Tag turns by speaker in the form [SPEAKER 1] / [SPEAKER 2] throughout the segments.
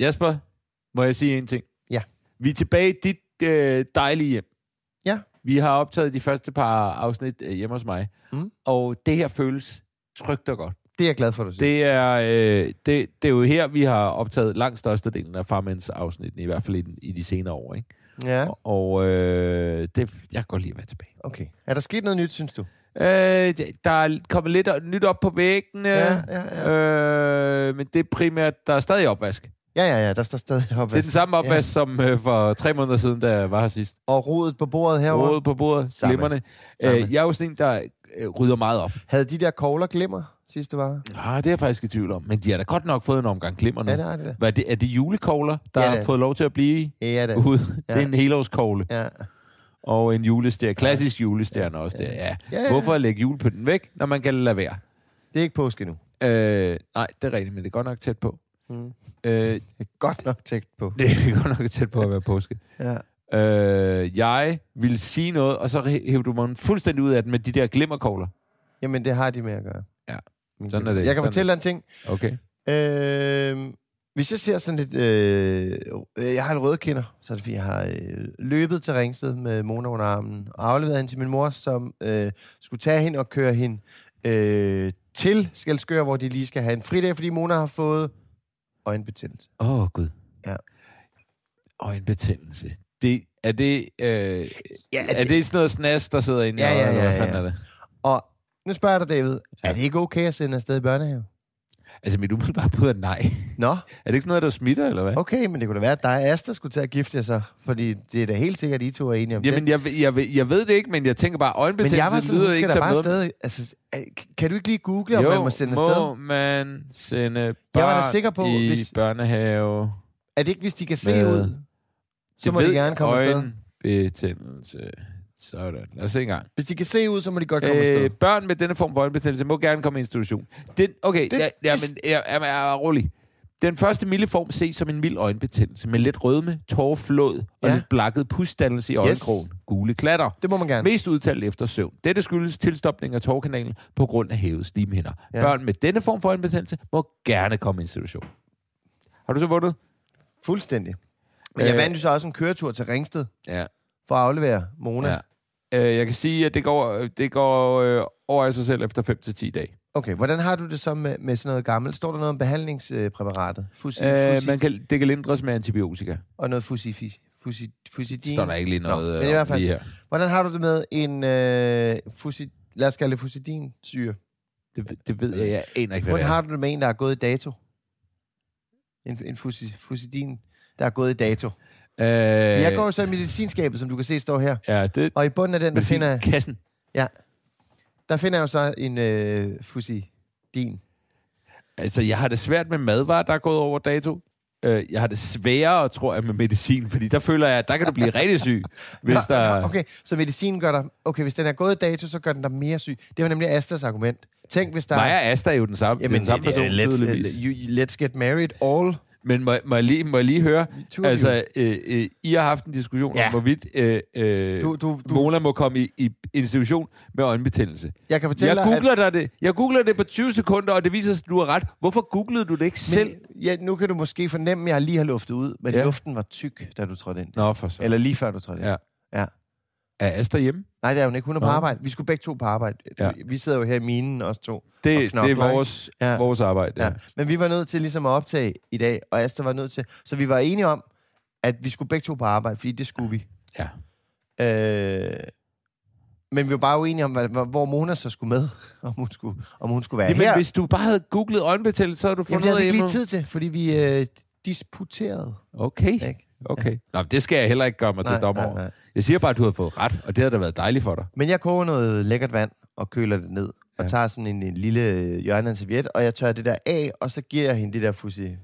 [SPEAKER 1] Jasper, må jeg sige en ting?
[SPEAKER 2] Ja.
[SPEAKER 1] Vi er tilbage i dit øh, dejlige hjem.
[SPEAKER 2] Ja.
[SPEAKER 1] Vi har optaget de første par afsnit øh, hjemme hos mig.
[SPEAKER 2] Mm.
[SPEAKER 1] Og det her føles trygt og godt.
[SPEAKER 2] Det er jeg glad for, du synes.
[SPEAKER 1] Det er, øh, det, det er jo her, vi har optaget langt størstedelen af Farmens afsnitten, i hvert fald i, den- i de senere år. Ikke?
[SPEAKER 2] Ja,
[SPEAKER 1] Og øh, det, jeg kan godt lide at være tilbage.
[SPEAKER 2] okay. Er der sket noget nyt, synes du?
[SPEAKER 1] Øh, det- der er kommet lidt o- nyt op på væggene,
[SPEAKER 2] Ja, ja, ja.
[SPEAKER 1] Øh, men det er primært, der er stadig opvask.
[SPEAKER 2] Ja, ja, ja, der står stadig
[SPEAKER 1] Det er den
[SPEAKER 2] opvask.
[SPEAKER 1] samme opvask ja. som øh, for tre måneder siden, da jeg var her sidst.
[SPEAKER 2] Og rodet på bordet herovre.
[SPEAKER 1] Rodet på bordet,
[SPEAKER 2] Samme.
[SPEAKER 1] slimmerne.
[SPEAKER 2] Samme.
[SPEAKER 1] Øh, jeg er jo sådan en, der øh, rydder meget op.
[SPEAKER 2] Havde de der kogler glimmer, sidst du var? her?
[SPEAKER 1] Ah, det er jeg faktisk i tvivl om, men de har da godt nok fået en omgang glimmer nu.
[SPEAKER 2] Ja, det har de da.
[SPEAKER 1] Hvad er, det, er det julekogler, der
[SPEAKER 2] Ja,
[SPEAKER 1] ja,
[SPEAKER 2] det
[SPEAKER 1] det
[SPEAKER 2] er.
[SPEAKER 1] har fået lov til at blive
[SPEAKER 2] Ja, det.
[SPEAKER 1] ude?
[SPEAKER 2] Ja.
[SPEAKER 1] Ja. Det er en helårskogle
[SPEAKER 2] Ja.
[SPEAKER 1] og en julestjerne. Klassisk julestjerne også der, ja.
[SPEAKER 2] Ja, ja.
[SPEAKER 1] Hvorfor lægge julepynten væk, når man kan lade være?
[SPEAKER 2] Det er ikke påske nu.
[SPEAKER 1] Øh, nej, det er rigtigt, men det er godt nok tæt på.
[SPEAKER 2] Mm.
[SPEAKER 1] Øh,
[SPEAKER 2] Det er godt nok tæt på.
[SPEAKER 1] det er godt nok tæt på at være påske.
[SPEAKER 2] Ja.
[SPEAKER 1] Øh, jeg vil sige noget, og så hæver du mig fuldstændig ud af den med de der glimmerkogler.
[SPEAKER 2] Jamen, det har de med at gøre.
[SPEAKER 1] Ja.
[SPEAKER 2] Min
[SPEAKER 1] Sådan
[SPEAKER 2] kære.
[SPEAKER 1] er det.
[SPEAKER 2] Jeg kan
[SPEAKER 1] Sådan
[SPEAKER 2] fortælle dig en ting.
[SPEAKER 1] Okay.
[SPEAKER 2] Øh, hvis jeg ser sådan lidt... Øh, øh, jeg har en rødkinder, så er det fordi, jeg har øh, løbet til Ringsted med Mona under armen og afleveret hende til min mor, som øh, skulle tage hende og køre hende øh, til Skelskør, hvor de lige skal have en fridag, fordi Mona har fået øjenbetændelse.
[SPEAKER 1] Åh, oh, Gud.
[SPEAKER 2] Ja.
[SPEAKER 1] Og en betændelse. Det, er det... Øh, ja, er,
[SPEAKER 2] det-
[SPEAKER 1] det, det sådan noget snas, der sidder inde i
[SPEAKER 2] Ja, ja,
[SPEAKER 1] øjet, eller
[SPEAKER 2] ja,
[SPEAKER 1] Hvad fanden
[SPEAKER 2] ja.
[SPEAKER 1] er det?
[SPEAKER 2] Og nu spørger jeg dig, David, ja.
[SPEAKER 1] Ja.
[SPEAKER 2] er det ikke okay at sende afsted i børnehave?
[SPEAKER 1] Altså, mit umiddelbare bud er nej.
[SPEAKER 2] Nå,
[SPEAKER 1] Er det ikke sådan noget, der smitter, eller hvad?
[SPEAKER 2] okay, men det kunne da være, at dig og Asta skulle til at gifte jer så, fordi det er da helt sikkert, at I to er enige om det.
[SPEAKER 1] Jamen, jeg, ved- jeg, ved- jeg ved det ikke, men jeg tænker bare,
[SPEAKER 2] Men
[SPEAKER 1] øjenbetændelse
[SPEAKER 2] jeg var sådan,
[SPEAKER 1] lyder
[SPEAKER 2] hun skal
[SPEAKER 1] ikke
[SPEAKER 2] da
[SPEAKER 1] som
[SPEAKER 2] bare
[SPEAKER 1] noget...
[SPEAKER 2] afsted. Altså, øh, kan du ikke lige google, om
[SPEAKER 1] jo,
[SPEAKER 2] man må sende
[SPEAKER 1] må
[SPEAKER 2] afsted?
[SPEAKER 1] man sende
[SPEAKER 2] da
[SPEAKER 1] barn
[SPEAKER 2] sikker på,
[SPEAKER 1] i
[SPEAKER 2] hvis-
[SPEAKER 1] børnehave
[SPEAKER 2] Er det ikke, hvis de kan se
[SPEAKER 1] Med-
[SPEAKER 2] ud? Så må
[SPEAKER 1] ved
[SPEAKER 2] de gerne komme afsted.
[SPEAKER 1] Øjenbetændelse. Sådan. Lad os se engang.
[SPEAKER 2] Hvis de kan se ud, så må de godt komme afsted.
[SPEAKER 1] Øh, børn med denne form for øjenbetændelse må gerne komme i institution. Den, okay,
[SPEAKER 2] Det-
[SPEAKER 1] det, ja, ja, men, ja, ja, men, ja, rolig. Den første milde form ses som en mild øjenbetændelse med lidt rødme, tåreflod og
[SPEAKER 2] Ja.
[SPEAKER 1] ja. lidt blakket pusdannelse i øjenkrogen. Gule klatter.
[SPEAKER 2] Det må man gerne.
[SPEAKER 1] Mest udtalt efter søvn. Dette skyldes tilstopning af tårkanalen på grund af hævet slimhinder.
[SPEAKER 2] Ja.
[SPEAKER 1] Ja. Børn med denne form for øjenbetændelse må gerne komme i institution. Har du så vundet?
[SPEAKER 2] Fuldstændig. Men jeg
[SPEAKER 1] Øh,
[SPEAKER 2] vandt jo så også en køretur til Ringsted
[SPEAKER 1] Ja.
[SPEAKER 2] for at aflevere Mona.
[SPEAKER 1] ja. Øh, jeg kan sige, at det går, det går øh, over af sig selv efter 5-10 dage.
[SPEAKER 2] Okay, hvordan har du det så med, med sådan noget gammelt? Står der noget om behandlingspræparatet? Fusi,
[SPEAKER 1] Øh,
[SPEAKER 2] fusi,
[SPEAKER 1] man kan, det kan lindres med antibiotika.
[SPEAKER 2] Og noget fusi, fusi, fusi, fusidin?
[SPEAKER 1] Står der ikke lige
[SPEAKER 2] Nå,
[SPEAKER 1] noget
[SPEAKER 2] men
[SPEAKER 1] øh,
[SPEAKER 2] i hvert
[SPEAKER 1] om
[SPEAKER 2] fald-
[SPEAKER 1] lige her?
[SPEAKER 2] Hvordan har du det med en øh, fusi, lad os kalde det fusidinsyre?
[SPEAKER 1] Det, det ved jeg, jeg aner ikke, hvad det
[SPEAKER 2] Hvordan
[SPEAKER 1] er.
[SPEAKER 2] har du det med en, der er gået i dato? En, en fusi, fusidin, der er gået i dato.
[SPEAKER 1] Øh,
[SPEAKER 2] Jeg går jo så i medicinskabet, som du kan se står her.
[SPEAKER 1] Ja, det
[SPEAKER 2] Og i bunden af den, der finder,
[SPEAKER 1] er
[SPEAKER 2] jeg,
[SPEAKER 1] kassen.
[SPEAKER 2] ja, der finder jeg jo så en øh, fusidin.
[SPEAKER 1] Altså, jeg har det svært med madvarer, der er gået over dato. Øh, jeg har det sværere, tror jeg, med medicin, fordi der føler jeg, at der kan du blive rigtig syg, hvis
[SPEAKER 2] Nå,
[SPEAKER 1] der...
[SPEAKER 2] nå, Okay, så medicinen gør dig... Okay, hvis den er gået i dato, så gør den dig mere syg. Det var nemlig Astas argument. Tænk, hvis der...
[SPEAKER 1] Maja og Asta er jo den samme, Jamen, den samme person,
[SPEAKER 2] let's,
[SPEAKER 1] tydeligvis. Øh.
[SPEAKER 2] uh, you, let's get married all.
[SPEAKER 1] Men må, må, jeg lige, må jeg lige høre,
[SPEAKER 2] Tur-
[SPEAKER 1] altså, øh, øh, I har haft en diskussion ja.
[SPEAKER 2] Ja.
[SPEAKER 1] om, hvorvidt øh, øh,
[SPEAKER 2] Du- du- du-
[SPEAKER 1] Mona må komme i, i institution med øjenbetændelse.
[SPEAKER 2] Jeg kan fortælle
[SPEAKER 1] jeg
[SPEAKER 2] dig,
[SPEAKER 1] googler dig det. Jeg googler det på 20 sekunder, og det viser sig, at du har ret. Hvorfor googlede du det ikke men... selv?
[SPEAKER 2] Men, ja, nu kan du måske fornemme, at jeg lige har luftet ud, men
[SPEAKER 1] Ja.
[SPEAKER 2] ja. luften var tyk, da du trådte ind.
[SPEAKER 1] Nå, for så.
[SPEAKER 2] Eller lige før du trådte ind.
[SPEAKER 1] Ja.
[SPEAKER 2] ja.
[SPEAKER 1] Er Asta hjemme?
[SPEAKER 2] Nej, det er hun ikke. Hun er på
[SPEAKER 1] Nå.
[SPEAKER 2] arbejde. Vi skulle begge to på arbejde.
[SPEAKER 1] Ja.
[SPEAKER 2] Ja. Vi sidder jo her i minen, os to. og
[SPEAKER 1] Det, det
[SPEAKER 2] knokler,
[SPEAKER 1] er
[SPEAKER 2] ikke?
[SPEAKER 1] vores, ja.
[SPEAKER 2] Ja.
[SPEAKER 1] vores arbejde. Ja.
[SPEAKER 2] Ja. Men vi var nødt til ligesom at optage i dag, og Asta var nødt til... Så vi var enige om, at vi skulle begge to på arbejde, fordi det skulle vi.
[SPEAKER 1] ja.
[SPEAKER 2] Øh, men vi var bare uenige om, hvad, hvor- hvor Mona så skulle med, om hun skulle, om hun skulle være
[SPEAKER 1] Det,
[SPEAKER 2] her.
[SPEAKER 1] men hvis du bare havde googlet øjenbetændelse, så havde du
[SPEAKER 2] Jamen,
[SPEAKER 1] fundet
[SPEAKER 2] det havde vi
[SPEAKER 1] noget
[SPEAKER 2] ikke lige
[SPEAKER 1] hjemme.
[SPEAKER 2] tid til, fordi vi øh, disputerede.
[SPEAKER 1] Okay,
[SPEAKER 2] Ikke?
[SPEAKER 1] okay. Nå, men det skal jeg heller ikke gøre mig
[SPEAKER 2] Nej,
[SPEAKER 1] til dommer
[SPEAKER 2] nej,
[SPEAKER 1] over.
[SPEAKER 2] nej.
[SPEAKER 1] Jeg siger bare, at du har fået ret, og det har da været dejligt for dig.
[SPEAKER 2] Men jeg koger noget lækkert vand og køler det ned, og
[SPEAKER 1] Ja.
[SPEAKER 2] tager sådan en, en lille øh, hjørne af en serviet, og jeg tørrer det der af, og så giver jeg hende det der fusi,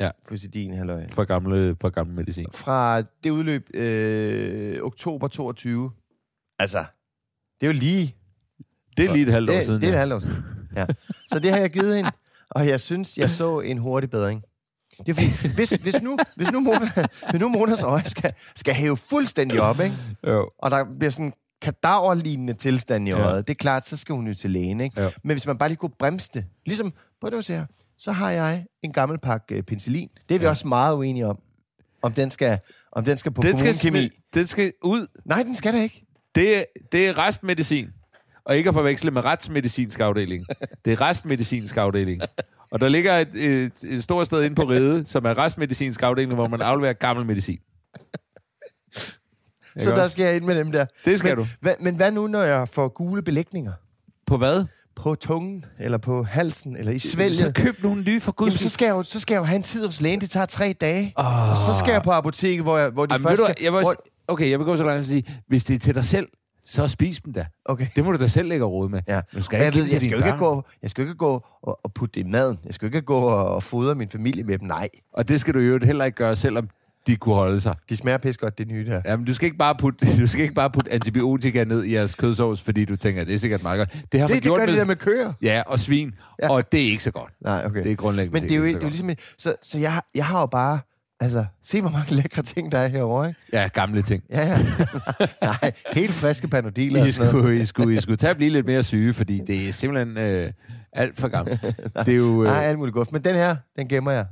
[SPEAKER 1] Ja.
[SPEAKER 2] fusidin halløj.
[SPEAKER 1] For gamle, for gamle medicin.
[SPEAKER 2] Fra det udløb øh, oktober 22. Altså, det er jo lige
[SPEAKER 1] Det er lige et halvt år
[SPEAKER 2] det,
[SPEAKER 1] siden.
[SPEAKER 2] Det er
[SPEAKER 1] ja.
[SPEAKER 2] et halvt år siden, ja. Så det har jeg givet hende, og jeg synes, jeg så en hurtig bedring. Det er fordi, hvis, hvis, nu, hvis, nu Mona, hvis nu Monas øje skal, skal hæve fuldstændig op, ikke?
[SPEAKER 1] Jo.
[SPEAKER 2] og der bliver sådan kadaverlignende tilstand i
[SPEAKER 1] Ja.
[SPEAKER 2] øjet, det er klart, så skal hun jo til lægen. Ikke?
[SPEAKER 1] Ja.
[SPEAKER 2] Men hvis man bare lige kunne bremse det, ligesom, prøv at se her, så har jeg en gammel pakke øh, penicillin. Det er vi ja. også meget uenige om, om den skal, om den skal på
[SPEAKER 1] Den skal,
[SPEAKER 2] kommunekemi.
[SPEAKER 1] smid, den skal ud.
[SPEAKER 2] Nej, den skal da ikke.
[SPEAKER 1] Det, det er restmedicin. Og ikke at forveksle med retsmedicinsk afdeling. Det er restmedicinsk afdeling. Og der ligger et, et, et stort sted inde på Rede, som er restmedicinsk afdeling, hvor man afleverer gammel medicin. Ikke
[SPEAKER 2] Så der
[SPEAKER 1] også?
[SPEAKER 2] skal jeg ind med dem der.
[SPEAKER 1] Det skal
[SPEAKER 2] men,
[SPEAKER 1] du.
[SPEAKER 2] Hva, men hvad nu, når jeg får gule belægninger?
[SPEAKER 1] På hvad?
[SPEAKER 2] på tungen, eller på halsen, eller i
[SPEAKER 1] Så
[SPEAKER 2] svælget.
[SPEAKER 1] køb nogle nye for guds
[SPEAKER 2] Jamen, så
[SPEAKER 1] skyld.
[SPEAKER 2] skal, jeg jo, så skal jeg jo have en tid hos lægen. Det tager tre dage. Oh. Og så skal jeg på apoteket, hvor, jeg, hvor de
[SPEAKER 1] Jamen, Ah. ved
[SPEAKER 2] første...
[SPEAKER 1] du, hvad, jeg vil,
[SPEAKER 2] hvor...
[SPEAKER 1] også- okay, jeg vil gå så langt at sige, hvis det er til dig selv, så spis dem da.
[SPEAKER 2] Okay.
[SPEAKER 1] Det må du da selv lægge råd med.
[SPEAKER 2] Ja.
[SPEAKER 1] Du skal
[SPEAKER 2] Og jeg,
[SPEAKER 1] ikke
[SPEAKER 2] ved,
[SPEAKER 1] give
[SPEAKER 2] jeg,
[SPEAKER 1] det til
[SPEAKER 2] skal jo
[SPEAKER 1] dine
[SPEAKER 2] ikke
[SPEAKER 1] børn.
[SPEAKER 2] gå, jeg skal jo ikke gå og, og putte det i maden. Jeg skal jo ikke gå og, og fodre min familie med dem. Nej,
[SPEAKER 1] Og det skal du jo heller ikke gøre, selvom de kunne holde sig.
[SPEAKER 2] de smager pis godt, det nye der.
[SPEAKER 1] Jamen, du skal ikke bare putte, du skal ikke bare putte antibiotika ned i jeres kødsovs, fordi du tænker, det er sikkert meget godt. Det har man
[SPEAKER 2] Det, det
[SPEAKER 1] gjort
[SPEAKER 2] gør
[SPEAKER 1] med,
[SPEAKER 2] det der med køer.
[SPEAKER 1] Ja, og svin. Ja.
[SPEAKER 2] Ja.
[SPEAKER 1] Og det er ikke så godt.
[SPEAKER 2] Nej, okay.
[SPEAKER 1] Det er grundlæggende
[SPEAKER 2] Men det er jo,
[SPEAKER 1] ikke
[SPEAKER 2] det er jo
[SPEAKER 1] så
[SPEAKER 2] ligesom... Så, så jeg, har- jeg har jo bare... Altså, se hvor mange lækre ting, der er herovre, ikke?
[SPEAKER 1] Ja, gamle ting.
[SPEAKER 2] ligesom- Ja, ja. Nej, helt friske panodiler
[SPEAKER 1] I
[SPEAKER 2] og sådan noget.
[SPEAKER 1] skulle, I skulle, I skulle tage at blive lidt mere syge, fordi det er simpelthen øh, alt for gammelt. det er jo øh,
[SPEAKER 2] Nej, alt muligt godt. Men den her, den gemmer jeg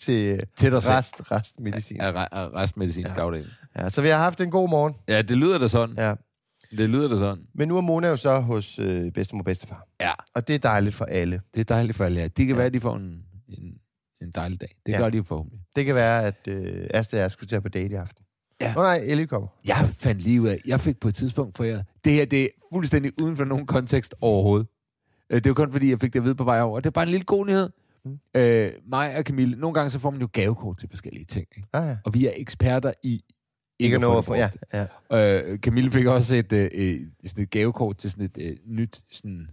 [SPEAKER 2] til, øh,
[SPEAKER 1] Til dig selv.
[SPEAKER 2] rest, restmedicin.
[SPEAKER 1] er re- er restmedicinsk ja. afdeling.
[SPEAKER 2] Ja, så vi har haft en god morgen.
[SPEAKER 1] Ja, det lyder da sådan. Ja.
[SPEAKER 2] Ja.
[SPEAKER 1] Det lyder da sådan.
[SPEAKER 2] Men nu er Mona jo så hos øh, bedstemor og bedstefar.
[SPEAKER 1] Ja.
[SPEAKER 2] Og det er dejligt for alle.
[SPEAKER 1] Det er dejligt for alle jer. Det kan ja. være, at de får en, en, en dejlig dag. Det ja.
[SPEAKER 2] Ja.
[SPEAKER 1] gør de jo forhåbentlig.
[SPEAKER 2] Det kan være, at øh, Asta og jeg skulle tage på date i aften.
[SPEAKER 1] Ja.
[SPEAKER 2] Nå nej, Ellie kommer.
[SPEAKER 1] Jeg fandt lige ud af, jeg fik på et tidspunkt for jer, det her det er fuldstændig uden for nogen kontekst overhovedet. Øh, Det var kun fordi, jeg fik det at vide på vej over. Det er bare en lille god nyhed. Mm. Øh, mig og Camille, nogle gange så får man jo gavekort til forskellige ting. Ikke?
[SPEAKER 2] Ah, ja.
[SPEAKER 1] Og vi er eksperter i
[SPEAKER 2] Ikke
[SPEAKER 1] at få
[SPEAKER 2] noget
[SPEAKER 1] det
[SPEAKER 2] for...
[SPEAKER 1] brugt.
[SPEAKER 2] Ja, ja.
[SPEAKER 1] Øh, Camille fik også et, øh, øh, sådan et gavekort til sådan et øh, nyt sådan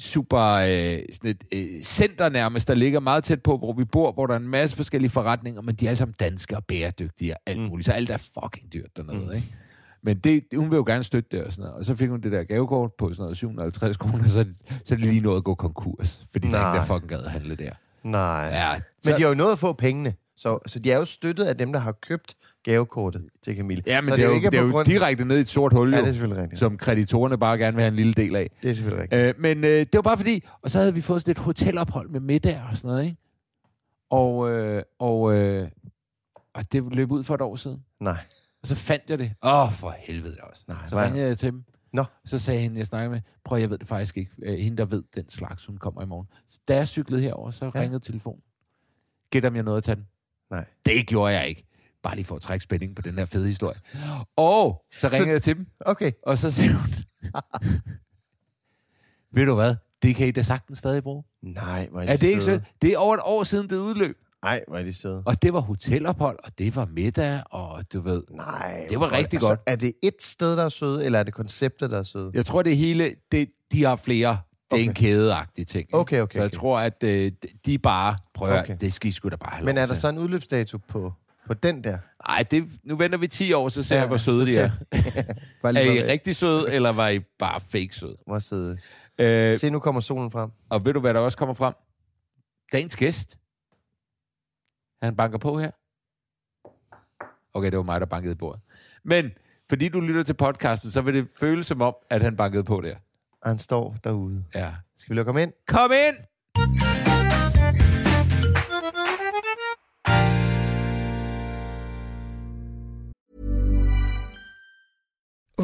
[SPEAKER 1] super øh, sådan et, øh, center nærmest, der ligger meget tæt på, hvor vi bor, hvor der er en masse forskellige forretninger, men de er alle sammen danske og bæredygtige og
[SPEAKER 2] Mm.
[SPEAKER 1] alt muligt, så alt er fucking dyrt dernede, mm. ikke? Men det, det- hun vil jo gerne støtte det og sådan noget. Og så fik hun det der gavekort på sådan noget 750 kroner, så, er det- så er det lige noget at gå konkurs, fordi der er
[SPEAKER 2] Nej.
[SPEAKER 1] ikke der fucking gad at handle der.
[SPEAKER 2] Nej.
[SPEAKER 1] Ja,
[SPEAKER 2] Men
[SPEAKER 1] så-
[SPEAKER 2] de har jo nået at få pengene. Så, så de er jo støttet af dem, der har købt gavekortet til Camille.
[SPEAKER 1] Ja, men
[SPEAKER 2] så
[SPEAKER 1] det, er jo, det er
[SPEAKER 2] på
[SPEAKER 1] jo direkte ned i et sort hul,
[SPEAKER 2] Ja,
[SPEAKER 1] jo,
[SPEAKER 2] det er selvfølgelig rigtigt.
[SPEAKER 1] som kreditorerne bare gerne vil have en lille del af.
[SPEAKER 2] Det er selvfølgelig rigtigt.
[SPEAKER 1] Øh, men øh, det var bare fordi, og så havde vi fået sådan et hotelophold med middag og sådan noget, ikke? Og, øh, og, øh, og det løb ud for et år siden.
[SPEAKER 2] Nej.
[SPEAKER 1] Og så fandt jeg det. Åh, oh, for helvede også.
[SPEAKER 2] Nej,
[SPEAKER 1] så
[SPEAKER 2] hvor er-
[SPEAKER 1] ringede jeg til dem.
[SPEAKER 2] Nå.
[SPEAKER 1] Så sagde hende, jeg snakkede med, prøv jeg ved det faktisk ikke. Øh, Hende, der ved den slags, hun kommer i morgen. Så da jeg cyklede herover, så ja.
[SPEAKER 2] Ja.
[SPEAKER 1] ringede telefonen. Gæt om jeg nåede at tage den.
[SPEAKER 2] Nej.
[SPEAKER 1] Det gjorde jeg ikke. Bare lige for at trække spændingen på den her fede historie. Og så ringede så... jeg til dem.
[SPEAKER 2] Okay.
[SPEAKER 1] Og så siger hun... Ved du hvad? Det kan I da sagtens stadig bruge.
[SPEAKER 2] Nej, hvor
[SPEAKER 1] Er det ikke sødt? Det er over et år siden, det udløb.
[SPEAKER 2] Nej, hvor er de søde.
[SPEAKER 1] Og det var hotelophold, og det var middag, og du ved...
[SPEAKER 2] Nej.
[SPEAKER 1] Det var
[SPEAKER 2] hvor er-
[SPEAKER 1] rigtig godt.
[SPEAKER 2] Er det et sted, der er søde, eller er det konceptet, der er søde?
[SPEAKER 1] Jeg tror, det hele... Det, de har flere. Det er en kædeagtig ting. ikke?
[SPEAKER 2] Okay, okay,
[SPEAKER 1] Så jeg
[SPEAKER 2] okay.
[SPEAKER 1] tror, at øh, de bare prøver,
[SPEAKER 2] Okay.
[SPEAKER 1] okay. det skal I sgu da bare have
[SPEAKER 2] Men
[SPEAKER 1] lov
[SPEAKER 2] er der
[SPEAKER 1] til.
[SPEAKER 2] så en udløbsdato på, på den der?
[SPEAKER 1] Ej, det, nu venter vi 10 år, så ser
[SPEAKER 2] Ja,
[SPEAKER 1] jeg, hvor
[SPEAKER 2] så
[SPEAKER 1] søde de
[SPEAKER 2] ser-
[SPEAKER 1] er.
[SPEAKER 2] Bare
[SPEAKER 1] Er I
[SPEAKER 2] for-
[SPEAKER 1] rigtig søde, eller var I bare fake søde?
[SPEAKER 2] Hvor sidde.
[SPEAKER 1] Øh,
[SPEAKER 2] Se, nu kommer solen frem.
[SPEAKER 1] og ved du, hvad der også kommer frem? Dagens gæst. Han banker på her. Okay, det var mig, der bankede i bordet. Men fordi du lytter til podcasten, så vil det føles som om, at han bankede på der.
[SPEAKER 2] Og han står derude.
[SPEAKER 1] Ja.
[SPEAKER 2] Skal vi lukke ham ind?
[SPEAKER 1] Kom ind!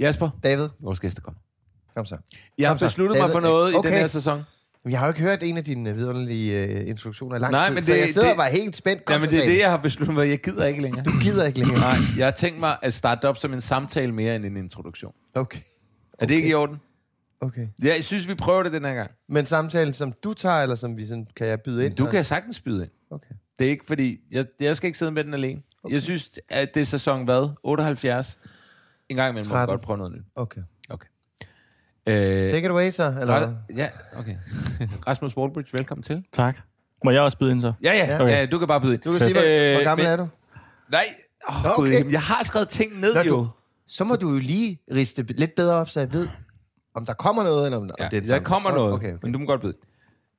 [SPEAKER 1] Jesper,
[SPEAKER 2] David,
[SPEAKER 1] vores gæster kommer.
[SPEAKER 2] kom så.
[SPEAKER 1] Jeg har
[SPEAKER 2] Kom så.
[SPEAKER 1] besluttet mig
[SPEAKER 2] David,
[SPEAKER 1] for noget
[SPEAKER 2] okay.
[SPEAKER 1] i den her sæson.
[SPEAKER 2] Jamen, jeg har jo ikke hørt en af dine øh, vidunderlige øh, introduktioner i lang
[SPEAKER 1] Nej,
[SPEAKER 2] tid,
[SPEAKER 1] men
[SPEAKER 2] så
[SPEAKER 1] det-
[SPEAKER 2] jeg sidder
[SPEAKER 1] det-
[SPEAKER 2] og var helt spændt. Kom
[SPEAKER 1] Jamen,
[SPEAKER 2] så,
[SPEAKER 1] det er det,
[SPEAKER 2] David.
[SPEAKER 1] jeg har besluttet mig. Jeg gider ikke længere.
[SPEAKER 2] Du gider ikke længere.
[SPEAKER 1] Nej, jeg har tænkt mig at starte op som en samtale mere end en introduktion.
[SPEAKER 2] Okay.
[SPEAKER 1] Er det ikke i orden?
[SPEAKER 2] okay.
[SPEAKER 1] Ja, jeg synes, vi prøver det den her gang.
[SPEAKER 2] Men samtalen, som du tager, eller som vi sådan, kan jeg byde ind?
[SPEAKER 1] Du kan
[SPEAKER 2] også?
[SPEAKER 1] sagtens byde ind.
[SPEAKER 2] Okay.
[SPEAKER 1] Det er ikke fordi... Jeg, jeg skal ikke sidde med den alene. Okay. Jeg synes, at det er sæson hvad? 78? En gang imellem må man
[SPEAKER 2] 13.
[SPEAKER 1] godt prøve noget nyt.
[SPEAKER 2] Okay.
[SPEAKER 1] Okay. Øh,
[SPEAKER 2] Take it away, så. Eller? hvad?
[SPEAKER 1] Ret- ja, okay. Rasmus Walbridge, velkommen til.
[SPEAKER 3] Tak. Må jeg også byde ind så?
[SPEAKER 1] Ja, ja,
[SPEAKER 3] Okay.
[SPEAKER 1] ja du kan bare byde ind. Øh,
[SPEAKER 2] Du kan sige, hvor, hvor gammel er du?
[SPEAKER 1] Nej, oh, okay.
[SPEAKER 2] Okay.
[SPEAKER 1] Gud, jamen, jeg har skrevet ting ned
[SPEAKER 2] Nå,
[SPEAKER 1] jo.
[SPEAKER 2] du, så må du jo lige riste lidt bedre op, så jeg ved, om der kommer noget, eller om, ja,
[SPEAKER 1] Ja,
[SPEAKER 2] om det er en
[SPEAKER 1] der
[SPEAKER 2] samtale.
[SPEAKER 1] kommer
[SPEAKER 2] Nå,
[SPEAKER 1] noget,
[SPEAKER 2] Okay, okay.
[SPEAKER 1] men du må godt vide.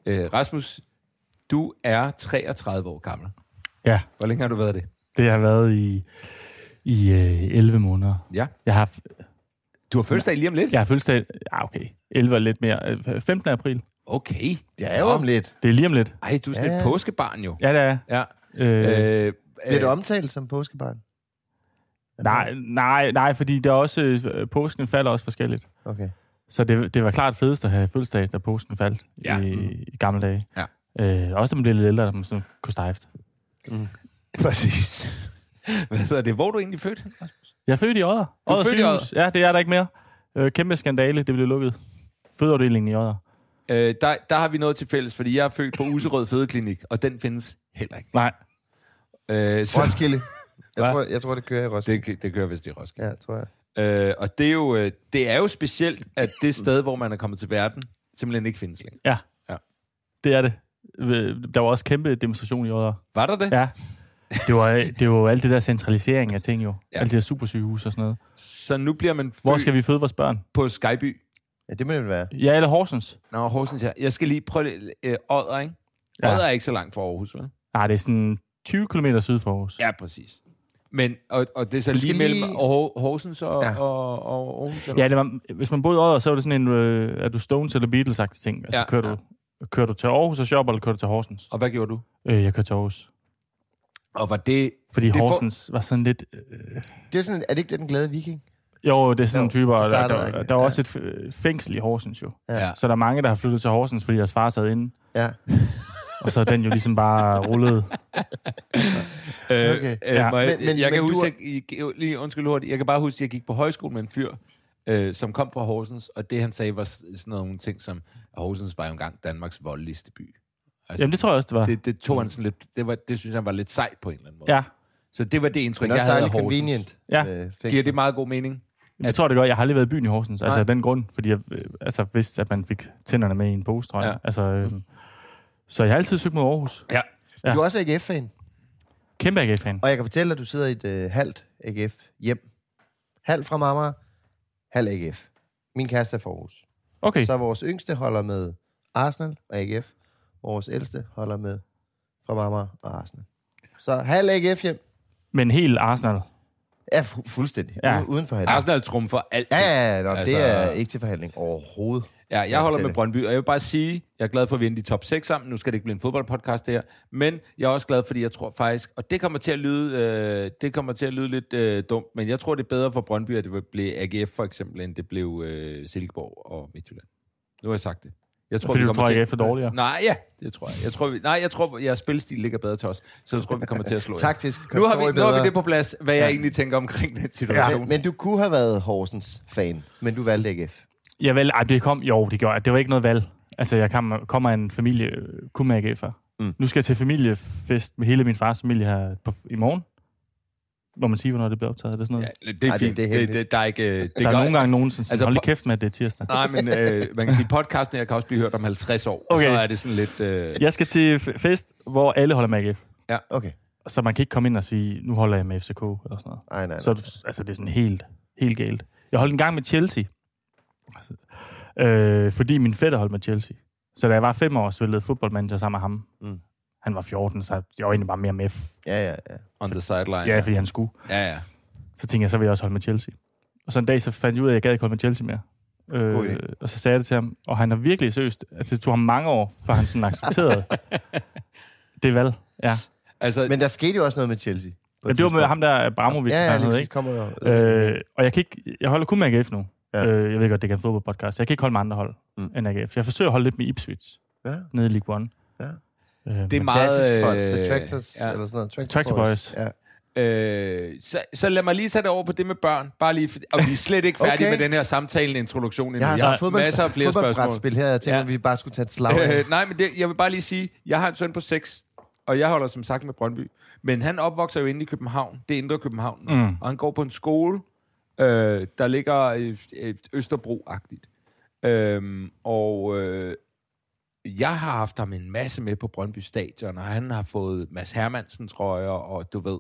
[SPEAKER 1] Øh, Rasmus, du er 33 år gammel.
[SPEAKER 3] Ja,
[SPEAKER 1] Hvor længe har du været det?
[SPEAKER 3] det har været i, i øh, 11 måneder.
[SPEAKER 1] Ja.
[SPEAKER 3] Jeg har,
[SPEAKER 1] Du har fødselsdag lige om lidt?
[SPEAKER 3] jeg har fødselsdag... Ja, okay. 11 er lidt mere. Øh, 15. april.
[SPEAKER 1] Okay.
[SPEAKER 2] Det er jo om lidt.
[SPEAKER 3] Det er lige om lidt.
[SPEAKER 1] Ej, du er sådan
[SPEAKER 2] Ja.
[SPEAKER 1] ja. et påskebarn jo.
[SPEAKER 3] Ja, det er
[SPEAKER 1] Ja.
[SPEAKER 3] øh,
[SPEAKER 1] Øh,
[SPEAKER 2] Bliver du omtalt som påskebarn?
[SPEAKER 3] nej, nej, nej, fordi det er også, øh, påsken falder også forskelligt.
[SPEAKER 2] Okay.
[SPEAKER 3] Så det, det var klart fedest at have fødselsdag, da påsken faldt
[SPEAKER 1] Ja.
[SPEAKER 3] ja. i, i gamle dage.
[SPEAKER 1] Ja.
[SPEAKER 3] Øh, også da man blev lidt ældre, da man sådan kunne stejft.
[SPEAKER 1] Præcis. Hvad hedder det? Hvor er du egentlig født?
[SPEAKER 3] Jeg er født i Odder.
[SPEAKER 1] Du er født i Odder?
[SPEAKER 3] sygehus. Ja, det er der ikke mere. Øh, kæmpe skandale, det blev lukket. Fødeafdelingen i Odder.
[SPEAKER 1] Øh, der, der har vi noget til fælles, fordi jeg er født på Userød Fødeklinik, og den findes heller ikke.
[SPEAKER 3] Nej,
[SPEAKER 1] Øh, så
[SPEAKER 2] Roskilde. Jeg
[SPEAKER 1] Hva?
[SPEAKER 2] tror, jeg tror, det kører i Roskilde.
[SPEAKER 1] det, det kører vist i Roskilde.
[SPEAKER 2] Ja, tror jeg.
[SPEAKER 1] Øh, og det er, jo, øh, det er jo specielt, at det sted, hvor man er kommet til verden, simpelthen ikke findes længere.
[SPEAKER 3] Ja.
[SPEAKER 1] Ja.
[SPEAKER 3] Det er det. Øh, Der var også kæmpe demonstration i år.
[SPEAKER 1] Var der det?
[SPEAKER 3] Ja. Det var, det var jo alt det der centralisering af ting jo.
[SPEAKER 1] Ja.
[SPEAKER 3] Ja. Alt det der supersygehus og sådan noget.
[SPEAKER 1] Så nu bliver man født
[SPEAKER 3] Hvor skal vi føde vores børn?
[SPEAKER 1] på Skyby.
[SPEAKER 2] Ja, det må det være.
[SPEAKER 3] Ja, eller Horsens.
[SPEAKER 1] Nå, Horsens her. Jeg skal lige prøve lidt. Øh, Odder, ikke?
[SPEAKER 3] Ja.
[SPEAKER 1] Odder er ikke så langt fra Aarhus, vel?
[SPEAKER 3] Nej, det er sådan 20 km syd for Aarhus.
[SPEAKER 1] Ja, præcis. Men, og, og det er så
[SPEAKER 2] skal
[SPEAKER 1] lige mellem
[SPEAKER 2] lige-
[SPEAKER 1] Aar- Horsens og,
[SPEAKER 2] Ja.
[SPEAKER 1] ja. og, og Aarhus? Eller?
[SPEAKER 3] Ja, det var, hvis man boede i Odder, så var det sådan en, øh, er du Stones eller Beatles sagt ting. Altså,
[SPEAKER 1] Ja,
[SPEAKER 3] ja, kører,
[SPEAKER 1] ja.
[SPEAKER 3] ja. Du, kører du til Aarhus og shopper, eller kører du til Horsens?
[SPEAKER 1] Og hvad gjorde du?
[SPEAKER 3] Øh, jeg kører til Aarhus.
[SPEAKER 1] Og var det...
[SPEAKER 3] Fordi
[SPEAKER 1] det
[SPEAKER 3] det
[SPEAKER 1] får-
[SPEAKER 3] Horsens for... var sådan lidt... Øh,
[SPEAKER 2] Det er, sådan, er det ikke den glade viking?
[SPEAKER 3] jo, det er sådan
[SPEAKER 2] Jo,
[SPEAKER 3] nogle typer.
[SPEAKER 2] det
[SPEAKER 3] og Der,
[SPEAKER 2] startede
[SPEAKER 3] der, der,
[SPEAKER 2] rigtigt,
[SPEAKER 3] der var
[SPEAKER 2] ja.
[SPEAKER 3] også et øh, fængsel i Horsens jo.
[SPEAKER 1] Ja.
[SPEAKER 3] Så der er mange, der har flyttet til Horsens, fordi deres far sad inde.
[SPEAKER 2] Ja.
[SPEAKER 3] Og så er den jo ligesom bare rullet.
[SPEAKER 1] Altså, Øh,
[SPEAKER 2] Okay.
[SPEAKER 1] øh,
[SPEAKER 3] Ja.
[SPEAKER 1] må jeg,
[SPEAKER 2] Men- men-
[SPEAKER 1] jeg kan
[SPEAKER 2] men du
[SPEAKER 1] huske,
[SPEAKER 2] er-
[SPEAKER 1] jeg, jeg- lige undskyld hurtigt, jeg kan bare huske, at jeg gik på højskole med en fyr, øh, som kom fra Horsens, og det han sagde var s- sådan nogle ting som, at Horsens var jo engang Danmarks voldeligste by. Altså,
[SPEAKER 3] Jamen, det tror jeg også, det var.
[SPEAKER 1] det, det tog han sådan lidt, det, var, det synes han var lidt sejt på en eller anden måde.
[SPEAKER 3] Ja,
[SPEAKER 1] Så det var det indtryk,
[SPEAKER 2] Men også
[SPEAKER 1] jeg havde af
[SPEAKER 2] dejligt
[SPEAKER 1] Horsens.
[SPEAKER 2] convenient.
[SPEAKER 3] Ja.
[SPEAKER 2] Øh,
[SPEAKER 1] Giver det meget god mening?
[SPEAKER 3] jeg tror det godt. Jeg har aldrig været i byen i Horsens. Altså
[SPEAKER 1] Nej.
[SPEAKER 3] af den grund, fordi jeg øh, altså, vidste, at man fik tænderne med i en pose, tror jeg.
[SPEAKER 1] Ja.
[SPEAKER 3] Ja. Altså, øh, så jeg har altid søgt mod Aarhus.
[SPEAKER 1] Ja.
[SPEAKER 2] Du er også AGF-fan.
[SPEAKER 3] Kæmpe AGF-fan.
[SPEAKER 2] Og jeg kan fortælle dig, at du sidder i et øh, halvt AGF hjem. Halvt fra Marmar, halv AGF. Min kæreste er for Aarhus.
[SPEAKER 3] Okay.
[SPEAKER 2] Så vores yngste holder med Arsenal og AGF. Vores ældste holder med fra Marmar og Arsenal. Så halv AGF hjem.
[SPEAKER 3] Men helt Arsenal.
[SPEAKER 2] Ja, fu- fuldstændig.
[SPEAKER 3] Ja.
[SPEAKER 2] Ja. Uden forhandling.
[SPEAKER 1] Arsenal trumfer alt.
[SPEAKER 2] Ja, ja, ja nå, altså,
[SPEAKER 1] Altså-
[SPEAKER 2] det er ikke til forhandling overhovedet.
[SPEAKER 1] Ja, jeg
[SPEAKER 2] Jeg
[SPEAKER 1] holder
[SPEAKER 2] til
[SPEAKER 1] med
[SPEAKER 2] det.
[SPEAKER 1] Brøndby, og jeg vil bare sige, jeg er glad for, at vi endte i top 6 sammen. Nu skal det ikke blive en fodboldpodcast det her. Men jeg er også glad, fordi jeg tror faktisk, og det kommer til at lyde, øh, det kommer til at lyde lidt øh, dumt, men jeg tror, det er bedre for Brøndby, at det vil blive AGF for eksempel, end det blev øh, Silkeborg og Midtjylland. Nu har jeg sagt det. Jeg
[SPEAKER 3] Fordi
[SPEAKER 1] vi
[SPEAKER 3] du
[SPEAKER 1] kommer
[SPEAKER 3] tror,
[SPEAKER 1] til-
[SPEAKER 3] AGF er dårligere?
[SPEAKER 1] Nej, ja, det tror jeg. jeg tror, vi, nej, jeg tror, jeres spilstil ligger bedre til os, så jeg tror, vi kommer til at slå jer.
[SPEAKER 2] Taktisk
[SPEAKER 1] Nu har,
[SPEAKER 2] står I
[SPEAKER 1] vi, nu har
[SPEAKER 2] bedre.
[SPEAKER 1] vi det på plads, hvad jeg egentlig tænker omkring den situation.
[SPEAKER 2] Men, men du kunne have været Horsens fan, men du valgte AGF.
[SPEAKER 3] Ja, vel, ej, det kom, jo, det gjorde jeg. Det var ikke noget valg. Altså, jeg kom, kommer af en familie, øh, kun med AGF'er. Mm. Nu skal jeg til familiefest med hele min fars familie her på, i morgen. Må man sige, hvornår det bliver optaget? Er det sådan noget? Ja,
[SPEAKER 1] Ja, det er
[SPEAKER 2] Ej, det-
[SPEAKER 1] fint.
[SPEAKER 2] det er
[SPEAKER 1] Det, det,
[SPEAKER 2] hemmeligt.
[SPEAKER 1] det, der er ikke, øh, det
[SPEAKER 3] der er
[SPEAKER 1] gør-
[SPEAKER 3] nogle gange nogen, som siger,
[SPEAKER 1] Altså,
[SPEAKER 3] altså, hold lige
[SPEAKER 1] po-
[SPEAKER 3] kæft med, at det er tirsdag.
[SPEAKER 1] Nej, men øh, man kan sige, podcasten her kan også blive hørt om 50 år, okay. og så
[SPEAKER 3] Okay.
[SPEAKER 1] er det sådan lidt... Øh,
[SPEAKER 3] Jeg skal til f- fest, hvor alle holder med AGF.
[SPEAKER 2] Okay.
[SPEAKER 3] Så man kan ikke komme ind og sige, nu holder jeg med FCK eller sådan noget.
[SPEAKER 2] Ej, nej, nej.
[SPEAKER 3] Så er du- altså, det er sådan helt, helt galt. Jeg holdt en gang med Chelsea, Altså, øh, fordi min fætter holdt med Chelsea. Så da jeg var fem år, spillede fodboldmanager sammen med ham.
[SPEAKER 2] Mm.
[SPEAKER 3] Han var 14, så jeg var egentlig bare mere med. f-
[SPEAKER 2] Ja, ja, ja.
[SPEAKER 1] on the sideline.
[SPEAKER 3] Ja, fordi han skulle.
[SPEAKER 1] ja, ja.
[SPEAKER 3] Så tænkte jeg, så vil jeg også holde med Chelsea. Og så en dag, så fandt jeg ud af, at jeg gad ikke holde med Chelsea mere.
[SPEAKER 2] God
[SPEAKER 3] Øh,
[SPEAKER 2] idé.
[SPEAKER 3] og så sagde jeg det til ham, og han har virkelig søst. Altså, det tog ham mange år, før han sådan accepterede det valg. Ja.
[SPEAKER 1] Altså,
[SPEAKER 2] Men der skete jo også noget med Chelsea. på
[SPEAKER 3] Men
[SPEAKER 2] et
[SPEAKER 3] det var med
[SPEAKER 2] tidspunkt.
[SPEAKER 3] ham der, Abramovic,
[SPEAKER 2] ja, ja,
[SPEAKER 3] han
[SPEAKER 2] lige
[SPEAKER 3] hed,
[SPEAKER 2] præcis.
[SPEAKER 3] ikke?
[SPEAKER 2] kommer jo.
[SPEAKER 3] Øh, og jeg, kan ikke, jeg holder kun med AGF nu.
[SPEAKER 2] Ja.
[SPEAKER 3] Ja. Øh, jeg ved godt, det kan en fodboldpodcast. Jeg kan ikke holde med andre hold
[SPEAKER 2] Mm.
[SPEAKER 3] mm. end AGF. Jeg forsøger at holde lidt med Ipswich
[SPEAKER 2] ja.
[SPEAKER 3] nede i League One.
[SPEAKER 2] Ja.
[SPEAKER 3] Øh,
[SPEAKER 1] det er
[SPEAKER 3] men-
[SPEAKER 2] Klassisk
[SPEAKER 1] meget... øh,
[SPEAKER 2] hold, The Tractors,
[SPEAKER 1] ja.
[SPEAKER 2] eller sådan noget. Tractor,
[SPEAKER 3] Tractor Boys.
[SPEAKER 2] Ja.
[SPEAKER 1] øh, så, så lad mig lige tage det over på det med børn. Bare lige, for- og vi er slet ikke færdige
[SPEAKER 2] Okay.
[SPEAKER 1] okay. med den her samtale introduktion endnu.
[SPEAKER 2] Jeg har så fodbold,
[SPEAKER 1] masser af flere spørgsmål.
[SPEAKER 2] fodboldbrætspil her, jeg tænker,
[SPEAKER 1] Ja.
[SPEAKER 2] ja. at vi bare skulle tage et slag af.
[SPEAKER 1] Øh, nej, men det, jeg vil bare lige sige, jeg har en søn på 6, og jeg holder som sagt med Brøndby. Men han opvokser jo inde i København, det er indre København. Mm. Og han går på en skole, øh, der ligger øh, øh, Østerbro-agtigt. Øhm, og øh, jeg har haft ham en masse med på Brøndby Stadion, og han har fået Mads Hermansen trøjer, og du ved.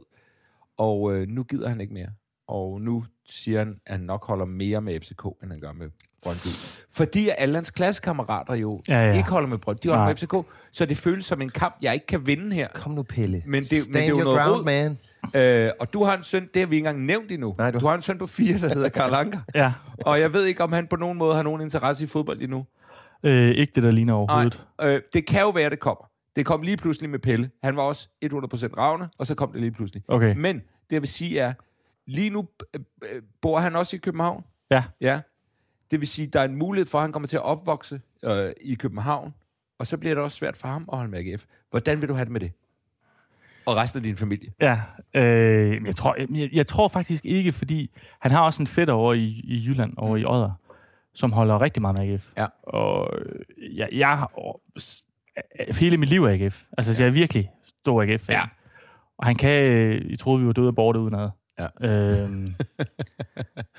[SPEAKER 1] Og øh, nu gider han ikke mere. Og nu siger han, at han nok holder mere med FCK, end han gør med Brøndby. Fordi alle hans klassekammerater jo
[SPEAKER 3] Ja, ja.
[SPEAKER 1] ikke holder med Brøndby, de holder
[SPEAKER 3] Nej.
[SPEAKER 1] med FCK. Så det føles som en kamp, jeg ikke kan vinde her.
[SPEAKER 2] Kom nu, Pelle.
[SPEAKER 1] Men det- men
[SPEAKER 2] Stand
[SPEAKER 1] det er jo
[SPEAKER 2] your
[SPEAKER 1] noget
[SPEAKER 2] ground,
[SPEAKER 1] rod.
[SPEAKER 2] man.
[SPEAKER 1] Øh, og du har en søn, det har vi ikke engang nævnt endnu.
[SPEAKER 2] Nej, du-
[SPEAKER 1] du har en søn på fire, der hedder Karl Anker.
[SPEAKER 3] Ja,
[SPEAKER 1] Og jeg ved ikke, om han på nogen måde har nogen interesse i fodbold endnu.
[SPEAKER 3] øh, ikke det, der ligner overhovedet.
[SPEAKER 1] Nej, øh, det kan jo være, det kommer. Det kom lige pludselig med Pelle. Han var også 100% ravne, og så kom det lige pludselig.
[SPEAKER 3] Okay.
[SPEAKER 1] Men det jeg vil sige er, lige nu øh, øh, bor han også i København.
[SPEAKER 3] Ja,
[SPEAKER 1] Ja. Det vil sige, der er en mulighed for, at han kommer til at opvokse øh, i København, og så bliver det også svært for ham at holde med AGF. Hvordan vil du have det med det? Og resten af din familie.
[SPEAKER 3] ja. Øh, men jeg, tror, jeg, jeg, jeg tror faktisk ikke, fordi han har også en fætter over i, i Jylland, over i Odder, som holder rigtig meget med AGF.
[SPEAKER 1] Ja.
[SPEAKER 3] Og øh, jeg, jeg har og, s- hele mit liv er AGF. Altså, så jeg er virkelig stor AGF-fan.
[SPEAKER 1] Ja.
[SPEAKER 3] Og han kan... Øh, I troede, vi var døde og borte uden ad.
[SPEAKER 1] Ja.
[SPEAKER 3] Øhm,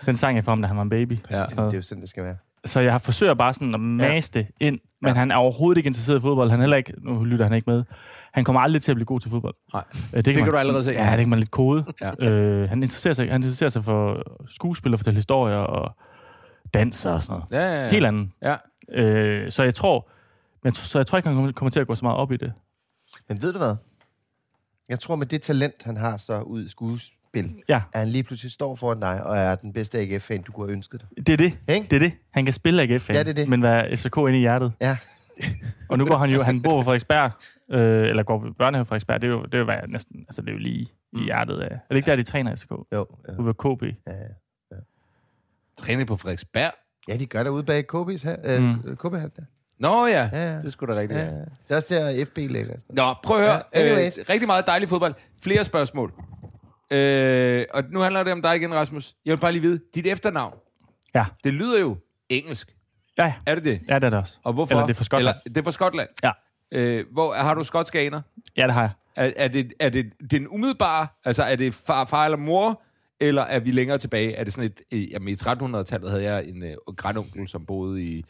[SPEAKER 3] den sang jeg for ham, da han var en baby.
[SPEAKER 1] Ja.
[SPEAKER 3] Sådan
[SPEAKER 2] Det er
[SPEAKER 3] noget.
[SPEAKER 2] jo sådan, det skal være.
[SPEAKER 3] Så jeg har forsøger bare sådan at mase det ind, men han er overhovedet ikke interesseret i fodbold. Han er heller ikke, nu lytter han ikke med, han kommer aldrig til at blive god til fodbold.
[SPEAKER 1] Nej.
[SPEAKER 3] Øh, Det kan, man
[SPEAKER 1] du
[SPEAKER 3] sige-
[SPEAKER 1] allerede se.
[SPEAKER 3] Ja, det kan man lidt kode.
[SPEAKER 1] Ja.
[SPEAKER 3] Øh, han, interesserer sig, han interesserer sig for skuespil og fortælle historier og danser og sådan noget.
[SPEAKER 1] Ja, ja, ja.
[SPEAKER 3] Helt andet.
[SPEAKER 1] Ja.
[SPEAKER 3] Øh, så jeg tror, men jeg, tror- så jeg tror ikke, han kommer- kommer til at gå så meget op i det.
[SPEAKER 2] Men ved du hvad? Jeg tror, med det talent, han har så ud i skuespil,
[SPEAKER 3] Ja.
[SPEAKER 2] at han lige pludselig står foran dig, og er den bedste AGF-fan, du kunne have ønsket dig.
[SPEAKER 3] Det er det.
[SPEAKER 2] Ikke?
[SPEAKER 3] Det er det. Han kan spille AGF,
[SPEAKER 2] Ja, det er det.
[SPEAKER 3] men være FCK inde i hjertet.
[SPEAKER 2] Ja.
[SPEAKER 3] Og nu går han jo, han bor på Frederiksberg, øh, eller går på børnehave på Frederiksberg, det er jo, det er jo hvad jeg næsten, altså det er jo lige i hjertet af. Er det ikke der, de træner i FCK?
[SPEAKER 2] Jo. Mm. Ja,
[SPEAKER 3] Ude ved KB.
[SPEAKER 2] ja, ja.
[SPEAKER 1] Træning på Frederiksberg.
[SPEAKER 2] ja de gør det ude bag KB's her. Øh, mm. KB her. der.
[SPEAKER 1] Nå ja,
[SPEAKER 2] Ja, ja.
[SPEAKER 1] det er sgu da rigtigt. Ja.
[SPEAKER 2] Ja. Det er også der, FB ligger. og sådan noget.
[SPEAKER 1] Nå, prøv at høre.
[SPEAKER 2] Ja,
[SPEAKER 1] Ja, øh,
[SPEAKER 2] anyways.
[SPEAKER 1] rigtig meget dejlig fodbold. Flere spørgsmål. Øh, og nu handler det om dig igen, Rasmus. Jeg vil bare lige vide, dit efternavn,
[SPEAKER 3] Ja.
[SPEAKER 1] det lyder jo engelsk.
[SPEAKER 3] Ja, ja.
[SPEAKER 1] Er det det?
[SPEAKER 3] ja, det er det også.
[SPEAKER 1] Og hvorfor?
[SPEAKER 3] Eller det er for Skotland. Eller...
[SPEAKER 1] Eller, det er fra Skotland.
[SPEAKER 3] Ja.
[SPEAKER 1] Øh, hvor, har du skotske aner?
[SPEAKER 3] ja, det har jeg.
[SPEAKER 1] Er, er, det, er det den umiddelbare, altså er det far, far eller mor, eller er vi længere tilbage? Er det sådan et, øh, jamen i 1300-tallet havde jeg en øh, grandonkel, som boede i...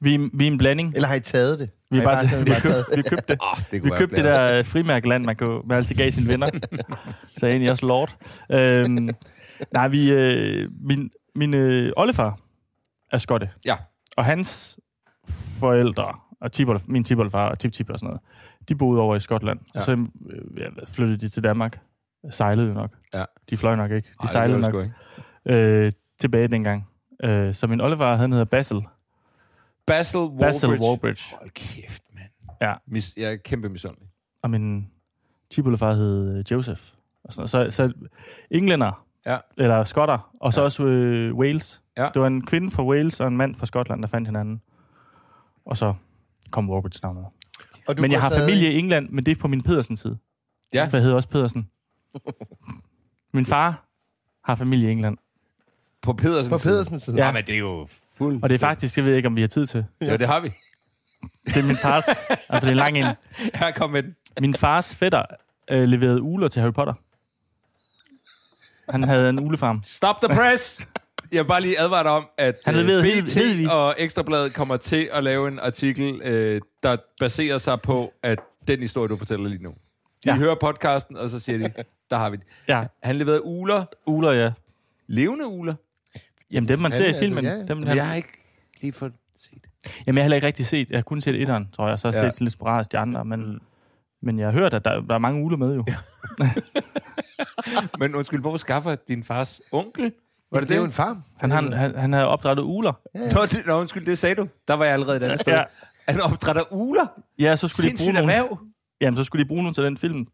[SPEAKER 3] Vi, er- vi er en blanding.
[SPEAKER 2] Eller har I taget det?
[SPEAKER 3] Vi,
[SPEAKER 2] Har
[SPEAKER 3] er
[SPEAKER 2] I
[SPEAKER 3] bare,
[SPEAKER 2] simpelthen
[SPEAKER 3] vi, køb, vi købte det.
[SPEAKER 1] Åh, det kunne
[SPEAKER 3] Vi
[SPEAKER 1] være
[SPEAKER 3] købte det
[SPEAKER 1] blandet.
[SPEAKER 3] der øh, frimærkeland, man, kunne, man altid gav sine venner. Så er jeg egentlig også lord. Øhm, nej, vi, øh, min, Min øh, oldefar er skotte.
[SPEAKER 1] Ja.
[SPEAKER 3] Og hans forældre, og tibol, min tiboldfar og tip og sådan noget, de boede over i Skotland. Ja.
[SPEAKER 1] Ja.
[SPEAKER 3] Og så øh, ja, flyttede de til Danmark. Sejlede jo nok.
[SPEAKER 1] Ja.
[SPEAKER 3] De fløj nok ikke. De
[SPEAKER 1] Ej, det
[SPEAKER 3] sejlede
[SPEAKER 1] gjorde
[SPEAKER 3] nok
[SPEAKER 1] det sgu ikke.
[SPEAKER 3] øh, tilbage dengang. Øh, så min oldefar, han hedder Basil.
[SPEAKER 1] Basil Wallbridge.
[SPEAKER 3] Basil Wallbridge.
[SPEAKER 1] Hold kæft, mand.
[SPEAKER 3] Ja.
[SPEAKER 1] Mis, jeg er kæmpe misundelig.
[SPEAKER 3] Og min tiboldefar hed øh, Joseph. Og sådan noget. Så, så englænder,
[SPEAKER 1] Ja.
[SPEAKER 3] eller skotter, og så
[SPEAKER 1] Ja.
[SPEAKER 3] også øh, Wales.
[SPEAKER 1] Ja.
[SPEAKER 3] Det var en kvinde fra Wales og en mand fra Skotland, der fandt hinanden. Og så kom Warbridge navnet.
[SPEAKER 2] Og
[SPEAKER 3] Men
[SPEAKER 2] bor
[SPEAKER 3] jeg har
[SPEAKER 2] stadig-
[SPEAKER 3] familie i England, men det er på min Pedersens side.
[SPEAKER 1] Ja.
[SPEAKER 3] For jeg hedder også Pedersen. Min far har familie i England.
[SPEAKER 1] På Pedersens
[SPEAKER 2] På
[SPEAKER 1] side.
[SPEAKER 2] Pedersens side.
[SPEAKER 1] Ja.
[SPEAKER 3] Ja.
[SPEAKER 1] Nej, men det er jo fuld.
[SPEAKER 3] Og det er faktisk, jeg ved ikke, om vi har tid til.
[SPEAKER 1] Ja, det har vi.
[SPEAKER 3] Det er min fars, altså det er lang en.
[SPEAKER 1] Her kom med den.
[SPEAKER 3] Min fars fætter øh, leverede uler til Harry Potter. Han havde en ulefarm.
[SPEAKER 1] Stop the press! Jeg vil bare lige advare dig om, at
[SPEAKER 3] Han
[SPEAKER 1] øh,
[SPEAKER 3] leverede
[SPEAKER 1] BT
[SPEAKER 3] Hed- Hedvig.
[SPEAKER 1] og Ekstrabladet kommer til at lave en artikel, øh, der baserer sig på, at den historie, du fortæller lige nu. De ja.
[SPEAKER 3] Ja.
[SPEAKER 1] hører podcasten, og så siger de, der har vi den.
[SPEAKER 3] Ja,
[SPEAKER 1] Han leverede uler,
[SPEAKER 3] uler, ja.
[SPEAKER 1] levende uler.
[SPEAKER 3] Jamen dem, man ser i
[SPEAKER 2] altså,
[SPEAKER 3] filmen.
[SPEAKER 2] ja, ja.
[SPEAKER 3] Dem,
[SPEAKER 1] Men
[SPEAKER 3] han,
[SPEAKER 1] jeg har ikke lige fået set.
[SPEAKER 3] Jamen, jeg har heller ikke rigtig set. Jeg har kun set etteren, tror jeg, og så har jeg
[SPEAKER 1] Ja.
[SPEAKER 3] ja. set sådan lidt sporadisk de andre. Men, men jeg har hørt, at der, der er mange uler med jo. Ja.
[SPEAKER 1] Men undskyld, hvorfor skaffer din fars onkel?
[SPEAKER 2] Var det, det er jo en farm.
[SPEAKER 3] Han, han, han, han havde opdrettet uler.
[SPEAKER 1] Nå, det, nå, undskyld, det sagde du. Der var jeg allerede et andet sted.
[SPEAKER 3] Ja.
[SPEAKER 1] Han opdrætter uler.
[SPEAKER 3] Ja, så skulle de bruge
[SPEAKER 1] Sindssygt
[SPEAKER 3] nogle,
[SPEAKER 1] erhverv.
[SPEAKER 3] jamen, så skulle de bruge nogen til den film.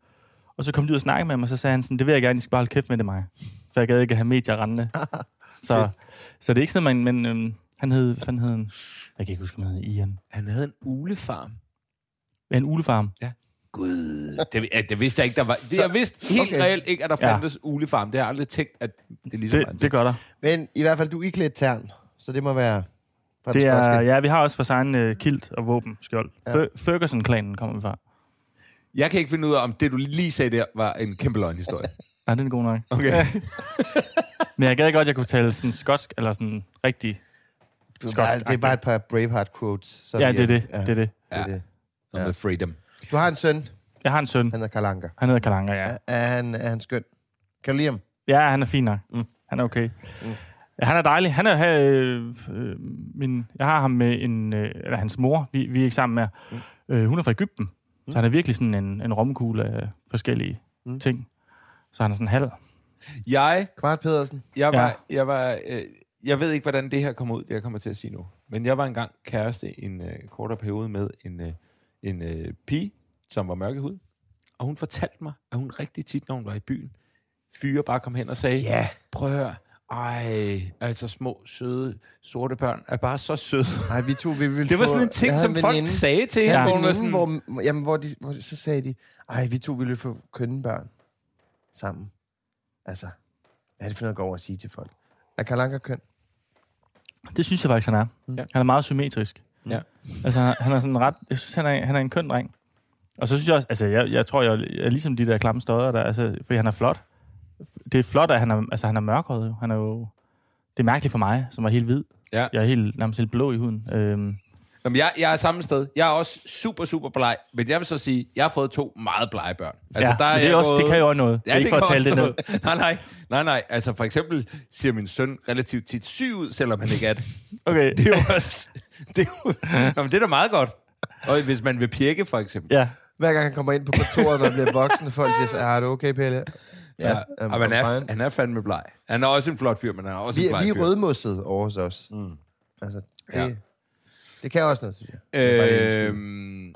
[SPEAKER 3] Og så kom de ud og snakke med ham, og så sagde han sådan, det vil jeg gerne, I skal bare holde kæft med det mig. For jeg gad ikke at have medier rendende. så, så det er ikke sådan, man, men øhm, han hed, hvad fanden hed han? Jeg kan ikke huske, om han hed Ian.
[SPEAKER 1] Han havde en ulefarm.
[SPEAKER 3] En ulefarm.
[SPEAKER 1] Gud, det, ja, det vidste jeg ikke, der var. Det, jeg vidste helt okay.
[SPEAKER 2] okay.
[SPEAKER 1] reelt ikke, at der
[SPEAKER 3] Ja.
[SPEAKER 1] fandtes ja. ulefarm. Det har jeg aldrig tænkt, at det ligesom
[SPEAKER 3] Det, det gør der.
[SPEAKER 2] Men i hvert fald, du er iklædt tern, så det må være... Fra den
[SPEAKER 3] Det er,
[SPEAKER 2] skotske.
[SPEAKER 3] ja, vi har også vores egen øh, kilt og våben, skjold. Ja. Ferguson-klanen kommer vi fra.
[SPEAKER 1] Jeg kan ikke finde ud af, om det, du lige sagde der, var en kæmpe løgnhistorie.
[SPEAKER 3] Nej, den er god nok.
[SPEAKER 1] Okay.
[SPEAKER 3] Men jeg gad godt, at jeg kunne tale sådan skotsk, eller sådan rigtig.
[SPEAKER 2] Du, nej, det er bare et par Braveheart quotes. Så
[SPEAKER 3] Ja,
[SPEAKER 2] vi
[SPEAKER 3] det er det.
[SPEAKER 2] Ja,
[SPEAKER 3] Det er det.
[SPEAKER 2] det, er det.
[SPEAKER 1] Noget med freedom.
[SPEAKER 2] Du har en søn,
[SPEAKER 3] Jeg har en søn.
[SPEAKER 2] han er Karl Anker.
[SPEAKER 3] Han hedder Kalanga, ja.
[SPEAKER 2] Er han, er han skøn? Kan du lide ham?
[SPEAKER 3] Ja, han er fin nok. Mm. Han er okay. Mm. Han er dejlig. Han er øh, øh, min, jeg har ham med en, øh, eller hans mor, vi, vi er ikke sammen med. Øh, hun er fra Ægypten, mm. så han er virkelig sådan en, en romkugle af forskellige mm. ting. Så han er sådan halv.
[SPEAKER 1] Jeg,
[SPEAKER 2] Kvart Pedersen.
[SPEAKER 1] jeg var, jeg var, øh, jeg ved ikke, hvordan det her kom ud, det jeg kommer til at sige nu. Men jeg var engang kæreste i en øh, kortere periode med en, øh, en øh, pige, som var mørkehud. Og hun fortalte mig, at hun rigtig tit, når hun var i byen, fyre bare kom hen og sagde,
[SPEAKER 2] Ja.
[SPEAKER 1] prøv at høre, ej, altså små, søde, sorte børn er bare så søde.
[SPEAKER 2] Nej, vi to, vi ville
[SPEAKER 1] Det var
[SPEAKER 2] få-
[SPEAKER 1] sådan en ting,
[SPEAKER 2] Jeg havde
[SPEAKER 1] som folk
[SPEAKER 2] veninde.
[SPEAKER 1] sagde til
[SPEAKER 2] Jeg
[SPEAKER 1] hende,
[SPEAKER 2] havde
[SPEAKER 1] hvor hun
[SPEAKER 2] en
[SPEAKER 1] var
[SPEAKER 2] veninde,
[SPEAKER 1] sådan,
[SPEAKER 2] hvor, jamen, hvor, de, hvor, så sagde de, ej, vi to ville få kønne børn sammen. Altså, hvad er det for noget går at sige til folk? Er Karl Anker køn?
[SPEAKER 3] Det synes jeg faktisk, han er. Ja. Han er meget symmetrisk.
[SPEAKER 1] Ja.
[SPEAKER 3] Altså, han er, han er sådan ret... Jeg synes, han er, han er en køn dreng. Og så synes jeg også... Altså, jeg, jeg tror, jeg er ligesom de der klamme støder der, altså, fordi han er flot. Det er flot, at han er, altså, han er mørkhåret jo. Han er jo... Det er mærkeligt for mig, som er helt hvid.
[SPEAKER 1] Ja.
[SPEAKER 3] Jeg er helt, nærmest helt blå i huden. Øhm,
[SPEAKER 1] Jamen, jeg, jeg er samme sted. Jeg er også super, super bleg. Men jeg vil så sige, jeg har fået to meget blege børn. Altså,
[SPEAKER 3] ja, men det, er også, det kan jo også noget.
[SPEAKER 1] Ja,
[SPEAKER 3] det er ikke for
[SPEAKER 1] kan
[SPEAKER 3] at tale
[SPEAKER 1] også
[SPEAKER 3] det ned.
[SPEAKER 1] noget. Nej, nej, nej, nej. Altså, for eksempel ser min søn relativt tit syg ud, selvom han ikke er det.
[SPEAKER 3] Okay.
[SPEAKER 1] Det er jo også... Det er, jo, nå, men det er da meget godt. Og hvis man vil pirke, for eksempel.
[SPEAKER 3] Ja.
[SPEAKER 2] Hver gang han kommer ind på kontoret, der bliver voksne, folk siger, så, "Ah, er du okay, Pelle?
[SPEAKER 1] Ja,
[SPEAKER 2] I'm
[SPEAKER 1] og man er,
[SPEAKER 2] fine."
[SPEAKER 1] han er fandme bleg. Han er også en flot fyr, men han er også
[SPEAKER 2] Vi,
[SPEAKER 1] en bleg
[SPEAKER 2] vi
[SPEAKER 1] fyr.
[SPEAKER 2] er rødmosset over hos os. Mm. Altså, det,
[SPEAKER 1] Ja.
[SPEAKER 2] ja. det kan også noget, synes jeg.
[SPEAKER 1] Øhm,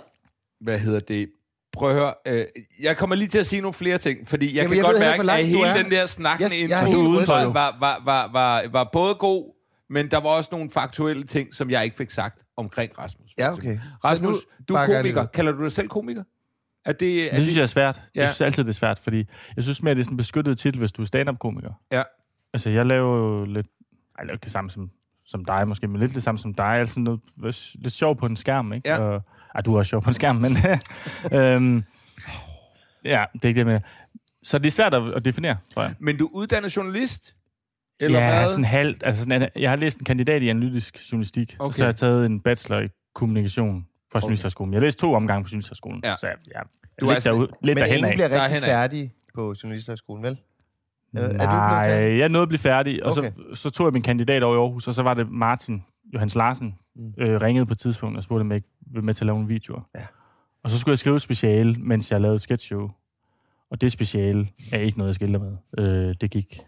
[SPEAKER 1] hvad hedder det? Prøv at høre. Øh, jeg kommer lige til at sige nogle flere ting, fordi jeg
[SPEAKER 2] Jamen,
[SPEAKER 1] kan
[SPEAKER 2] jeg
[SPEAKER 1] godt
[SPEAKER 2] ved heller
[SPEAKER 1] mærke,
[SPEAKER 2] ikke, hvor
[SPEAKER 1] at
[SPEAKER 2] langt
[SPEAKER 1] hele
[SPEAKER 2] du er.
[SPEAKER 1] den der snakkende
[SPEAKER 2] Jeg-
[SPEAKER 1] yes,
[SPEAKER 2] jeg er helt
[SPEAKER 1] intro
[SPEAKER 2] rystet
[SPEAKER 1] var,
[SPEAKER 2] nu.
[SPEAKER 1] var, var, var, var, var både god, men der var også nogle faktuelle ting, som jeg ikke fik sagt omkring Rasmus. for
[SPEAKER 2] Ja,
[SPEAKER 1] eksempel.
[SPEAKER 2] okay. Så
[SPEAKER 1] Rasmus,
[SPEAKER 2] nu
[SPEAKER 1] du er
[SPEAKER 2] bakker jeg lidt
[SPEAKER 1] komiker.
[SPEAKER 2] ud.
[SPEAKER 1] Kalder du dig selv komiker? Er det, er
[SPEAKER 3] Det synes jeg er
[SPEAKER 1] det,
[SPEAKER 3] svært.
[SPEAKER 1] Ja.
[SPEAKER 3] Jeg synes altid, det er svært, fordi jeg synes mere, det er sådan en beskyttet titel, hvis du er stand-up-komiker.
[SPEAKER 1] Ja.
[SPEAKER 3] Altså, jeg laver jo lidt... Ej, jeg laver ikke det samme som, som dig måske, men lidt det samme som dig. Altså noget, lidt sjov på en skærm, ikke?
[SPEAKER 1] Ja.
[SPEAKER 3] Og, ej, du er også sjov på en skærm, men... øhm, ja, det er ikke det med... Så det er svært at, at definere, tror jeg.
[SPEAKER 1] Men du er uddannet journalist? Eller
[SPEAKER 3] Eller ja,
[SPEAKER 1] hvad?
[SPEAKER 3] sådan halvt. Altså sådan, jeg har læst en kandidat i analytisk journalistik, okay. og
[SPEAKER 1] Okay.
[SPEAKER 3] så har jeg taget en bachelor i kommunikation fra Journalisterskolen. Jeg læste to omgange på Journalisterskolen,
[SPEAKER 1] Ja.
[SPEAKER 3] ja. så jeg, jeg,
[SPEAKER 1] Du er
[SPEAKER 3] du er lidt,
[SPEAKER 1] altså-
[SPEAKER 3] derud, lidt
[SPEAKER 2] Men
[SPEAKER 3] derhen
[SPEAKER 2] ingen
[SPEAKER 3] af.
[SPEAKER 2] bliver
[SPEAKER 1] Der er
[SPEAKER 2] rigtig
[SPEAKER 1] henad.
[SPEAKER 2] færdig på Journalisterhøjskolen, vel? Er, er du blevet
[SPEAKER 3] Nej,
[SPEAKER 2] færdig?
[SPEAKER 3] jeg nåede at blive færdig, og
[SPEAKER 2] Okay.
[SPEAKER 3] så, så tog jeg min kandidat over i Aarhus, og så var det Martin Johannes Larsen,
[SPEAKER 2] Mm.
[SPEAKER 3] øh, ringede på et tidspunkt og spurgte, om jeg ikke ville med til at lave nogle videoer.
[SPEAKER 2] Ja.
[SPEAKER 3] Og så skulle jeg skrive et speciale, mens jeg lavede et sketchshow. Og det speciale er ikke noget, jeg skiller med. Øh, det gik
[SPEAKER 2] Kan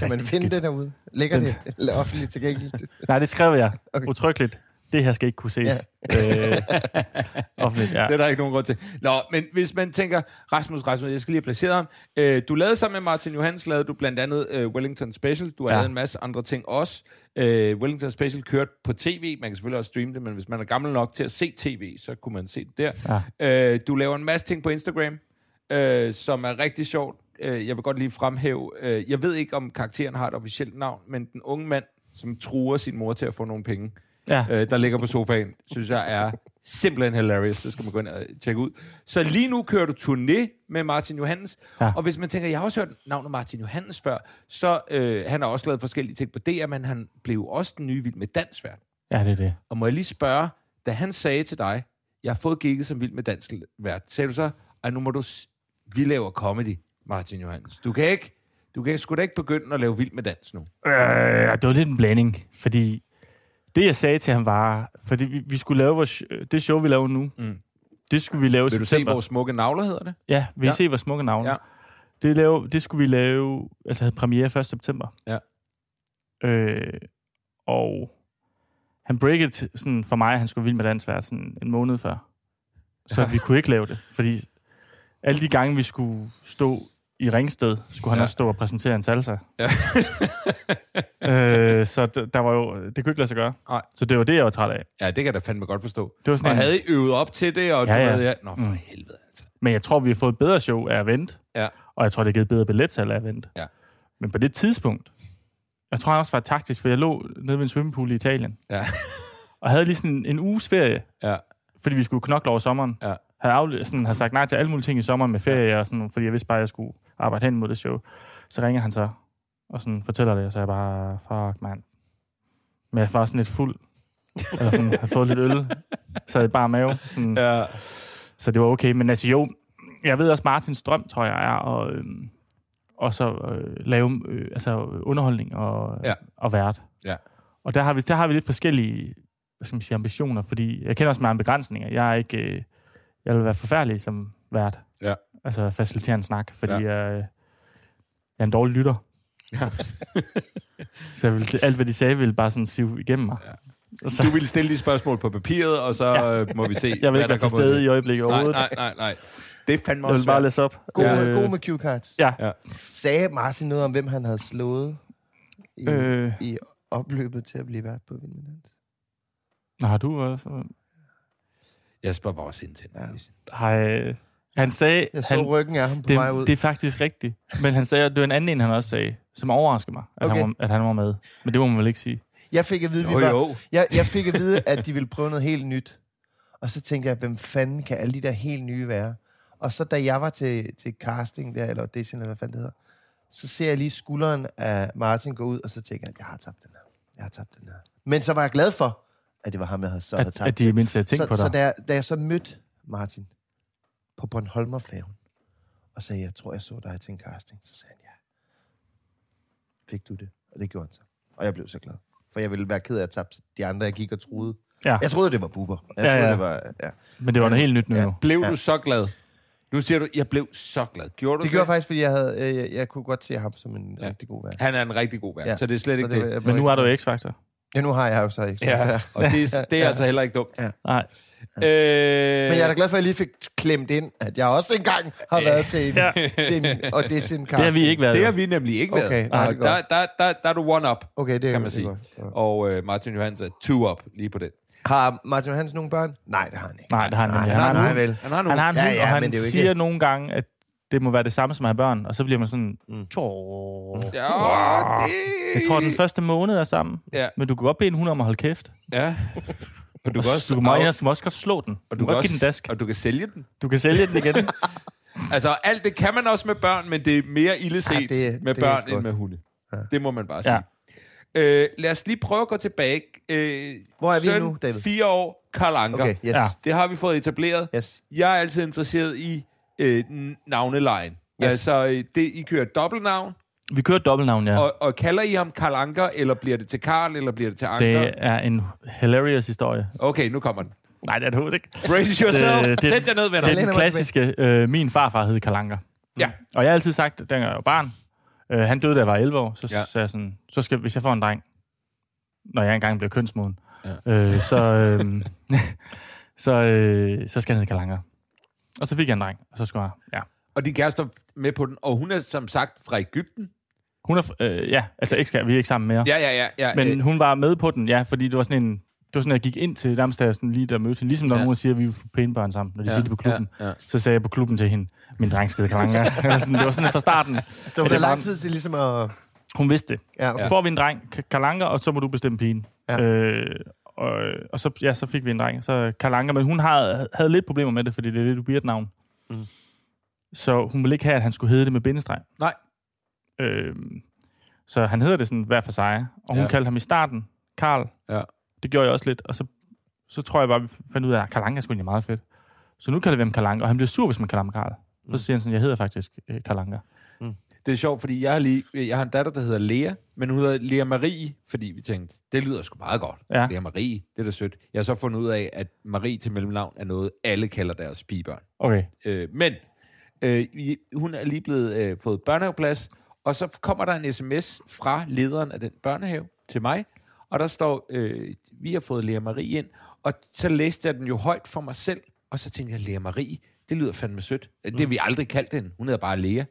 [SPEAKER 2] man
[SPEAKER 3] rigtig
[SPEAKER 2] finde
[SPEAKER 3] skidt.
[SPEAKER 2] det derude? Ligger
[SPEAKER 3] Den-
[SPEAKER 2] det eller offentligt tilgængeligt?
[SPEAKER 3] Nej, det skrev jeg
[SPEAKER 2] Okay.
[SPEAKER 3] okay. utryggeligt. Det her skal ikke kunne ses. Ja. Øh, offentligt, ja.
[SPEAKER 1] Det er der ikke nogen grund til. Nå, men hvis man tænker, Rasmus, Rasmus, jeg skal lige have placeret ham. Øh, du lavede sammen med Martin Johans, lavede du blandt andet øh, Wellington Special. Du har
[SPEAKER 3] Ja.
[SPEAKER 1] lavet en masse andre ting også. Øh, Wellington Special kørte på tv. Man kan selvfølgelig også streame det, men hvis man er gammel nok til at se tv, så kunne man se det der. Ja. Øh, du laver en masse ting på Instagram, øh, som er rigtig sjovt. Øh, jeg vil godt lige fremhæve, øh, jeg ved ikke, om karakteren har et officielt navn, men den unge mand, som truer sin mor til at få nogle penge,
[SPEAKER 3] Ja.
[SPEAKER 1] øh, der ligger på sofaen, synes jeg er simpelthen hilarious. Det skal man gå ind og tjekke ud. Så lige nu kører du turné med Martin Johannes, ja.
[SPEAKER 3] Ja.
[SPEAKER 1] og hvis man tænker, jeg har også hørt navnet Martin Johannes før, så øh, han har også lavet forskellige ting på det, men han blev også den nye Vild med Dansvært.
[SPEAKER 3] ja, det er det.
[SPEAKER 1] Og må jeg lige spørge, da han sagde til dig, jeg har fået gigget som Vild med Dansvært, sagde du så, at nu må du, s- vi laver comedy, Martin Johannes. Du kan ikke, du kan sgu da ikke begynde at lave Vild med Dans nu.
[SPEAKER 3] Øh, det var lidt en blanding, fordi det, jeg sagde til ham, var... Fordi vi, vi skulle lave vores, øh, det show, vi laver nu,
[SPEAKER 1] Mm.
[SPEAKER 3] mm. det skulle vi lave i
[SPEAKER 1] Vil du se,
[SPEAKER 3] september.
[SPEAKER 1] hvor smukke navler hedder det?
[SPEAKER 3] Ja, vil I
[SPEAKER 1] Ja.
[SPEAKER 3] ja. se, hvor smukke navne.
[SPEAKER 1] Ja.
[SPEAKER 3] Ja. Det, lave, det skulle vi lave, altså havde premiere 1. september.
[SPEAKER 1] Ja.
[SPEAKER 3] Øh, og han breakede t- sådan for mig, at han skulle vild med dansvær sådan en måned før. Så vi kunne ikke lave det, fordi alle de gange, vi skulle stå i Ringsted, skulle han
[SPEAKER 1] Ja.
[SPEAKER 3] ja. også stå og præsentere en salsa. Ja. øh, så d- der var jo, det kunne ikke lade sig gøre.
[SPEAKER 1] Nej.
[SPEAKER 3] Så det var det, jeg var træt af.
[SPEAKER 1] Ja, det kan jeg da fandme godt forstå.
[SPEAKER 3] Det var
[SPEAKER 1] Og
[SPEAKER 3] sådan en,
[SPEAKER 1] havde I øvet op til det, og ja,
[SPEAKER 3] Ja,
[SPEAKER 1] du
[SPEAKER 3] ja.
[SPEAKER 1] havde... Ja. Nå, for mm.
[SPEAKER 3] Mm.
[SPEAKER 1] helvede, altså.
[SPEAKER 3] Men jeg tror, vi har fået et bedre show af at vente.
[SPEAKER 1] Ja.
[SPEAKER 3] Og jeg tror, det har givet bedre billetsalg af at vente.
[SPEAKER 1] Ja.
[SPEAKER 3] Men på det tidspunkt, jeg tror han også var taktisk, for jeg lå nede ved en svømmepool i Italien.
[SPEAKER 1] Ja.
[SPEAKER 3] Og havde lige sådan en uges ferie,
[SPEAKER 1] Ja.
[SPEAKER 3] fordi vi skulle knokle over sommeren.
[SPEAKER 1] Ja.
[SPEAKER 3] Havde, afle- sådan, havde sagt nej til alle mulige ting i sommeren med ferie, og sådan, fordi jeg vidste bare, at jeg skulle arbejde hen mod det show. Så ringer han så og sådan fortæller det, og så er jeg bare, fuck mand. Men jeg var sådan lidt fuld, og sådan, havde fået lidt øl, sad i bare mave. Sådan,
[SPEAKER 1] Ja.
[SPEAKER 3] så det var okay. Men altså jo, jeg ved også, Martins drøm, tror jeg, er at, øh, og så øh, lave øh, altså, underholdning og,
[SPEAKER 1] Ja.
[SPEAKER 3] og vært.
[SPEAKER 1] Ja.
[SPEAKER 3] Og der har, vi, der har vi lidt forskellige hvad skal man sige, ambitioner, fordi jeg kender også mange begrænsninger. Jeg er ikke... Øh, jeg vil være forfærdelig som vært.
[SPEAKER 1] Ja.
[SPEAKER 3] Altså facilitere en snak, fordi ja. jeg, øh, jeg er en dårlig lytter.
[SPEAKER 1] Ja.
[SPEAKER 3] så jeg ville, alt, hvad de sagde, ville bare sådan sive igennem mig.
[SPEAKER 1] Ja.
[SPEAKER 3] Og så,
[SPEAKER 1] Du ville stille de spørgsmål på papiret, og så
[SPEAKER 3] Ja.
[SPEAKER 1] ja. må vi se,
[SPEAKER 3] jeg vil ikke være til
[SPEAKER 1] ud af
[SPEAKER 3] stede
[SPEAKER 1] det.
[SPEAKER 3] i øjeblikket
[SPEAKER 1] Nej,
[SPEAKER 3] overhovedet.
[SPEAKER 1] nej, nej, nej. Det er fandme
[SPEAKER 3] Jeg
[SPEAKER 1] også
[SPEAKER 3] vil bare
[SPEAKER 1] svært.
[SPEAKER 3] læse op.
[SPEAKER 2] God,
[SPEAKER 3] Øh,
[SPEAKER 2] ja. god med cue cards.
[SPEAKER 3] Ja.
[SPEAKER 1] Ja.
[SPEAKER 2] Sagde Martin noget om, hvem han havde slået i, øh.
[SPEAKER 3] Øh,
[SPEAKER 2] i opløbet til at blive vært på Vild Med Dans?
[SPEAKER 3] nå, har du også...
[SPEAKER 1] Jesper var også indtil. Ja.
[SPEAKER 2] Ja.
[SPEAKER 3] Hej. øh, Han sagde...
[SPEAKER 2] Jeg så
[SPEAKER 3] Han,
[SPEAKER 2] han, ryggen af ham på det, vej ud.
[SPEAKER 3] det, det
[SPEAKER 2] Det,
[SPEAKER 3] er faktisk rigtigt. Men han sagde, at det var en anden en, han også sagde, som overraskede mig, at, okay.
[SPEAKER 2] Okay.
[SPEAKER 3] han, var, at han var med. Men det må man vel ikke sige.
[SPEAKER 2] jeg fik at vide,
[SPEAKER 1] Jo,
[SPEAKER 2] vi var,
[SPEAKER 1] jo.
[SPEAKER 2] Jeg, jeg fik at vide, at de ville prøve noget helt nyt. Og så tænkte jeg, hvem fanden kan alle de der helt nye være? Og så da jeg var til, til casting der, eller audition, eller hvad fanden det hedder, så ser jeg lige skulderen af Martin gå ud, og så tænker jeg, jeg har tabt den her. Jeg har tabt den her. Men så var jeg glad for, at det var ham, jeg havde så havde
[SPEAKER 3] At,
[SPEAKER 2] tabt.
[SPEAKER 3] at de mindst havde tænkt
[SPEAKER 2] så,
[SPEAKER 3] på dig.
[SPEAKER 2] Så da jeg, da jeg så mødte Martin på Bornholmerfærgen, og sagde, jeg tror, jeg så dig til en casting, så sagde han, ja. Fik du det? Og det gjorde han så. Og jeg blev så glad. For jeg ville være ked af at tabe til de andre, jeg gik og troede.
[SPEAKER 3] ja.
[SPEAKER 2] Jeg troede, det var buber. Jeg
[SPEAKER 3] Ja,
[SPEAKER 2] troede,
[SPEAKER 3] ja.
[SPEAKER 2] det var... Ja.
[SPEAKER 3] Men det var noget helt nyt nu.
[SPEAKER 2] Ja.
[SPEAKER 3] Ja.
[SPEAKER 1] Blev du så glad? Nu siger du, jeg blev så glad. Gjorde du
[SPEAKER 2] Det gjorde jeg faktisk, fordi jeg, havde, øh, jeg, jeg kunne godt se ham som en
[SPEAKER 1] Ja.
[SPEAKER 2] ja. rigtig god vært.
[SPEAKER 1] Han er en rigtig god vært, ja.
[SPEAKER 2] Ja.
[SPEAKER 1] så det er slet ikke det.
[SPEAKER 2] var- jeg blev
[SPEAKER 3] Men nu er
[SPEAKER 2] ikke-
[SPEAKER 3] der jo X-Factor.
[SPEAKER 2] Ja, nu har jeg jo så ikke.
[SPEAKER 1] Ja,
[SPEAKER 2] Ja.
[SPEAKER 1] og det er, det er altså heller ikke dumt.
[SPEAKER 3] Nej.
[SPEAKER 1] Øh,
[SPEAKER 2] Men jeg er da glad for, at jeg lige fik klemt ind, at jeg også engang har været til en,
[SPEAKER 3] Ja.
[SPEAKER 2] til en audition
[SPEAKER 3] Det har vi ikke været.
[SPEAKER 1] Det
[SPEAKER 3] Det
[SPEAKER 1] har vi nemlig ikke
[SPEAKER 2] Okay,
[SPEAKER 1] været.
[SPEAKER 2] nej,
[SPEAKER 1] Og
[SPEAKER 2] det er
[SPEAKER 1] der, der, der, der er du one up,
[SPEAKER 2] Okay, det er
[SPEAKER 1] kan man
[SPEAKER 2] det er
[SPEAKER 1] sige.
[SPEAKER 2] godt. Ja.
[SPEAKER 1] Og øh, Martin Johans er two up lige på den.
[SPEAKER 2] Har Martin Johansen nogle børn? Nej, det har han ikke.
[SPEAKER 3] Nej, det har han
[SPEAKER 2] Nej,
[SPEAKER 3] nemlig.
[SPEAKER 2] han
[SPEAKER 3] Han,
[SPEAKER 2] har
[SPEAKER 3] har
[SPEAKER 2] en hund.
[SPEAKER 3] en hund.
[SPEAKER 1] Han har
[SPEAKER 3] Han
[SPEAKER 1] nogle...
[SPEAKER 3] har en
[SPEAKER 2] Ja,
[SPEAKER 3] hund,
[SPEAKER 2] ja,
[SPEAKER 3] og han
[SPEAKER 2] men det er jo ikke-
[SPEAKER 3] siger nogle gange, at det må være det samme som at have børn. Og så bliver man sådan... Mm. Jeg
[SPEAKER 1] Ja, det...
[SPEAKER 3] tror, den første måned er sammen.
[SPEAKER 1] Ja.
[SPEAKER 3] Men du kan godt bede en hund om at holde kæft.
[SPEAKER 1] Ja. Og du kan
[SPEAKER 3] Du kan,
[SPEAKER 1] også...
[SPEAKER 3] du kan, meget, du må også godt slå den.
[SPEAKER 1] og du kan
[SPEAKER 3] godt
[SPEAKER 1] også
[SPEAKER 3] give den dask.
[SPEAKER 1] Og du kan sælge den.
[SPEAKER 3] Du kan sælge den igen.
[SPEAKER 1] Altså, alt det kan man også med børn, men det er mere
[SPEAKER 2] Ja,
[SPEAKER 1] illeset ja,
[SPEAKER 2] det-
[SPEAKER 1] med
[SPEAKER 2] det er
[SPEAKER 1] børn
[SPEAKER 2] godt.
[SPEAKER 1] end med hunde. Ja. Det må man bare sige.
[SPEAKER 3] Ja.
[SPEAKER 1] Ja. Øh, lad os lige prøve at gå tilbage. Øh,
[SPEAKER 2] Hvor er vi
[SPEAKER 1] søn,
[SPEAKER 2] nu, David?
[SPEAKER 1] fire år, Karl Anker.
[SPEAKER 2] Okay, yes.
[SPEAKER 3] Ja.
[SPEAKER 1] Det har vi fået etableret.
[SPEAKER 2] Yes.
[SPEAKER 1] Jeg er altid interesseret i øh, n- navnelejen. Yes.
[SPEAKER 2] Yes.
[SPEAKER 1] Altså, øh, det, I kører dobbeltnavn.
[SPEAKER 3] Vi kører et dobbeltnavn, ja.
[SPEAKER 1] Og, og kalder I ham Karl Anker, eller bliver det til Karl, eller bliver det til Anker?
[SPEAKER 3] Det er en hilarious historie.
[SPEAKER 1] Okay, nu kommer den.
[SPEAKER 3] Nej, det er det overhovedet ikke.
[SPEAKER 1] Brace yourself.
[SPEAKER 3] Det- det-
[SPEAKER 1] Sæt jer ned, venner.
[SPEAKER 3] Det er
[SPEAKER 2] læner
[SPEAKER 3] den
[SPEAKER 2] mig
[SPEAKER 3] klassiske, øh, min farfar hed Kalanker.
[SPEAKER 1] Ja.
[SPEAKER 3] Og jeg har altid sagt, dengang jeg var barn, øh, han døde, da jeg var 11 år, så
[SPEAKER 1] Ja.
[SPEAKER 3] ja. sagde jeg sådan, så skal, hvis jeg får en dreng, når jeg engang bliver kønsmoden,
[SPEAKER 1] Ja.
[SPEAKER 3] ja. øh, så, øh, så, øh, så skal han hedde Kalanker. Og så fik jeg en dreng, og så skulle jeg, ja.
[SPEAKER 1] Og din kæreste er med på den. Og hun er som sagt fra Ægypten.
[SPEAKER 3] Hun er, f- øh, ja, altså ikke, skal- vi er ikke sammen mere.
[SPEAKER 1] Ja, ja, ja. ja
[SPEAKER 3] Men
[SPEAKER 1] øh,
[SPEAKER 3] hun var med på den, ja, fordi det var sådan en... Det var sådan, jeg gik ind til nærmest, da jeg sådan lige der mødte hende. Ligesom når
[SPEAKER 1] Ja.
[SPEAKER 3] ja. nogen siger, at vi er pænebørn sammen, når de
[SPEAKER 1] Ja,
[SPEAKER 3] ja. siger det på klubben.
[SPEAKER 1] ja,
[SPEAKER 3] Ja.
[SPEAKER 1] ja.
[SPEAKER 3] Ja. Så sagde jeg på klubben til hende, min dreng skede kalanga. sådan, det var sådan lidt fra starten.
[SPEAKER 2] Så
[SPEAKER 3] at
[SPEAKER 2] det er
[SPEAKER 3] jeg bare-
[SPEAKER 2] lang tid til ligesom at...
[SPEAKER 3] Hun vidste det.
[SPEAKER 2] Ja, okay.
[SPEAKER 3] Så får vi en dreng, Ka- kalanga, og så må du bestemme pigen.
[SPEAKER 2] Ja.
[SPEAKER 3] Ja. Øh, og, og så, ja, så fik vi en dreng, så kalanga. Men hun havde, havde lidt problemer med det, fordi det er lidt weird navn. Mm. Så hun ville ikke have, at han skulle hedde det med bindestreg.
[SPEAKER 1] Nej.
[SPEAKER 3] Øh, så han hedder det sådan hver for sig. Og hun
[SPEAKER 1] Ja.
[SPEAKER 3] ja. kaldte ham i starten Karl.
[SPEAKER 1] Ja.
[SPEAKER 3] Det gjorde jeg også lidt. Og så, så tror jeg bare, vi fandt ud af, at Kalanka er sgu egentlig meget fedt. Så nu kalder vi ham Kalanka, og han bliver sur, hvis man kalder ham Karl. Så siger han sådan, jeg hedder faktisk øh, Kalanka.
[SPEAKER 1] Det er sjovt, fordi jeg har, lige, jeg har en datter, der hedder Lea, men hun hedder Lea Marie, fordi vi tænkte, det lyder sgu meget godt.
[SPEAKER 3] Ja.
[SPEAKER 1] Lea Marie, det er da sødt. Jeg har så fundet ud af, at Marie til mellemnavn er noget, alle kalder deres pigebørn.
[SPEAKER 3] Okay.
[SPEAKER 1] Øh, men øh, i- hun er lige blevet øh, fået børnehaveplads, og så kommer der en sms fra lederen af den børnehave til mig, og der står, øh, vi har fået Lea Marie ind, og så læste jeg den jo højt for mig selv, og så tænkte jeg, Lea Marie, det lyder fandme sødt. Øh, Det har
[SPEAKER 2] Mm.
[SPEAKER 1] vi aldrig kaldt hende, hun hedder bare Lea.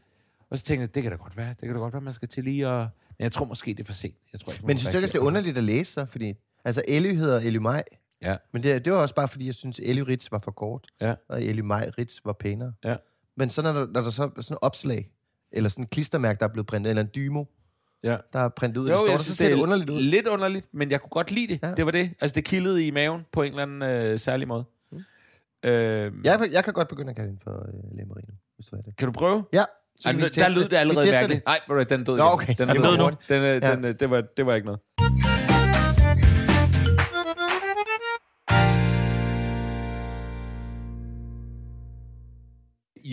[SPEAKER 1] Og så tænkte jeg, det kan da godt være, det kan da godt være, man skal til lige at... Men jeg tror måske, det er for sent. Jeg tror, ikke, hun
[SPEAKER 2] Men synes du ikke, at det er
[SPEAKER 1] reagerer.
[SPEAKER 2] underligt at læse så? Fordi, altså, Elly hedder Elly Maj.
[SPEAKER 1] Ja,
[SPEAKER 2] Men det, det var også bare, fordi jeg synes, Elly Ritz var for kort,
[SPEAKER 1] ja,
[SPEAKER 2] og Elly Maj Ritz var pænere.
[SPEAKER 1] ja.
[SPEAKER 2] Men så når der, når der så er sådan et opslag, eller sådan et klistermærke, der er blevet printet, eller en dymo,
[SPEAKER 1] ja.
[SPEAKER 2] der er printet ud, jo, det står der, så ser det, underligt ud.
[SPEAKER 1] Lidt underligt, men jeg kunne godt lide det. Ja.
[SPEAKER 2] Ja.
[SPEAKER 1] Det var det. Altså, det kildede i maven på en eller anden øh, særlig måde. Mm. Øh, ja.
[SPEAKER 2] Jeg, jeg kan godt begynde at kalde hende for øh, Lea Marino, hvis du er det.
[SPEAKER 1] Kan du prøve?
[SPEAKER 2] Ja.
[SPEAKER 1] Ej, men
[SPEAKER 2] vi
[SPEAKER 1] der,
[SPEAKER 2] teste
[SPEAKER 1] der lød det
[SPEAKER 2] Vi
[SPEAKER 1] allerede
[SPEAKER 2] tester
[SPEAKER 1] mærkeligt. Nej, ved du hvad, den døde
[SPEAKER 2] Nå,
[SPEAKER 1] igen.
[SPEAKER 2] okay.
[SPEAKER 1] Den,
[SPEAKER 2] Den
[SPEAKER 1] døde
[SPEAKER 2] døde
[SPEAKER 1] igen.
[SPEAKER 2] nu.
[SPEAKER 1] Den, øh,
[SPEAKER 2] Ja.
[SPEAKER 1] den, øh, det, var, det var ikke noget.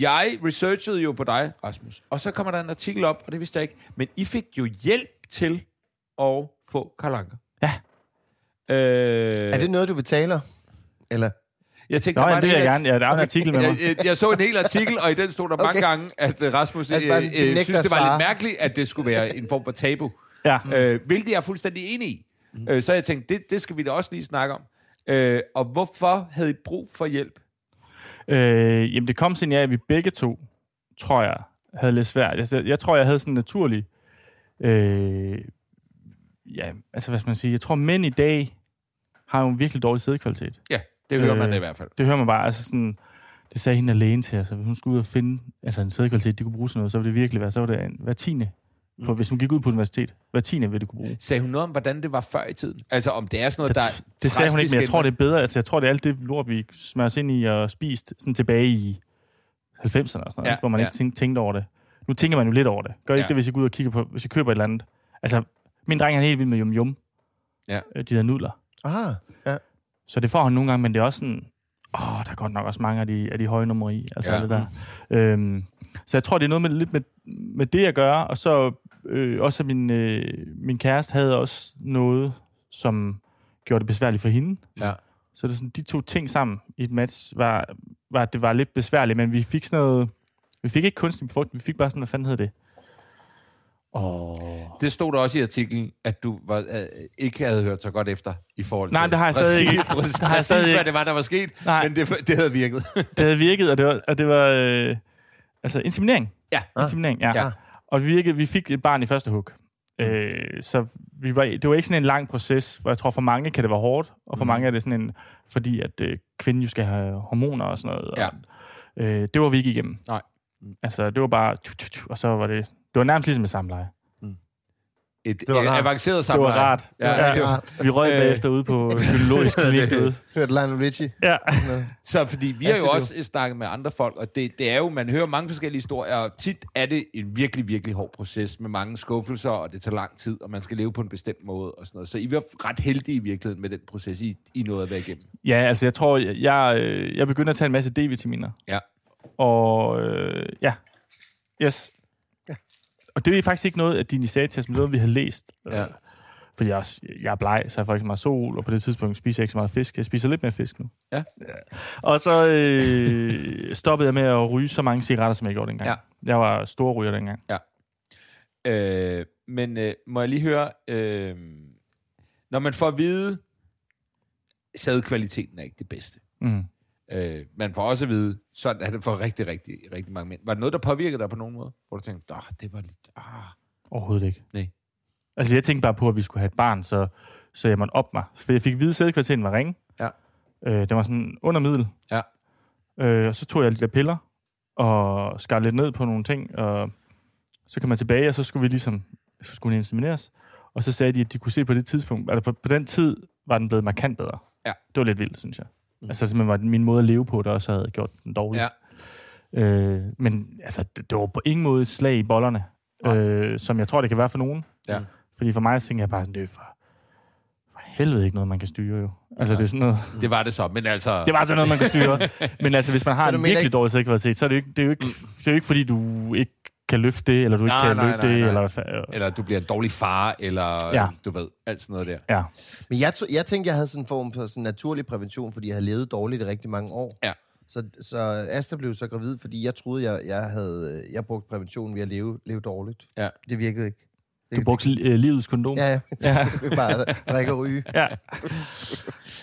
[SPEAKER 1] Jeg researchede jo på dig, Rasmus, og så kommer der en artikel op, og det vidste jeg ikke. Men I fik jo hjælp til at få kalanker.
[SPEAKER 3] Ja.
[SPEAKER 1] Øh,
[SPEAKER 2] Er det noget, du vil tale om? Eller?
[SPEAKER 1] Jeg tænkte,
[SPEAKER 3] Nå,
[SPEAKER 1] der var
[SPEAKER 3] jamen, det
[SPEAKER 1] en
[SPEAKER 3] vil jeg
[SPEAKER 1] hel
[SPEAKER 3] gerne. Ja, der er en artikel med mig.
[SPEAKER 1] Jeg, jeg, jeg så en hel artikel, og i den stod der okay. mange gange, at øh, Rasmus øh,
[SPEAKER 2] Altså, bare den
[SPEAKER 1] øh, synes,
[SPEAKER 2] nægter at
[SPEAKER 1] det var
[SPEAKER 2] svare. Mm.
[SPEAKER 1] lidt mærkeligt, at det skulle være en form for tabu.
[SPEAKER 3] Ja.
[SPEAKER 1] Øh, hvilket jeg er fuldstændig enig i. Øh, så jeg tænkte, det, det skal vi da også lige snakke om. Øh, og hvorfor havde I brug for hjælp?
[SPEAKER 3] Øh, jamen, det kom sådan, ja, at vi begge to, tror jeg, havde lidt svært. Altså, jeg tror, jeg havde sådan en naturlig... Øh, ja, altså, hvad skal man sige? Jeg tror, mænd i dag har jo en virkelig dårlig sædekvalitet.
[SPEAKER 1] Ja, det hører øh,
[SPEAKER 3] Øh,
[SPEAKER 1] man i hvert fald.
[SPEAKER 3] Det hører man bare, altså sådan, det sagde hende alene til, altså hvis hun skulle ud og finde altså en sædekvalitet, de kunne bruge sådan noget, så ville det virkelig være, så var det en, hver tiende, for hvis hun gik ud på universitet, hver tiende ville det kunne bruge.
[SPEAKER 1] Sagde hun noget om, hvordan det var før i tiden? Altså, om det er sådan noget, der...
[SPEAKER 3] det, det sagde hun ikke, men jeg tror, det er bedre, altså jeg tror, det er alt det lort, vi smører os ind i og spist, sådan tilbage i 90'erne og sådan noget,
[SPEAKER 1] Ja,
[SPEAKER 3] ja, hvor man
[SPEAKER 1] ja.
[SPEAKER 3] ja. ikke tænkte, tænkte over det. Nu tænker man jo lidt over det. Gør ikke
[SPEAKER 1] Ja.
[SPEAKER 3] ja. det, hvis jeg går ud og kigger på, hvis jeg køber et eller andet. Altså, min dreng han er helt vild med yum-yum.
[SPEAKER 1] Ja.
[SPEAKER 3] Øh, De der nudler.
[SPEAKER 2] Ah, ja.
[SPEAKER 3] Så det får han nogle gange, men det er også sådan, åh, der er godt nok også mange af de, af de høje numre i. Altså
[SPEAKER 1] Ja.
[SPEAKER 3] ja. det der. Øhm, så jeg tror, det er noget med, lidt med, med det at gøre, og så øh, også at min, øh, min kæreste havde også noget, som gjorde det besværligt for hende.
[SPEAKER 1] Ja.
[SPEAKER 3] Så det er sådan, de to ting sammen i et match, var, var, at det var lidt besværligt, men vi fik sådan noget, vi fik ikke kunstig befrugtning, vi fik bare sådan, hvad fanden hed det? Åh...
[SPEAKER 1] Det stod der også i artiklen, at du var, øh, ikke havde hørt så godt efter i forhold
[SPEAKER 3] Nej,
[SPEAKER 1] til...
[SPEAKER 3] det har jeg stadig ikke.
[SPEAKER 1] Præcis,
[SPEAKER 3] Det har jeg
[SPEAKER 1] præcis
[SPEAKER 3] stadig
[SPEAKER 1] hvad
[SPEAKER 3] ikke.
[SPEAKER 1] det var, der var sket,
[SPEAKER 3] Nej.
[SPEAKER 1] men det, det havde virket.
[SPEAKER 3] det havde virket, og det var, og det var øh, altså inseminering.
[SPEAKER 1] Ja.
[SPEAKER 3] Inseminering, ja.
[SPEAKER 1] Ah. Ja. Mm.
[SPEAKER 3] ja. Og vi, virkede, vi fik et barn i første hug. Øh, så vi var, det var ikke sådan en lang proces, hvor jeg tror for mange kan det være hårdt, og
[SPEAKER 1] Mm.
[SPEAKER 3] for mange er det sådan en, fordi at øh, kvinden jo skal have hormoner og sådan noget.
[SPEAKER 1] Ja.
[SPEAKER 3] Og, øh, det var vi ikke igennem.
[SPEAKER 1] Nej.
[SPEAKER 3] Altså, det var bare, tu, tu, tu, og så var det, det var nærmest ligesom med samleje.
[SPEAKER 1] Et,
[SPEAKER 2] var
[SPEAKER 1] øh,
[SPEAKER 2] rart.
[SPEAKER 1] avanceret
[SPEAKER 3] Det var
[SPEAKER 1] samleje.
[SPEAKER 3] rart.
[SPEAKER 1] Ja, det var,
[SPEAKER 3] Vi røg
[SPEAKER 1] Øh.
[SPEAKER 3] bagefter ude på biologisk klinik derude.
[SPEAKER 2] Hørte Lionel Richie.
[SPEAKER 3] Ja.
[SPEAKER 1] Så fordi vi har jo også snakket med andre folk, og det, det er jo, man hører mange forskellige historier, og tit er det en virkelig, virkelig hård proces med mange skuffelser, og det tager lang tid, og man skal leve på en bestemt måde og sådan noget. Så I var ret heldige i virkeligheden med den proces, I, I nåede at være igennem.
[SPEAKER 3] ja, altså jeg tror, jeg, jeg, øh, jeg begynder at tage en masse D-vitaminer.
[SPEAKER 1] Ja.
[SPEAKER 3] Og øh, ja, yes. Og det er faktisk ikke noget, at din sagde til os, men det var, vi havde læst.
[SPEAKER 1] Ja.
[SPEAKER 3] Øh, Fordi jeg, er også, jeg er bleg, så jeg får ikke så meget sol, og på det tidspunkt spiser jeg ikke så meget fisk. Jeg spiser lidt mere fisk nu.
[SPEAKER 1] Ja.
[SPEAKER 3] Og så øh, stoppede jeg med at ryge så mange cigaretter, som jeg gjorde dengang.
[SPEAKER 1] Ja.
[SPEAKER 3] Jeg var stor ryger dengang.
[SPEAKER 1] Øh, men øh, må jeg lige høre, øh, når man får at vide, sædkvaliteten er ikke det bedste.
[SPEAKER 3] Mm.
[SPEAKER 1] Øh, man får også at vide, sådan er det for rigtig, rigtig, rigtig mange mænd. Var det noget, der påvirkede dig på nogen måde? Hvor du tænkte, "Dah, det var lidt... Ah.
[SPEAKER 3] Overhovedet ikke.
[SPEAKER 1] Nej.
[SPEAKER 3] Altså, jeg tænkte bare på, at vi skulle have et barn, så, så jeg måtte op mig. For jeg fik at vide, at sædekvaliteten var ringe.
[SPEAKER 1] Ja.
[SPEAKER 3] Øh, den var sådan under middel.
[SPEAKER 1] Ja.
[SPEAKER 3] Øh, og så tog jeg lidt af piller, og skar lidt ned på nogle ting, og så kom man tilbage, og så skulle vi ligesom, så skulle den insemineres. Og så sagde de, at de kunne se på det tidspunkt, altså på, på den tid var den blevet markant bedre.
[SPEAKER 1] Ja. Mm.
[SPEAKER 3] Det var lidt vildt, synes jeg. Altså simpelthen var min måde at leve på, der også havde gjort den dårlig.
[SPEAKER 1] Ja.
[SPEAKER 3] Øh, men altså, det, det var på ingen måde et slag i bollerne,
[SPEAKER 1] Nej.
[SPEAKER 3] øh, som jeg tror, det kan være for nogen.
[SPEAKER 1] Ja.
[SPEAKER 3] Fordi for mig tænker jeg bare sådan, det er for, for helvede ikke noget, man kan styre jo. Altså, det er sådan noget,
[SPEAKER 1] Det var det så, men altså...
[SPEAKER 3] det var altså noget, man kan styre. Men altså, hvis man har
[SPEAKER 2] Så du
[SPEAKER 3] en
[SPEAKER 2] mener
[SPEAKER 3] virkelig
[SPEAKER 2] ikke-
[SPEAKER 3] dårlig sædkvalitet, så er det jo ikke, det er jo ikke, det er jo ikke fordi du ikke kan løfte det, eller du ikke
[SPEAKER 1] Mm. Nej,
[SPEAKER 3] kan
[SPEAKER 1] nej,
[SPEAKER 3] løbe
[SPEAKER 1] nej,
[SPEAKER 3] det,
[SPEAKER 1] nej.
[SPEAKER 3] eller hvad fa-
[SPEAKER 1] Eller du bliver en dårlig far, eller
[SPEAKER 3] Ja.
[SPEAKER 1] ja. du ved, alt sådan noget der.
[SPEAKER 3] Ja.
[SPEAKER 2] Men jeg, tog, jeg tænkte, jeg havde sådan en form for sådan naturlig prævention, fordi jeg havde levet dårligt i rigtig mange år.
[SPEAKER 1] Ja.
[SPEAKER 2] Så, så Asta blev så gravid, fordi jeg troede, jeg, jeg havde jeg brugte prævention ved at leve, leve dårligt.
[SPEAKER 1] Ja.
[SPEAKER 2] Det virkede ikke.
[SPEAKER 3] Du brugte øh, livets kondom.
[SPEAKER 2] Ja, ja.
[SPEAKER 3] Ja.
[SPEAKER 2] Bare drikke og ryge.
[SPEAKER 3] ja.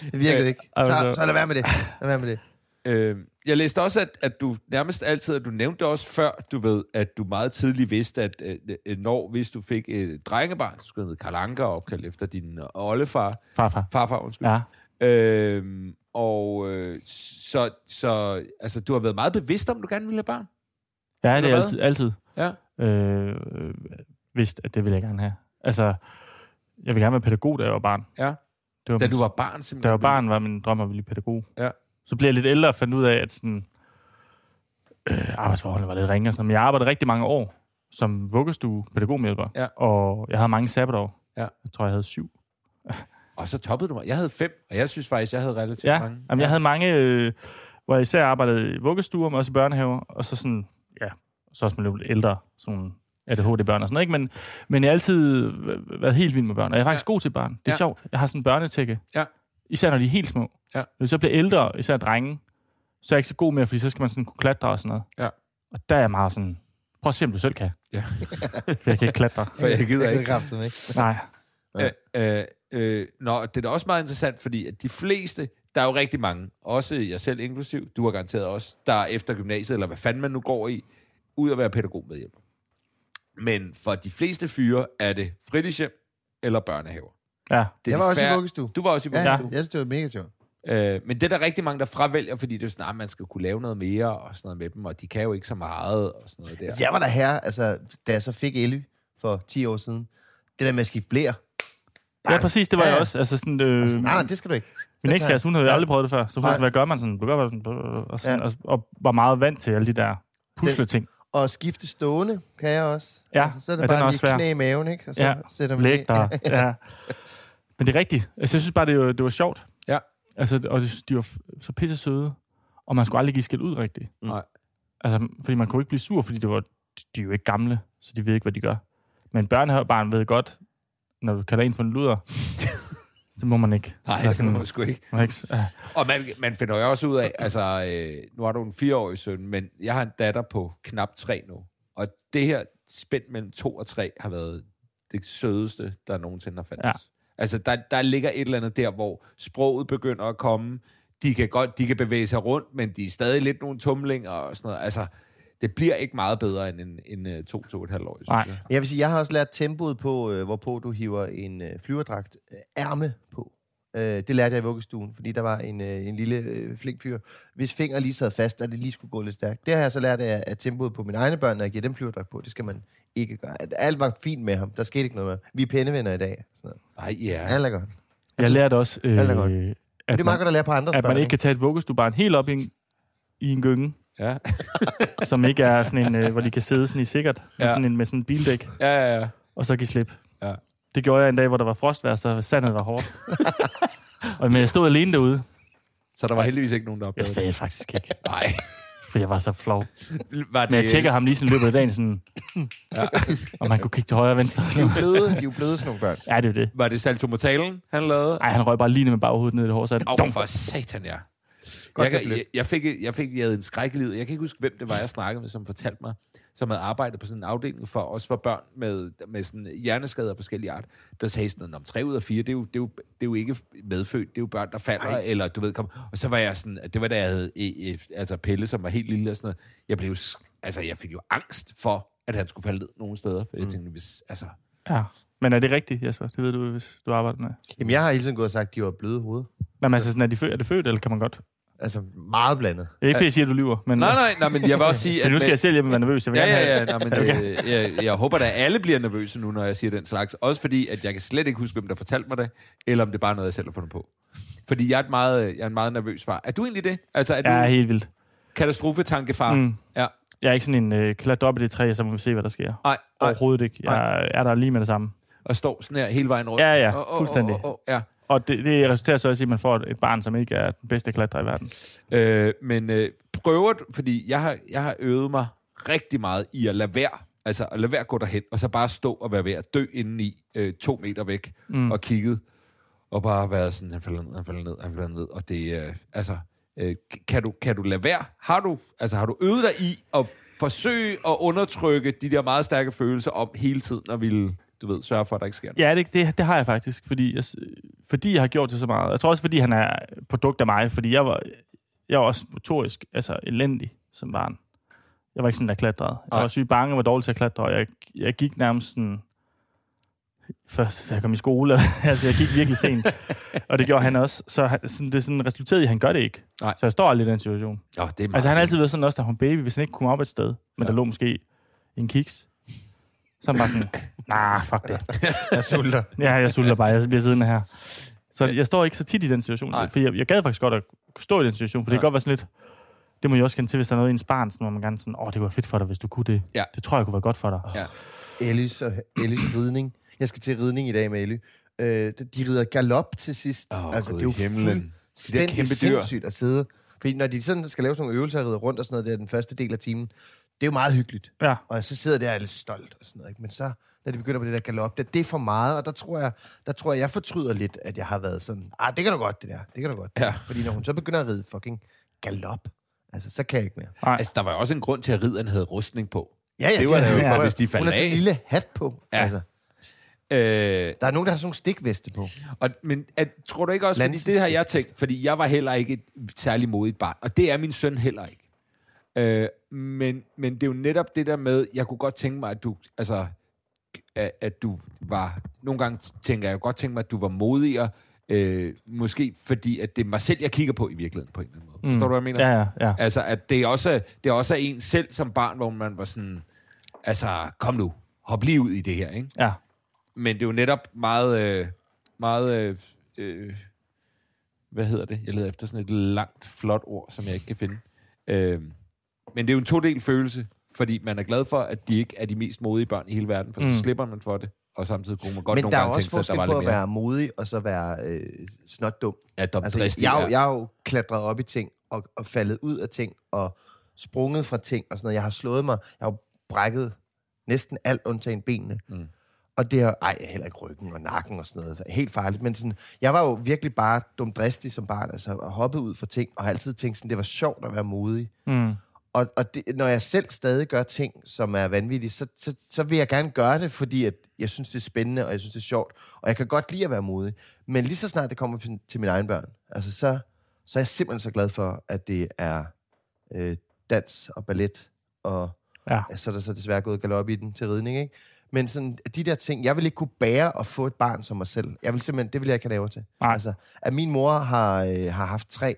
[SPEAKER 2] Det virkede ikke. Så,
[SPEAKER 3] altså-
[SPEAKER 2] så lad være med det. Lad være med det.
[SPEAKER 1] Øh, jeg læste også, at, at du nærmest altid, at du nævnte også før, du ved, at du meget tidligt vidste, at øh, øh, når, hvis du fik et drengebarn, så skulle det hedde Karl Anker, opkaldt efter din øh, oldefar,
[SPEAKER 3] Farfar.
[SPEAKER 1] farfar, undskyld.
[SPEAKER 3] Ja.
[SPEAKER 1] Øhm, og øh, så, så altså, du har været meget bevidst om, at du gerne ville have barn.
[SPEAKER 3] Ja, det
[SPEAKER 1] Eller
[SPEAKER 3] er
[SPEAKER 1] hvad?
[SPEAKER 3] altid, altid
[SPEAKER 1] Ja.
[SPEAKER 3] øh, øh, vidst, at det ville jeg gerne have. Altså, jeg ville gerne være pædagog, da jeg var barn.
[SPEAKER 1] Ja.
[SPEAKER 3] Det var
[SPEAKER 1] Da
[SPEAKER 3] min-
[SPEAKER 1] du var barn,
[SPEAKER 3] da
[SPEAKER 1] simpelthen.
[SPEAKER 3] jeg var barn, var min drøm at blive pædagog.
[SPEAKER 1] Ja.
[SPEAKER 3] Så blev jeg lidt ældre og fandt ud af, at sådan, øh, arbejdsforholdene var lidt ringe og sådan noget. Men jeg arbejdede rigtig mange år som vuggestue pædagogmedhjælper.
[SPEAKER 1] Ja.
[SPEAKER 3] Og jeg havde mange sabbatår.
[SPEAKER 1] Ja.
[SPEAKER 3] Jeg tror, jeg havde syv.
[SPEAKER 1] Og så toppede du mig. Jeg havde fem, og jeg synes faktisk, jeg havde relativt
[SPEAKER 3] Ja,
[SPEAKER 1] mange.
[SPEAKER 3] Jamen, jeg havde mange, øh, hvor jeg især arbejdede i vuggestuer, men også i børnehaver, og så sådan, ja, så også med lidt ældre, sådan ADHD-børn og sådan noget, ikke? Men, men jeg har altid øh, været helt vild med børn, og jeg er faktisk god til børn. Det er
[SPEAKER 1] Ja.
[SPEAKER 3] ja. sjovt. Jeg har sådan en børnetække.
[SPEAKER 1] Ja.
[SPEAKER 3] Især når de er helt små.
[SPEAKER 1] Ja.
[SPEAKER 3] Når de så bliver ældre, især drenge, så er jeg ikke så god mere, fordi så skal man sådan kunne klatre og sådan noget.
[SPEAKER 1] Ja.
[SPEAKER 3] Og der er jeg meget sådan, prøv at se, om du selv kan.
[SPEAKER 1] Ja.
[SPEAKER 3] For jeg kan ikke klatre.
[SPEAKER 1] For jeg gider
[SPEAKER 2] Jeg
[SPEAKER 1] ikke.
[SPEAKER 2] kraftede ikke.
[SPEAKER 3] Nej.
[SPEAKER 1] Øh, øh, øh, nå, det er da også meget interessant, fordi at de fleste, der er jo rigtig mange, også jeg selv inklusiv, du har garanteret også, der efter gymnasiet, eller hvad fanden man nu går i, ud at være pædagog med hjælp. Men for de fleste fyre er det fritidshjem eller børnehaver.
[SPEAKER 3] Ja.
[SPEAKER 1] Det er
[SPEAKER 2] Jeg
[SPEAKER 1] de
[SPEAKER 2] var også i
[SPEAKER 1] færre-
[SPEAKER 2] vuggestue.
[SPEAKER 1] Du var også i
[SPEAKER 2] Ja,
[SPEAKER 1] vuggestue.
[SPEAKER 2] ja.
[SPEAKER 3] Ja.
[SPEAKER 2] Jeg synes, det var mega sjovt.
[SPEAKER 1] Øh, men det er der rigtig mange, der fravælger, fordi det er sådan, at man skal kunne lave noget mere og sådan noget med dem, og de kan jo ikke så meget og sådan noget der.
[SPEAKER 2] Jeg var der herre, altså, da jeg så fik Elly for 10 år siden. Det der med at skifte blære.
[SPEAKER 3] Ja, præcis, det var
[SPEAKER 2] Ja,
[SPEAKER 3] jeg
[SPEAKER 2] ja.
[SPEAKER 3] også. Altså sådan, øh,
[SPEAKER 2] Altså, nej, nej, det skal du ikke.
[SPEAKER 3] Min
[SPEAKER 2] Det
[SPEAKER 3] ekskæreste, hun havde jo aldrig prøvet det før. Så hun
[SPEAKER 2] Nej.
[SPEAKER 3] sådan, hvad gør man sådan? Du gør bare sådan, øh, og, sådan
[SPEAKER 2] Ja.
[SPEAKER 3] ja. og, og, var meget vant til alle de der pusleting.
[SPEAKER 2] Og skifte stående kan jeg også.
[SPEAKER 3] Ja,
[SPEAKER 2] altså, så er det
[SPEAKER 3] ja, den er
[SPEAKER 2] bare lige
[SPEAKER 3] også svær.
[SPEAKER 2] knæ i maven, ikke? Og så
[SPEAKER 3] Ja,
[SPEAKER 2] sætter man
[SPEAKER 3] Læg
[SPEAKER 2] lige-
[SPEAKER 3] dig. Ja. Men det er rigtigt. Altså, jeg synes bare, det var, det var sjovt.
[SPEAKER 1] Ja.
[SPEAKER 3] Altså, og det, de var f- så pisse søde. Og man skulle aldrig give skæld ud rigtigt.
[SPEAKER 2] Mm.
[SPEAKER 1] Nej.
[SPEAKER 3] Altså, fordi man kunne ikke blive sur, fordi det var, de er jo ikke gamle, så de ved ikke, hvad de gør. Men børnehavebarn ved godt, når du kalder en for en luder, så må man ikke.
[SPEAKER 1] Nej,
[SPEAKER 3] Eller
[SPEAKER 1] det
[SPEAKER 3] sådan,
[SPEAKER 1] kan man sgu ikke.
[SPEAKER 3] man ikke ja.
[SPEAKER 1] Og man, man finder jo også ud af, altså, øh, nu har du en fireårig søn, men jeg har en datter på knap tre nu. Og det her spænd mellem to og tre har været det sødeste, der nogensinde har fandtes. Ja.
[SPEAKER 3] Ja.
[SPEAKER 1] Altså, der, der ligger et eller andet der, hvor sproget begynder at komme. De kan godt, de kan bevæge sig rundt, men de er stadig lidt nogle tumlinger og sådan noget. Altså, det bliver ikke meget bedre end en, en, en to, to og et halvt år, synes
[SPEAKER 3] Nej.
[SPEAKER 1] jeg.
[SPEAKER 2] Jeg vil sige, jeg har også lært tempoet på, øh, hvorpå du hiver en øh, flyverdragt øh, ærme på. Øh, det lærte jeg i vuggestuen, fordi der var en, øh, en lille øh, flink fyr, hvis finger lige sad fast, og det lige skulle gå lidt stærkt. Det har jeg så lært af, af tempoet på mine egne børn, når jeg giver dem flyverdragt på. Det skal man ikke gøre. At Alt var fint med ham. Der skete ikke noget med ham. Vi er pændevenner i dag. Sådan noget.
[SPEAKER 1] Nej, ja.
[SPEAKER 2] Alt er godt.
[SPEAKER 3] Jeg lærte også, øh,
[SPEAKER 2] Alt er godt.
[SPEAKER 3] at
[SPEAKER 2] Det er meget godt at lære på andres
[SPEAKER 3] at
[SPEAKER 2] børn.
[SPEAKER 3] man ikke kan tage et vuggestuebarn helt op i en, i en gynge,
[SPEAKER 1] Ja,
[SPEAKER 3] som ikke er sådan en, øh, hvor de kan sidde sådan i sikkert, med,
[SPEAKER 1] Ja.
[SPEAKER 3] sådan en, med sådan en bildæk,
[SPEAKER 1] ja, ja. ja.
[SPEAKER 3] og så give slip.
[SPEAKER 1] Ja.
[SPEAKER 3] Det gjorde jeg en dag, hvor der var frostvær, så sandet var hårdt. og men jeg stod alene derude.
[SPEAKER 1] Så der var heldigvis ikke nogen, der
[SPEAKER 3] Jeg
[SPEAKER 1] opdagede det.
[SPEAKER 3] sagde faktisk ikke.
[SPEAKER 1] Nej.
[SPEAKER 3] For jeg var så flov.
[SPEAKER 1] Var
[SPEAKER 3] Men jeg tjekker ham lige sådan i løbet af dagen, sådan,
[SPEAKER 1] Ja.
[SPEAKER 3] om han kunne kigge til højre og venstre.
[SPEAKER 2] De er jo bløde, de er jo bløde sådan nogle børn.
[SPEAKER 3] ja, det er jo det.
[SPEAKER 1] Var det saltomortalen, han lavede?
[SPEAKER 3] Ej, han røg bare lige ned med baghovedet ned i det hår, så jeg,
[SPEAKER 1] Åh, oh, for satan, ja.
[SPEAKER 2] Godt,
[SPEAKER 1] Jeg,
[SPEAKER 2] det er blødt.
[SPEAKER 1] kan- jeg, jeg, fik, jeg fik jeg havde en skrækkelid. Jeg kan ikke huske, hvem det var, jeg snakkede med, som fortalte mig, som havde arbejdet på sådan en afdeling for os for børn med, med sådan hjerneskader af forskellige art, der sagde sådan noget om 3 ud af 4, det er jo, det er jo, det er jo ikke medfødt, det er jo børn, der falder, Ej. eller du ved, kom. Og så var jeg sådan, det var da jeg havde e, e, altså Pelle, som var helt lille og sådan noget. Jeg blev, s- altså jeg fik jo angst for, at han skulle falde ned nogle steder, for jeg tænkte, hvis, altså,
[SPEAKER 3] ja. Men er det rigtigt, Jesper? Det ved du, hvis du arbejder med.
[SPEAKER 2] Jamen, jeg har hele tiden gået og sagt, at de var bløde i hovedet.
[SPEAKER 3] Men altså, sådan, er, de fø- er det født, eller kan man godt? Det
[SPEAKER 2] Altså, meget blandet.
[SPEAKER 3] er ikke, fordi jeg siger, at du lyver. Men,
[SPEAKER 1] nej, nej, nej, men jeg vil også sige,
[SPEAKER 3] Men nu skal
[SPEAKER 1] med-
[SPEAKER 3] jeg selv hjem og være nervøs. Jeg vil
[SPEAKER 1] Ja,
[SPEAKER 3] gerne
[SPEAKER 1] ja,
[SPEAKER 3] have-
[SPEAKER 1] ja. Nå, men, øh, jeg, jeg håber da, at alle bliver nervøse nu, når jeg siger den slags. Også fordi, at jeg kan slet ikke huske, hvem der fortalte mig det, eller om det er bare er noget, jeg selv har fundet på. Fordi jeg er, et meget, øh, jeg er en meget nervøs far. Er du egentlig det? Altså, er du
[SPEAKER 3] Jeg er
[SPEAKER 1] ja,
[SPEAKER 3] helt vildt.
[SPEAKER 1] katastrofetankefar?
[SPEAKER 3] Mm.
[SPEAKER 1] Mm. Ja.
[SPEAKER 3] Jeg er ikke sådan en øh, klat op i det træ, så må vi se, hvad der sker.
[SPEAKER 1] Nej, nej.
[SPEAKER 3] Overhovedet ikke. Jeg er der lige med det samme.
[SPEAKER 1] Og står sådan her hele vejen rundt.
[SPEAKER 3] Ja, ja,
[SPEAKER 1] Åh, åh, åh,
[SPEAKER 3] fuldstændig.
[SPEAKER 1] åh, åh, ja.
[SPEAKER 3] Og det, det resulterer så også i, at man får et, et barn, som ikke er den bedste klatrer i verden.
[SPEAKER 1] Øh, men øh, prøver, du- fordi jeg har, jeg har øvet mig rigtig meget i at lade være, altså at lade være at gå derhen, og så bare stå og være ved at dø indeni øh, to meter væk mm. og kigget, og bare været sådan, han falder ned, han falder ned, han falder ned, og det, øh, altså, øh, k- kan, du, kan du lade være? Har du, altså, har du øvet dig i at forsøge at undertrykke de der meget stærke følelser om hele tiden, og ville, du ved, sørge for, at der ikke sker noget?
[SPEAKER 3] Ja, det, det, det har jeg faktisk, fordi jeg, s- fordi jeg har gjort det så meget. Jeg tror også, fordi han er produkt af mig, fordi jeg var, jeg var også motorisk, altså elendig som barn. Jeg var ikke sådan, der klatrede. Jeg
[SPEAKER 1] Nej.
[SPEAKER 3] var sygt bange og var dårlig til at klatre, og jeg, jeg gik nærmest sådan... Først, da jeg kom i skole, altså jeg gik virkelig sent, og det gjorde han også. Så han, sådan, det sådan resulterede i, at han gør det ikke.
[SPEAKER 1] Nej.
[SPEAKER 3] Så jeg står aldrig i den situation.
[SPEAKER 1] Ja, det er meget
[SPEAKER 3] Altså, han
[SPEAKER 1] fint.
[SPEAKER 3] har altid været sådan også, da hun baby, hvis han ikke kunne op et sted, men ja. der lå måske en kiks. Så er han bare sådan, nah, fuck det.
[SPEAKER 2] Jeg sulter.
[SPEAKER 3] Ja, jeg sulter bare, jeg bliver siddende her. Så jeg står ikke så tit i den situation,
[SPEAKER 1] Nej.
[SPEAKER 3] for jeg, jeg gad faktisk godt at stå i den situation, for det kan godt være sådan lidt, det må jeg også kende til, hvis der er noget i ens barn, sådan, hvor man gerne sådan, åh, oh, det kunne være fedt for dig, hvis du kunne det.
[SPEAKER 1] Ja.
[SPEAKER 3] Det tror jeg kunne være godt for dig.
[SPEAKER 1] Ja.
[SPEAKER 2] Ellis og Ellis ridning. Jeg skal til ridning i dag med Elly. Øh, de rider galop til sidst.
[SPEAKER 1] Åh,
[SPEAKER 2] altså,
[SPEAKER 1] Gud
[SPEAKER 2] det er jo
[SPEAKER 1] i himlen.
[SPEAKER 2] De der kæmpe dyr. sindssygt at sidde. Fordi når de sådan skal lave sådan nogle øvelser og ride rundt og sådan noget, det er den første del af timen. Det er jo meget hyggeligt.
[SPEAKER 3] Ja.
[SPEAKER 2] Og så sidder jeg der og er lidt stolt og sådan noget. Ikke? Men så, når de begynder på det der galop, det, det er for meget. Og der tror, jeg, der tror jeg, jeg fortryder lidt, at jeg har været sådan, ah, det kan du godt, det der. Det kan du godt.
[SPEAKER 1] Ja.
[SPEAKER 2] Fordi når hun så begynder at ride fucking galop, altså, så kan jeg ikke mere.
[SPEAKER 3] Nej.
[SPEAKER 1] Altså, der var jo også en grund til, at ridderen havde rustning på.
[SPEAKER 2] Ja, ja,
[SPEAKER 1] det var
[SPEAKER 2] er
[SPEAKER 1] der jo
[SPEAKER 2] prøv
[SPEAKER 1] for,
[SPEAKER 2] at-
[SPEAKER 1] hvis de
[SPEAKER 2] Hun
[SPEAKER 1] faldt
[SPEAKER 2] har sådan en
[SPEAKER 1] af.
[SPEAKER 2] lille hat på.
[SPEAKER 1] Ja.
[SPEAKER 2] Ja. Altså,
[SPEAKER 1] Øh,
[SPEAKER 2] der er nogen, der har sådan nogle stikveste på.
[SPEAKER 1] og, men at, tror du ikke også, fordi
[SPEAKER 2] Landsens-
[SPEAKER 1] det har jeg tænkt, fordi jeg var heller ikke et særlig modigt barn, og det er min søn heller ikke. Øh, men, men det er jo netop det der med, jeg kunne godt tænke mig, at du, altså, at, at du var, nogle gange tænker jeg jo godt tænke mig, at du var modigere, øh, måske fordi, at det er mig selv, jeg kigger på i virkeligheden på en eller anden måde. Mm. Forstår du, hvad jeg mener?
[SPEAKER 3] Ja, ja, ja.
[SPEAKER 1] Altså, at det er også det er også en selv som barn, hvor man var sådan, altså, kom nu, hop lige ud i det her, ikke?
[SPEAKER 3] ja.
[SPEAKER 1] Men det er jo netop meget... Øh, meget øh, øh, hvad hedder det? Jeg leder efter sådan et langt, flot ord, som jeg ikke kan finde. Øh, men det er jo en todel følelse, fordi man er glad for, at de ikke er de mest modige børn i hele verden, for mm. så slipper man for det, og samtidig kunne man godt
[SPEAKER 2] Men
[SPEAKER 1] nogle
[SPEAKER 2] der er
[SPEAKER 1] gange
[SPEAKER 2] også
[SPEAKER 1] tænke sig, at der
[SPEAKER 2] forskel
[SPEAKER 1] var
[SPEAKER 2] på
[SPEAKER 1] lidt
[SPEAKER 2] at
[SPEAKER 1] mere.
[SPEAKER 2] være modig og så være øh, snot dum.
[SPEAKER 1] Ja, dom
[SPEAKER 2] Altså,
[SPEAKER 1] dristig,
[SPEAKER 2] jeg, er jo-
[SPEAKER 1] ja.
[SPEAKER 2] jeg er jo klatret op i ting og, og faldet ud af ting og sprunget fra ting og sådan noget. Jeg har slået mig. Jeg har jo brækket næsten alt undtagen benene. Mm. Og det er ej, heller ikke ryggen og nakken og sådan noget. Helt farligt. Men sådan, jeg var jo virkelig bare dumdristig som barn, altså og hoppede ud fra ting, og har altid tænkt sådan, det var sjovt at være modig.
[SPEAKER 3] Mm.
[SPEAKER 2] Og, og det, når jeg selv stadig gør ting, som er vanvittige, så, så, så vil jeg gerne gøre det, fordi at jeg synes, det er spændende, og jeg synes, det er sjovt. Og jeg kan godt lide at være modig. Men lige så snart det kommer til, til mine egne børn, altså så, så er jeg simpelthen så glad for, at det er øh, dans og ballet. Og
[SPEAKER 3] Ja.
[SPEAKER 2] ja, så er der så desværre gået galop i den til ridning, ikke? Men sådan, de der ting, jeg vil ikke kunne bære at få et barn som mig selv. Jeg vil simpelthen, det vil jeg ikke have laver til.
[SPEAKER 3] Nej.
[SPEAKER 2] Altså, at min mor har, øh, har haft tre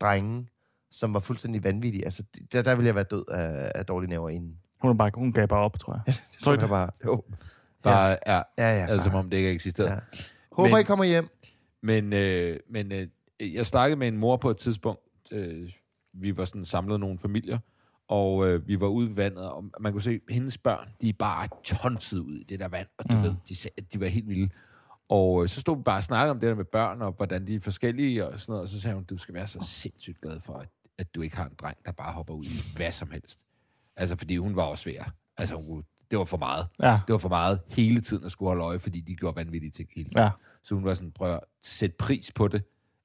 [SPEAKER 2] drenge, som var fuldstændig vanvittige. Altså, det- der, der ville jeg være død af, af dårlige næver inden.
[SPEAKER 3] Hun, er bare, hun gav bare op, tror jeg.
[SPEAKER 2] Det
[SPEAKER 3] Tror du
[SPEAKER 2] tror
[SPEAKER 3] ikke
[SPEAKER 2] jeg bare. Jo.
[SPEAKER 1] Bare, ja,
[SPEAKER 2] Ja, ja.
[SPEAKER 1] altså, som om det ikke eksisterede.
[SPEAKER 2] Ja. Håber,
[SPEAKER 1] Men-
[SPEAKER 2] I kommer hjem.
[SPEAKER 1] Men, øh, men øh, jeg snakkede med en mor på et tidspunkt. Øh, vi var sådan samlet nogle familier, og øh, vi var ude ved vandet, og man kunne se, at hendes børn, de er bare tonset ud i det der vand, og du mm. ved, de, sagde, at de var helt vilde. Og øh, så stod vi bare og snakkede om det der med børn, og hvordan de er forskellige og sådan noget, og så sagde hun, du skal være så sindssygt glad for, at, at du ikke har en dreng, der bare hopper ud i hvad som helst. Altså, fordi hun var også svær. Altså, hun, kunne- det var for meget.
[SPEAKER 3] Ja.
[SPEAKER 1] Det var for meget hele tiden at skulle holde øje, fordi de gjorde vanvittige ting hele tiden.
[SPEAKER 3] Ja.
[SPEAKER 1] Så hun var sådan, prøv at sætte pris på det,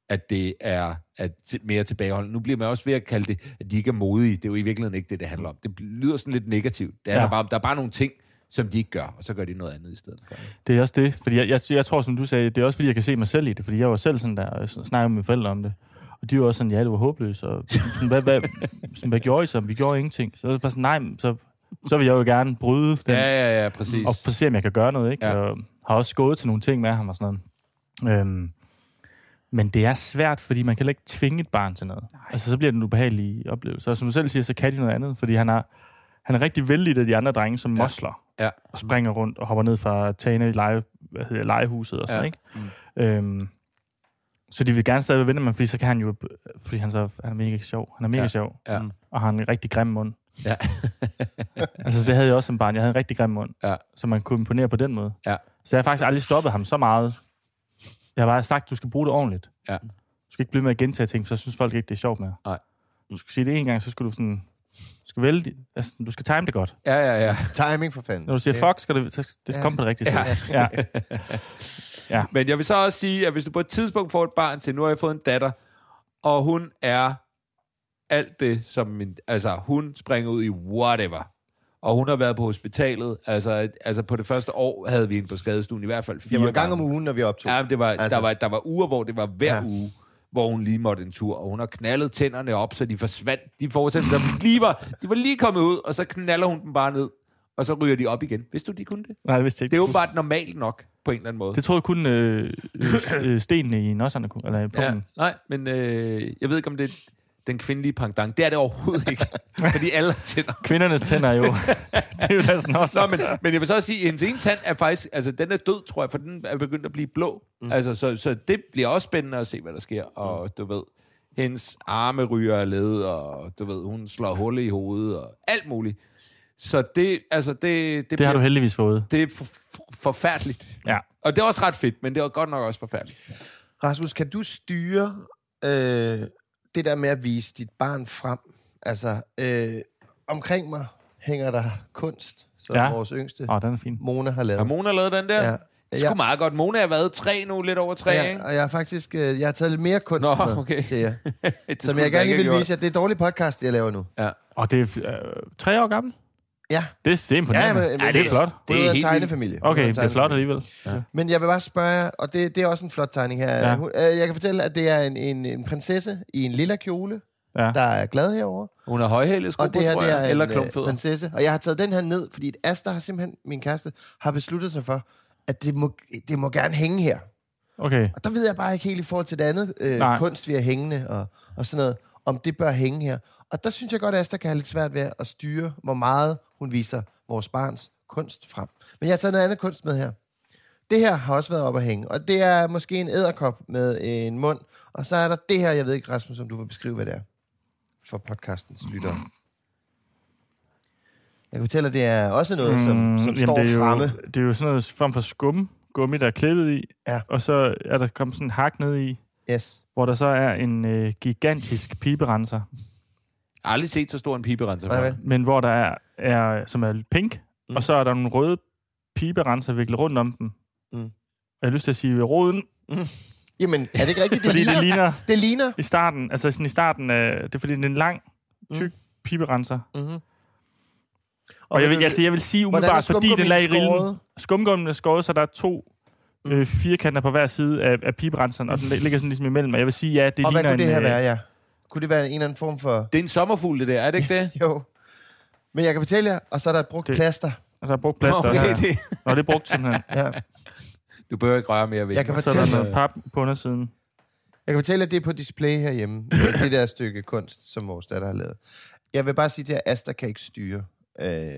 [SPEAKER 1] at det er at til- mere tilbageholdende. Nu bliver man også ved at kalde det, at de ikke er modige. Det er jo i virkeligheden ikke det, det handler om. Det lyder sådan lidt negativt. Der, ja.
[SPEAKER 3] Ja.
[SPEAKER 1] er, bare, der er bare nogle ting, som de ikke gør, og så gør de noget andet i stedet for.
[SPEAKER 3] Det er også det, fordi jeg, jeg, jeg tror, som du sagde, det er også fordi, jeg kan se mig selv i det, fordi jeg var selv sådan der, og jeg snakkede med mine forældre om det. Og de var også sådan, ja, du var håbløs, og sådan, hvad, hvad, sådan, hvad gjorde I så? Vi gjorde ingenting. Så var det bare sådan, nej, men så, så vil jeg jo gerne bryde den, ja,
[SPEAKER 1] Ja, ja, ja, præcis.
[SPEAKER 3] og prøve at se, om jeg kan gøre noget, ikke?
[SPEAKER 1] Ja.
[SPEAKER 3] Ja. Og har også gået til nogle ting med ham og sådan noget. Øhm, men det er svært, fordi man kan heller ikke tvinge et barn til noget. Nej. Altså, så bliver det en ubehagelig oplevelse. Og som du selv siger, så kan de noget andet, fordi han er, han er rigtig vældig af de andre drenge, som ja. mosler
[SPEAKER 1] Ja.
[SPEAKER 3] og springer rundt og hopper ned fra tagene i lege, hvad hedder, legehuset og sådan,
[SPEAKER 1] Ja.
[SPEAKER 3] ja. ikke? Mm. Øhm, så de vil gerne stadig være venner med ham, fordi så kan han jo... Fordi han, så, han er mega sjov. Han er mega
[SPEAKER 1] Ja.
[SPEAKER 3] ja. sjov.
[SPEAKER 1] Ja.
[SPEAKER 3] Og har en rigtig grim mund.
[SPEAKER 1] Ja.
[SPEAKER 3] altså, det havde jeg også som barn. Jeg havde en rigtig grim mund.
[SPEAKER 1] Ja.
[SPEAKER 3] Så man kunne imponere på den måde.
[SPEAKER 1] Ja.
[SPEAKER 3] Så jeg har faktisk aldrig stoppet ham så meget. Jeg har bare sagt, du skal bruge det ordentligt.
[SPEAKER 1] Ja.
[SPEAKER 3] Du skal ikke blive med at gentage ting, for så synes folk ikke, det er sjovt mere.
[SPEAKER 1] Nej.
[SPEAKER 3] Du skal sige det en gang, så skal du sådan... Du skal, vælge, altså, du skal time det godt.
[SPEAKER 1] Ja, ja, ja.
[SPEAKER 2] Timing for fanden.
[SPEAKER 3] Når du siger fuck, skal det, så det skal komme på det rigtige sted. Ja. ja.
[SPEAKER 1] Men jeg vil så også sige, at hvis du på et tidspunkt får et barn til, nu har jeg fået en datter, og hun er alt det, som min, altså hun springer ud i whatever. Og hun har været på hospitalet, altså, altså på det første år havde vi hende på skadestuen, i hvert fald fire
[SPEAKER 2] Det var en gang om
[SPEAKER 1] gange.
[SPEAKER 2] ugen, når vi optog.
[SPEAKER 1] Ja, men det var, altså.
[SPEAKER 2] Altså.
[SPEAKER 1] der, var, der var uger, hvor det var hver ja.
[SPEAKER 2] Ja.
[SPEAKER 1] uge, hvor hun lige måtte en tur, og hun har knaldet tænderne op, så de forsvandt. De fortsatte, der lige var, de var lige kommet ud, og så knaller hun dem bare ned, og så ryger de op igen. Vidste du, de kunne det?
[SPEAKER 3] Nej, det vidste jeg
[SPEAKER 1] Det
[SPEAKER 3] ikke.
[SPEAKER 1] er
[SPEAKER 3] Det,
[SPEAKER 1] åbenbart normalt nok, på en eller anden måde.
[SPEAKER 3] det troede jeg kun øh, øh, øh, stenene i nosserne kunne, eller i
[SPEAKER 1] Ja,
[SPEAKER 3] pungen.
[SPEAKER 1] nej, men øh, jeg ved ikke, om det er den kvindelige pangdang. Det er det overhovedet ikke, fordi alle har tænder.
[SPEAKER 3] Kvindernes tænder er jo... det er jo deres nosser.
[SPEAKER 1] Nå, men, men jeg vil så også sige, at hendes ene tand er faktisk... Altså, den er død, tror jeg, for den er begyndt at blive blå. Mm. Altså, så, så det bliver også spændende at se, hvad der sker. Og du ved, hendes arme ryger af led, og du ved, hun slår huller i hovedet, og alt muligt. Så det, altså, det... Det,
[SPEAKER 3] Det har du
[SPEAKER 1] bliver-
[SPEAKER 3] heldigvis fået.
[SPEAKER 1] Det er for, for, forfærdeligt.
[SPEAKER 3] Ja.
[SPEAKER 1] Og det er også ret fedt, men det er godt nok også forfærdeligt.
[SPEAKER 2] Rasmus, kan du styre øh, det der med at vise dit barn frem? Altså, øh, omkring mig hænger der kunst, som ja.
[SPEAKER 3] Ja.
[SPEAKER 2] vores yngste
[SPEAKER 3] Åh, oh, den er fin.
[SPEAKER 2] Mona har
[SPEAKER 1] Har
[SPEAKER 2] lavet.
[SPEAKER 1] Mona lavet den der?
[SPEAKER 2] Ja.
[SPEAKER 1] Ja. Det er sgu
[SPEAKER 2] Ja.
[SPEAKER 1] meget godt. Mona har været tre nu, lidt over tre,
[SPEAKER 2] Og
[SPEAKER 1] ja. ikke?
[SPEAKER 2] jeg, og jeg har faktisk øh, jeg har taget lidt mere kunst
[SPEAKER 1] Nå,
[SPEAKER 2] med
[SPEAKER 1] okay.
[SPEAKER 2] til jer,
[SPEAKER 1] det
[SPEAKER 2] som jeg gerne lige vil vise jer. Det er et dårligt podcast, jeg laver nu.
[SPEAKER 1] Ja.
[SPEAKER 3] Og det er øh, tre år gammel?
[SPEAKER 2] Ja,
[SPEAKER 3] Det, er- det er imponerende. Ja, men, det er flot.
[SPEAKER 2] Det er en
[SPEAKER 1] helt
[SPEAKER 2] tegnefamilie. Ud af
[SPEAKER 3] Okay,
[SPEAKER 2] en
[SPEAKER 3] det er flot
[SPEAKER 2] tegnefamilie.
[SPEAKER 3] alligevel. Ja.
[SPEAKER 2] Men jeg vil bare spørge jer, og det, det er også en flot tegning her.
[SPEAKER 3] Ja.
[SPEAKER 2] Ja. Jeg kan fortælle, at det er en, en, en prinsesse i en lilla kjole,
[SPEAKER 3] Ja.
[SPEAKER 2] der er glad herover.
[SPEAKER 1] Hun har højhældet sko
[SPEAKER 2] Og det her,
[SPEAKER 1] tror
[SPEAKER 2] det er
[SPEAKER 1] jeg, eller
[SPEAKER 2] en øh,
[SPEAKER 1] klumpfødder.
[SPEAKER 2] prinsesse. Og jeg har taget den her ned, fordi Asta har simpelthen, min kæreste, har besluttet sig for, at det må, det må gerne hænge her.
[SPEAKER 3] Okay.
[SPEAKER 2] Og der ved jeg bare ikke helt i forhold til det andet øh,
[SPEAKER 3] Nej.
[SPEAKER 2] kunst, vi har hængende og, og sådan noget, om det bør hænge her. Og der synes jeg godt, at Asta kan have lidt svært ved at styre, hvor meget hun viser vores barns kunst frem. Men jeg har taget noget andet kunst med her. Det her har også været op at hænge, og det er måske en æderkop med øh, en mund. Og så er der det her, jeg ved ikke, Rasmus, om du vil beskrive, hvad det er for podcastens lyttere. Jeg kan fortælle, at det er også noget, mm, som, som står
[SPEAKER 3] det er jo,
[SPEAKER 2] fremme.
[SPEAKER 3] Det er jo sådan noget form for skum, gummi, der er klippet i.
[SPEAKER 2] Ja.
[SPEAKER 3] Og så er der kommet sådan en hak ned i,
[SPEAKER 2] Yes.
[SPEAKER 3] hvor der så er en øh, gigantisk piberenser,
[SPEAKER 1] Jeg har aldrig set så stor en piberenser
[SPEAKER 2] Nej,
[SPEAKER 1] før.
[SPEAKER 2] vel?
[SPEAKER 3] men hvor der er, er som er pink, mm. og så er der nogle røde piberenser viklet rundt om dem.
[SPEAKER 2] Mm.
[SPEAKER 3] Mm. Jeg har lyst til at sige ved roden,
[SPEAKER 2] Jamen, er det ikke rigtigt? Det
[SPEAKER 3] fordi
[SPEAKER 2] ligner.
[SPEAKER 3] det ligner
[SPEAKER 2] Det ligner.
[SPEAKER 3] i starten, altså sådan i starten, øh, det er fordi, det er en lang, tyk mm. piberenser.
[SPEAKER 2] Mm-hmm.
[SPEAKER 3] Og jeg vil, altså, jeg vil sige
[SPEAKER 2] Hvordan er
[SPEAKER 3] umiddelbart,
[SPEAKER 2] skumgummien
[SPEAKER 3] fordi den er i
[SPEAKER 2] skåret?
[SPEAKER 3] rillen. Skumgummen er skåret, så der er to øh, firkanter på hver side af, af piberenseren, og den ligger sådan ligesom imellem. Og jeg vil sige, ja, det
[SPEAKER 2] og hvad
[SPEAKER 3] ligner
[SPEAKER 2] kunne det
[SPEAKER 3] en,
[SPEAKER 2] her
[SPEAKER 3] øh,
[SPEAKER 2] være, ja? Kunne det være en eller anden form for...
[SPEAKER 1] Det er en sommerfugl, det der, er det ikke det?
[SPEAKER 2] Jo. Men jeg kan fortælle jer, og så er der et brugt det.
[SPEAKER 3] Det-
[SPEAKER 2] plaster.
[SPEAKER 3] Og altså, der er brugt plaster.
[SPEAKER 1] Okay,
[SPEAKER 3] Okay, også.
[SPEAKER 1] det-
[SPEAKER 3] Nå, det er brugt simpelthen.
[SPEAKER 2] Ja.
[SPEAKER 1] Du behøver ikke røre mere ved
[SPEAKER 2] Jeg kan
[SPEAKER 1] den.
[SPEAKER 3] Så er der
[SPEAKER 2] fortælle,
[SPEAKER 3] noget pap på undersiden.
[SPEAKER 2] jeg kan fortælle, at det er på display herhjemme. det der stykke kunst, som vores datter har lavet. Jeg vil bare sige til jer, at Asta kan ikke styre øh,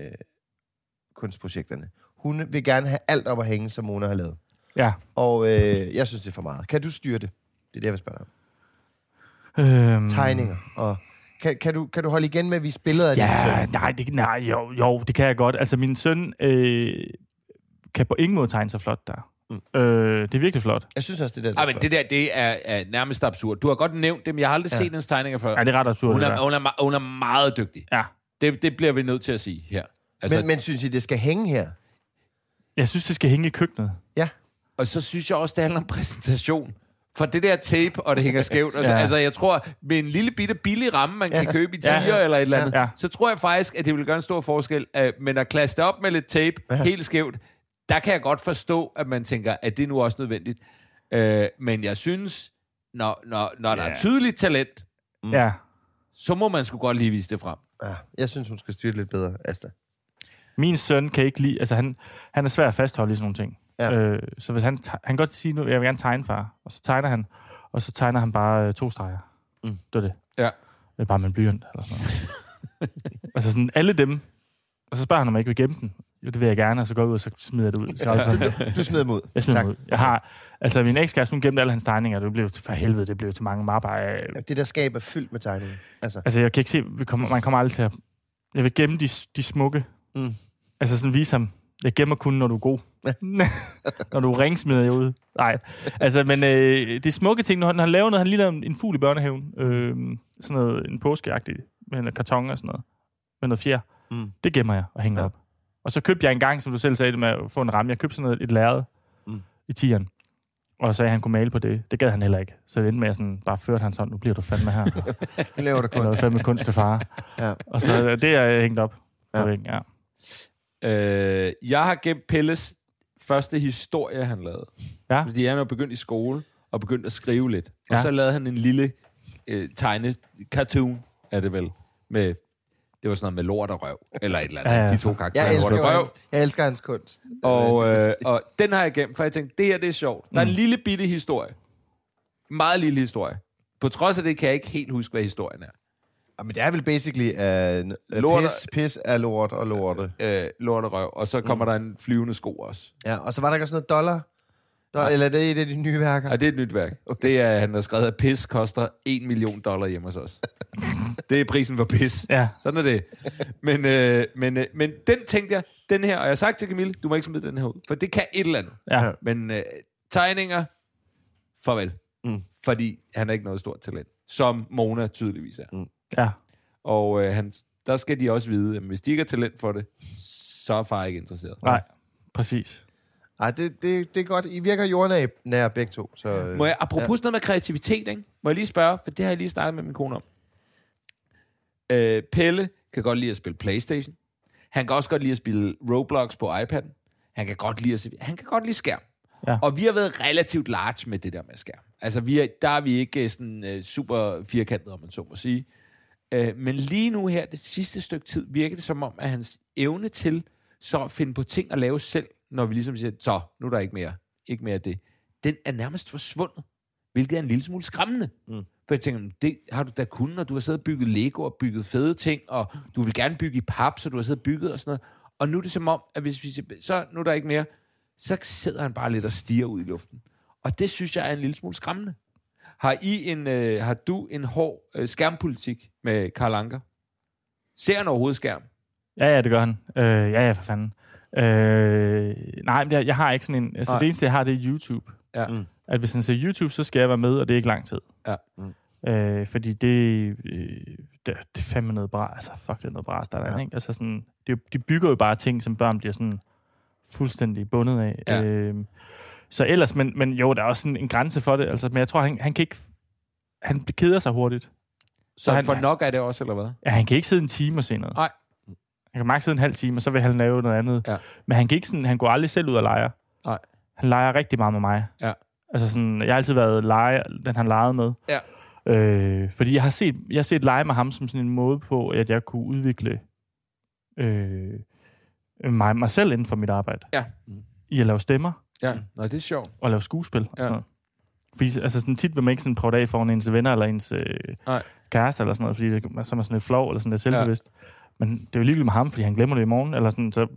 [SPEAKER 2] kunstprojekterne. Hun vil gerne have alt op at hænge, som Mona har lavet.
[SPEAKER 3] Ja.
[SPEAKER 2] Og øh, jeg synes, det er for meget. Kan du styre det? Det er det, jeg vil spørge dig om.
[SPEAKER 3] Øhm,
[SPEAKER 2] Tegninger. Og kan, kan, du, kan du holde igen med at vise billeder af din
[SPEAKER 3] Ja,
[SPEAKER 2] søn?
[SPEAKER 3] nej, det, nej jo, jo, det kan jeg godt. Altså, min søn øh, kan på ingen måde tegne så flot der. Mm. Øh, det er virkelig flot.
[SPEAKER 2] Jeg synes også, det der...
[SPEAKER 1] Ej, men det der, det er, er nærmest absurd. Du har godt nævnt dem. Jeg har aldrig ja. set hendes tegninger før.
[SPEAKER 3] Ja, det er ret absurd.
[SPEAKER 1] hun,
[SPEAKER 3] det
[SPEAKER 1] er,
[SPEAKER 3] der.
[SPEAKER 1] hun, er, me- hun er meget dygtig.
[SPEAKER 3] Ja.
[SPEAKER 1] Det, det bliver vi nødt til at sige her. Altså,
[SPEAKER 2] men, men synes I, det skal hænge her?
[SPEAKER 3] Jeg synes, det skal hænge i køkkenet.
[SPEAKER 2] Ja.
[SPEAKER 1] Og så synes jeg også, det handler om præsentation. For det der tape, og det hænger skævt. Altså, ja.
[SPEAKER 3] Ja.
[SPEAKER 1] altså jeg tror, med en lille bitte billig ramme, man kan købe i tiger ja. eller et eller andet, ja.
[SPEAKER 3] Ja.
[SPEAKER 1] så tror jeg faktisk, at det vil gøre en stor forskel. Øh, Men at klaste op med lidt tape, ja. helt skævt, der kan jeg godt forstå, at man tænker, at det er nu også nødvendigt. Øh, Men jeg synes, når, når, når der er tydeligt talent,
[SPEAKER 3] Mm. Ja.
[SPEAKER 1] så må man sgu godt lige vise det frem.
[SPEAKER 2] ja. Ah, Jeg synes, hun skal styre det lidt bedre, Asta.
[SPEAKER 3] Min søn kan ikke lide... Altså, han, han er svær at fastholde i sådan nogle ting.
[SPEAKER 2] Ja.
[SPEAKER 3] Øh, så hvis han, teg- han kan godt sige nu, jeg vil gerne tegne, far. Og så tegner han, og så tegner han bare øh, to streger. Mm. Det er det.
[SPEAKER 1] Ja.
[SPEAKER 3] Øh, bare med en blyant eller sådan noget. altså sådan alle dem. Og så spørger han, om jeg ikke vil gemme den. Jo, det vil jeg gerne, og så går jeg ud, og så smider jeg det ud. Så jeg, er sådan,
[SPEAKER 2] Du smider mod.
[SPEAKER 3] jeg smider det ud. Jeg har, altså min ekskæreste, hun gemte alle hans tegninger. Det blev til- for helvede, det blev til mange mapper. af-
[SPEAKER 2] Det der skab er fyldt med tegninger. Altså,
[SPEAKER 3] Altså jeg kan ikke se, vi kommer, man kommer aldrig til at... Jeg vil gemme de, de smukke.
[SPEAKER 2] Mm.
[SPEAKER 3] Altså sådan vise ham, jeg gemmer kun, når du er god. når du er ring, smider jeg ud. Nej, altså, men øh, det er smukke ting. Når han, når han laver noget, han ligner en, en fugl i børnehaven. Øh, sådan noget, en påskeagtig med en karton og sådan noget. Med noget fjer.
[SPEAKER 2] Mm.
[SPEAKER 3] Mm. Det gemmer jeg og hænger ja. op. Og så købte jeg engang, som du selv sagde, det med at få en ramme. Jeg købte sådan noget, et lærred
[SPEAKER 2] Mm.
[SPEAKER 3] mm. i tieren. Og sagde, at han kunne male på det. Det gad han heller ikke. Så det endte med, at jeg sådan, bare førte han sådan, nu bliver du fandme her.
[SPEAKER 2] nu laver du
[SPEAKER 3] Jeg lavede
[SPEAKER 2] kunst.
[SPEAKER 3] fandme kunst til far.
[SPEAKER 2] Ja.
[SPEAKER 3] Og så øh, det er jeg hængt op.
[SPEAKER 2] Ja.
[SPEAKER 3] Ja. Væggen, ja.
[SPEAKER 1] Øh, jeg har gemt Pelles første historie, han lavede.
[SPEAKER 3] Ja.
[SPEAKER 1] Fordi han var begyndt i skole og begyndt at skrive lidt. Ja. Og
[SPEAKER 3] Ja.
[SPEAKER 1] så lavede han en lille øh, tegne cartoon, er det vel, med det var sådan noget med lort og røv, eller et eller andet. Ja,
[SPEAKER 3] Ja,
[SPEAKER 1] ja.
[SPEAKER 3] ja.
[SPEAKER 1] De to karakterer,
[SPEAKER 2] Jeg elsker,
[SPEAKER 1] lort
[SPEAKER 2] jo
[SPEAKER 1] og røv.
[SPEAKER 2] hans, jeg elsker hans kunst.
[SPEAKER 1] Og, øh, og den har jeg gemt, for jeg tænkte, det her det er sjovt. Der er en lille bitte historie. Meget lille historie. På trods af det kan jeg ikke helt huske, hvad historien er.
[SPEAKER 2] Ja, Ah, men det er vel basically uh,
[SPEAKER 1] Lort
[SPEAKER 2] lort
[SPEAKER 1] og-
[SPEAKER 2] pis, pis af lort og lorte.
[SPEAKER 1] Øh, lort og røv. Og så kommer mm. der en flyvende sko også.
[SPEAKER 2] Ja, og så var der ikke også noget dollar? dollar eller er det er det de nye værker?
[SPEAKER 1] Og det er et nyt værk. Okay. Det er, han har skrevet, at pis koster 1 million dollar hjemme hos os. det er prisen for pis.
[SPEAKER 3] Ja.
[SPEAKER 1] Sådan er det. Men, øh, men, øh, men den tænkte jeg, den her, og jeg har sagt til Camille, du må ikke smide den her ud, for det kan et eller andet.
[SPEAKER 3] Ja.
[SPEAKER 1] Men øh, tegninger, farvel. Mm. Fordi han er ikke noget stort talent, som Mona tydeligvis er. Mm.
[SPEAKER 3] ja.
[SPEAKER 1] Og øh, han, der skal de også vide, at hvis de ikke har talent for det, så er far ikke interesseret.
[SPEAKER 3] Nej, præcis.
[SPEAKER 2] Ej, det, det, det er godt. I virker jordnær begge to. Så, øh,
[SPEAKER 1] Må jeg, apropos ja. noget med kreativitet, ikke? må jeg lige spørge, for det har jeg lige snakket med min kone om. Øh, Pelle kan godt lide at spille Playstation. Han kan også godt lide at spille Roblox på iPad'en. Han kan godt lide at se, han kan godt lide skærm. Ja.
[SPEAKER 3] Ja.
[SPEAKER 1] Og vi har været relativt large med det der med skærm. Altså, vi er, der er vi ikke øh, sådan øh, super firkantet, om man så må sige. Øh, men lige nu her, det sidste stykke tid, virker det som om, at hans evne til så at finde på ting at lave selv, når vi ligesom siger, så, nu er der ikke mere, ikke mere af det, den er nærmest forsvundet, hvilket er en lille smule skræmmende. Mm. For jeg tænker, "Men det har du da kun, når du har siddet og bygget Lego og bygget fede ting, og du vil gerne bygge i pap, så du har siddet og bygget og sådan noget. Og nu er det som om, at hvis vi siger, så nu er der ikke mere, så sidder han bare lidt og stiger ud i luften. Og det synes jeg er en lille smule skræmmende. Har, I en, øh, har du en hård øh, skærmpolitik med Karl Anker? Ser han overhovedet skærm?
[SPEAKER 3] Ja, ja, det gør han. Øh, ja, ja, for fanden. Øh, nej, men jeg, jeg har ikke sådan en... Altså,
[SPEAKER 1] Nej.
[SPEAKER 3] det eneste, jeg har, det er YouTube.
[SPEAKER 1] Ja.
[SPEAKER 2] Mm.
[SPEAKER 3] At hvis han ser YouTube, så skal jeg være med, og det er ikke lang tid.
[SPEAKER 1] Ja. Mm.
[SPEAKER 3] Øh, fordi det, øh, det, det er fandme noget bra. Altså, fuck, det er noget bra, der er der, ikke? Altså, sådan, det, de bygger jo bare ting, som børn bliver sådan fuldstændig bundet af.
[SPEAKER 1] Ja.
[SPEAKER 3] Øh, så ellers, men, men jo, der er også sådan en grænse for det. Altså, men jeg tror, han, han kan ikke... Han keder sig hurtigt.
[SPEAKER 1] Så, så han
[SPEAKER 3] han-
[SPEAKER 1] får nok af det også, eller hvad?
[SPEAKER 3] Ja, han kan ikke sidde en time og se noget.
[SPEAKER 1] Nej.
[SPEAKER 3] Han kan maks sidde en halv time, og så vil han lave noget andet.
[SPEAKER 1] Ja.
[SPEAKER 3] Men han, kan ikke sådan, han går aldrig selv ud og leger.
[SPEAKER 1] Nej.
[SPEAKER 3] Han leger rigtig meget med mig.
[SPEAKER 1] Ja.
[SPEAKER 3] Altså sådan, jeg har altid været lege, den han legede med.
[SPEAKER 1] Ja.
[SPEAKER 3] Øh, fordi jeg har, set, jeg har set lege med ham som sådan en måde på, at jeg kunne udvikle øh, mig, mig selv inden for mit arbejde.
[SPEAKER 1] Ja.
[SPEAKER 3] I at lave stemmer
[SPEAKER 1] Ja, Nå, det er sjovt.
[SPEAKER 3] og lave skuespil og
[SPEAKER 1] Ja.
[SPEAKER 3] sådan noget. Fordi altså, sådan, tit vil man ikke sådan prøve det af foran ens venner eller ens øh,
[SPEAKER 1] Nej.
[SPEAKER 3] kæreste eller sådan noget, fordi det, så er man sådan lidt flov eller sådan lidt selvbevidst. Men det er jo ligegyldigt med ham, fordi han glemmer det i morgen, eller sådan, så, øh,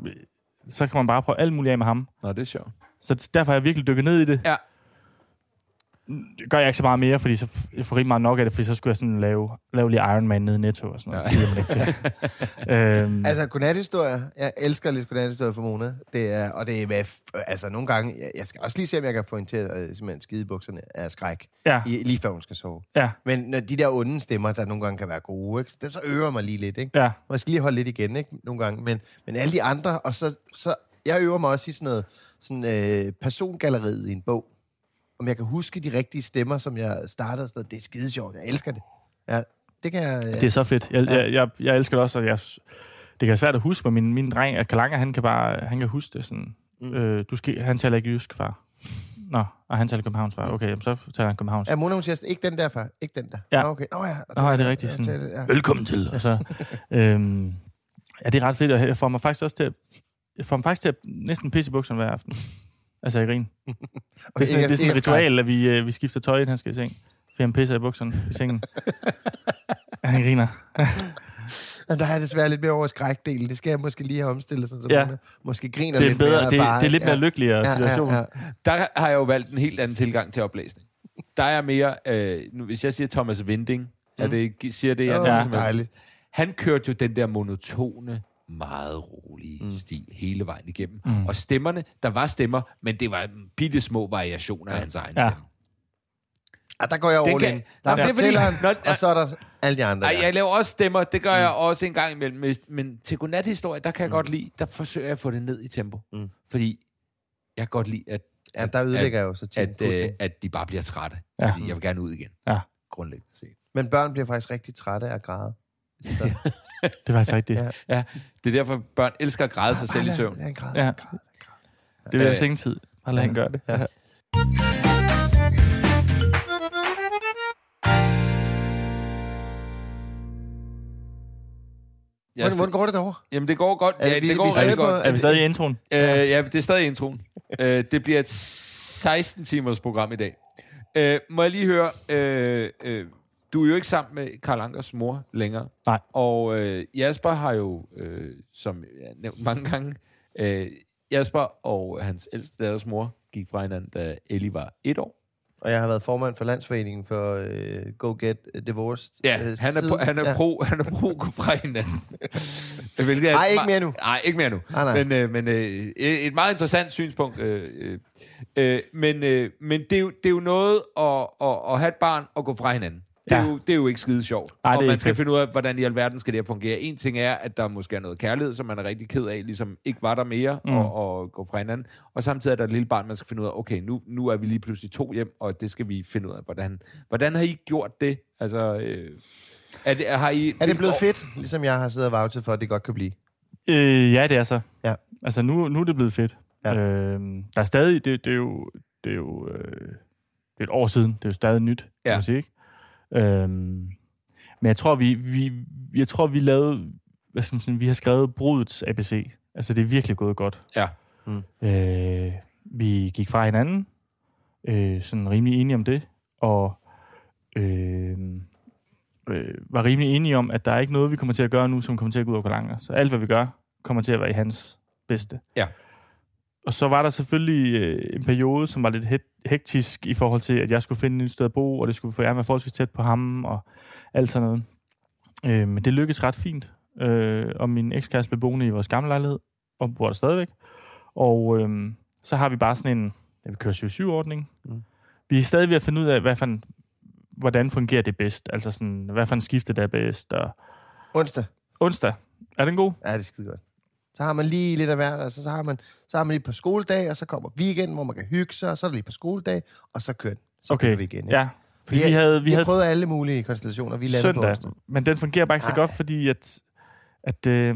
[SPEAKER 3] så kan man bare prøve alt muligt af med ham.
[SPEAKER 1] Nå, det er sjovt.
[SPEAKER 3] Så t- derfor har jeg virkelig dykket ned i det.
[SPEAKER 1] Ja.
[SPEAKER 3] Det gør jeg ikke så meget mere, fordi så f- jeg får rimelig meget nok af det, fordi så skulle jeg sådan lave, lave lige Iron Man nede i Netto og sådan noget.
[SPEAKER 1] Ja.
[SPEAKER 3] Ja. Det gider man ikke til. øhm, altså,
[SPEAKER 2] Altså, godnathistorier. Jeg elsker lidt godnathistorier for Mona. Det er, og det er, hvad f- altså nogle gange, jeg, jeg skal også lige se, om jeg kan få hende til at øh, simpelthen skide i bukserne af skræk,
[SPEAKER 3] ja,
[SPEAKER 2] i, lige før hun skal sove.
[SPEAKER 3] ja,
[SPEAKER 2] Men når de der onde stemmer, der nogle gange kan være gode, ikke? Dem, så øver mig lige lidt, ikke?
[SPEAKER 3] ja.
[SPEAKER 2] Og jeg skal lige holde lidt igen, ikke? Nogle gange. Men, men alle de andre, og så, så... Jeg øver mig også i sådan noget sådan, øh, persongalleriet i en bog. Om jeg kan huske de rigtige stemmer, som jeg startede. Sådan noget. Det er skide sjovt. Jeg elsker det. Ja, det kan jeg... Øh,
[SPEAKER 3] Det er så fedt. Jeg, jeg, jeg, jeg elsker det også, og jeg, det kan være svært at huske, men min, min dreng, at Kalanger, han kan bare han kan huske det sådan. Mm. Øh, du skal, han taler ikke jysk, far. Nå, og han taler Københavns, far. Okay, jamen, så taler han Københavns.
[SPEAKER 2] Mm. Ja, Mona, hun siger, ikke den der, far. Ikke den der.
[SPEAKER 3] Ja.
[SPEAKER 2] Nå, okay. Nå, ja.
[SPEAKER 3] Nå, er det rigtigt?
[SPEAKER 2] Ja,
[SPEAKER 3] Sådan,
[SPEAKER 2] det- ja.
[SPEAKER 3] Velkommen til. Og så, øhm, ja, det er ret fedt, og jeg får mig faktisk også til at, jeg får mig faktisk til at næsten pisse i bukserne hver aften. Altså, jeg griner. Det er sådan, det er sådan et ritual, at vi, øh, vi skifter tøj, inden han skal i seng. For han pisser i bukserne i sengen. han griner.
[SPEAKER 2] Men der er jeg desværre lidt mere over skrækdelen. Det skal jeg måske lige have omstillet, sådan, så
[SPEAKER 3] Ja.
[SPEAKER 2] ja. Mona måske griner
[SPEAKER 3] Det er,
[SPEAKER 2] lidt
[SPEAKER 3] bedre,
[SPEAKER 2] mere.
[SPEAKER 3] det,
[SPEAKER 2] af far,
[SPEAKER 3] det er
[SPEAKER 2] ikke?
[SPEAKER 3] lidt mere lykkeligere situation.
[SPEAKER 2] Ja, ja, ja.
[SPEAKER 1] Der har jeg jo valgt en helt anden tilgang til oplæsning. Der er mere... Øh, nu, hvis jeg siger Thomas Vinding, er det, siger det, jeg
[SPEAKER 2] Åh,
[SPEAKER 1] noget
[SPEAKER 3] ja.
[SPEAKER 1] som helst?
[SPEAKER 2] dejligt.
[SPEAKER 1] Han kørte jo den der monotone, meget rolige mm. stil hele vejen igennem. Mm. Og stemmerne, der var stemmer, men det var bitte små variationer af hans egen
[SPEAKER 3] Ja.
[SPEAKER 1] stemme.
[SPEAKER 2] Ah, der går jeg over
[SPEAKER 1] kan-
[SPEAKER 2] kan... Der er
[SPEAKER 1] Nå, det er fordi-
[SPEAKER 2] fortælleren,
[SPEAKER 1] Nå, ah.
[SPEAKER 2] og så er der alle de andre.
[SPEAKER 1] Ej,
[SPEAKER 2] der.
[SPEAKER 1] jeg laver også stemmer, det gør jeg også en gang imellem. men- Men til godnathistorie, der kan jeg godt lide, der forsøger jeg at få det ned i tempo. Mm. Fordi jeg kan godt lide, at,
[SPEAKER 2] Ja, der ødelægger jeg jo så
[SPEAKER 1] at,
[SPEAKER 2] tit.
[SPEAKER 1] øh, at de bare bliver trætte.
[SPEAKER 3] Ja.
[SPEAKER 1] Ja. Fordi jeg vil gerne ud igen,
[SPEAKER 3] Ja.
[SPEAKER 1] grundlæggende set.
[SPEAKER 2] Men børn bliver faktisk rigtig trætte af at græde. Så,
[SPEAKER 3] Det var altså rigtigt.
[SPEAKER 2] Ja.
[SPEAKER 3] Ja.
[SPEAKER 1] Ja, det er derfor, børn elsker at græde sig selv i søvn.
[SPEAKER 2] Ja, græd,
[SPEAKER 3] Ja.
[SPEAKER 2] ja.
[SPEAKER 3] Det altså er
[SPEAKER 1] Øh,
[SPEAKER 3] deres sengetid. Bare lad ja. han gøre det. Ja.
[SPEAKER 1] Jeg
[SPEAKER 2] Hvordan, hvordan går det derovre?
[SPEAKER 1] Jamen, det går godt.
[SPEAKER 2] Er
[SPEAKER 1] Ja,
[SPEAKER 2] vi-
[SPEAKER 1] det
[SPEAKER 2] vi
[SPEAKER 1] går
[SPEAKER 2] stadig
[SPEAKER 1] rigtig
[SPEAKER 2] på-
[SPEAKER 1] godt.
[SPEAKER 3] Er vi stadig i introen?
[SPEAKER 1] Øh, ja, det er stadig introen. øh, det bliver et 16-timers program i dag. Øh, må jeg lige høre, øh, øh, du er jo ikke sammen med Karl Ankers mor længere.
[SPEAKER 3] Nej.
[SPEAKER 1] Og øh, Jasper har jo, øh, som jeg har nævnt mange gange, øh, Jasper og hans ældste datters mor gik fra hinanden, da Ellie var et år.
[SPEAKER 2] Og jeg har været formand for Landsforeningen for øh, Go Get Divorced.
[SPEAKER 1] Ja,
[SPEAKER 2] øh,
[SPEAKER 1] han er,
[SPEAKER 2] siden-
[SPEAKER 1] pro, han er, pro, han er pro fra hinanden. Hvilket er
[SPEAKER 2] Ej,
[SPEAKER 1] et
[SPEAKER 2] ikke
[SPEAKER 1] me-
[SPEAKER 2] mere nu.
[SPEAKER 1] Nej, ikke mere nu.
[SPEAKER 2] Nej, nej.
[SPEAKER 1] Men, øh, men øh, et meget interessant synspunkt. Øh, øh, øh, men øh, men det, er jo, det er jo noget at, at, at have et barn og gå fra hinanden. Det er,
[SPEAKER 3] Ja.
[SPEAKER 1] jo, det er jo ikke skide sjovt.
[SPEAKER 3] Nej, det
[SPEAKER 1] og
[SPEAKER 3] er
[SPEAKER 1] man
[SPEAKER 3] ikke
[SPEAKER 1] skal
[SPEAKER 3] fedt.
[SPEAKER 1] finde ud af, hvordan i alverden skal det her fungere. En ting er, at der måske er noget kærlighed, som man er rigtig ked af, ligesom ikke var der mere, mm. og, og gå fra hinanden. Og samtidig er der et lille barn, man skal finde ud af, okay, nu, nu er vi lige pludselig to hjem, og det skal vi finde ud af, hvordan, hvordan har I gjort det? Altså, øh, er det, har I,
[SPEAKER 2] Er det blevet fedt, ligesom jeg har siddet og vouchet for, at det godt kan blive?
[SPEAKER 3] Øh, ja, det er så.
[SPEAKER 2] Ja.
[SPEAKER 3] Altså, nu, nu er det blevet fedt.
[SPEAKER 2] Ja.
[SPEAKER 3] Ja. Øh, der er stadig... Det, det er jo... Det er jo øh, det er et år siden. Det er jo stadig nyt, kan
[SPEAKER 1] Ja.
[SPEAKER 3] man sige, ikke? Øh, men jeg tror, vi, vi, jeg tror, vi lavede... Hvad skal man sige, vi har skrevet brudets ABC. Altså, det er virkelig gået godt.
[SPEAKER 1] Ja.
[SPEAKER 3] Mm. Øh, vi gik fra hinanden. Øh, sådan rimelig enige om det. Og... Øh, øh, var rimelig enige om, at der er ikke noget, vi kommer til at gøre nu, som kommer til at gå ud over Kalanger. Så alt, hvad vi gør, kommer til at være i hans bedste.
[SPEAKER 1] Ja.
[SPEAKER 3] Og så var der selvfølgelig øh, en periode, som var lidt hek- hektisk i forhold til, at jeg skulle finde et nyt sted at bo, og det skulle for jeg være forholdsvis tæt på ham, og alt sådan noget. Øh, men det lykkedes ret fint. Øh, og min ekskæreste blev boende i vores gamle lejlighed, og bor der stadigvæk. Og øh, så har vi bare sådan en, ja, vi kører 27-ordning.
[SPEAKER 2] Mm.
[SPEAKER 3] Mm. Vi er stadig ved at finde ud af, hvad for en, hvordan fungerer det bedst? Altså sådan, hvad for en skifte der er bedst? Og
[SPEAKER 2] Onsdag?
[SPEAKER 3] onsdag, er den god?
[SPEAKER 2] Ja, det er skide godt. Så har man lige lidt af hvert, altså så har man, så har man lige på skoledag, og så kommer weekend, hvor man kan hygge sig, og så er der lige på skoledag, og så kører den. Så kører vi igen.
[SPEAKER 3] ja. Fordi
[SPEAKER 2] Vi-
[SPEAKER 3] vi havde,
[SPEAKER 2] Vi
[SPEAKER 3] vi
[SPEAKER 2] har
[SPEAKER 3] havde
[SPEAKER 2] prøvet alle mulige konstellationer, vi landede på
[SPEAKER 3] søndag,
[SPEAKER 2] onsdag.
[SPEAKER 3] men den fungerer bare ikke så
[SPEAKER 2] Ej.
[SPEAKER 3] godt, fordi at, at øh,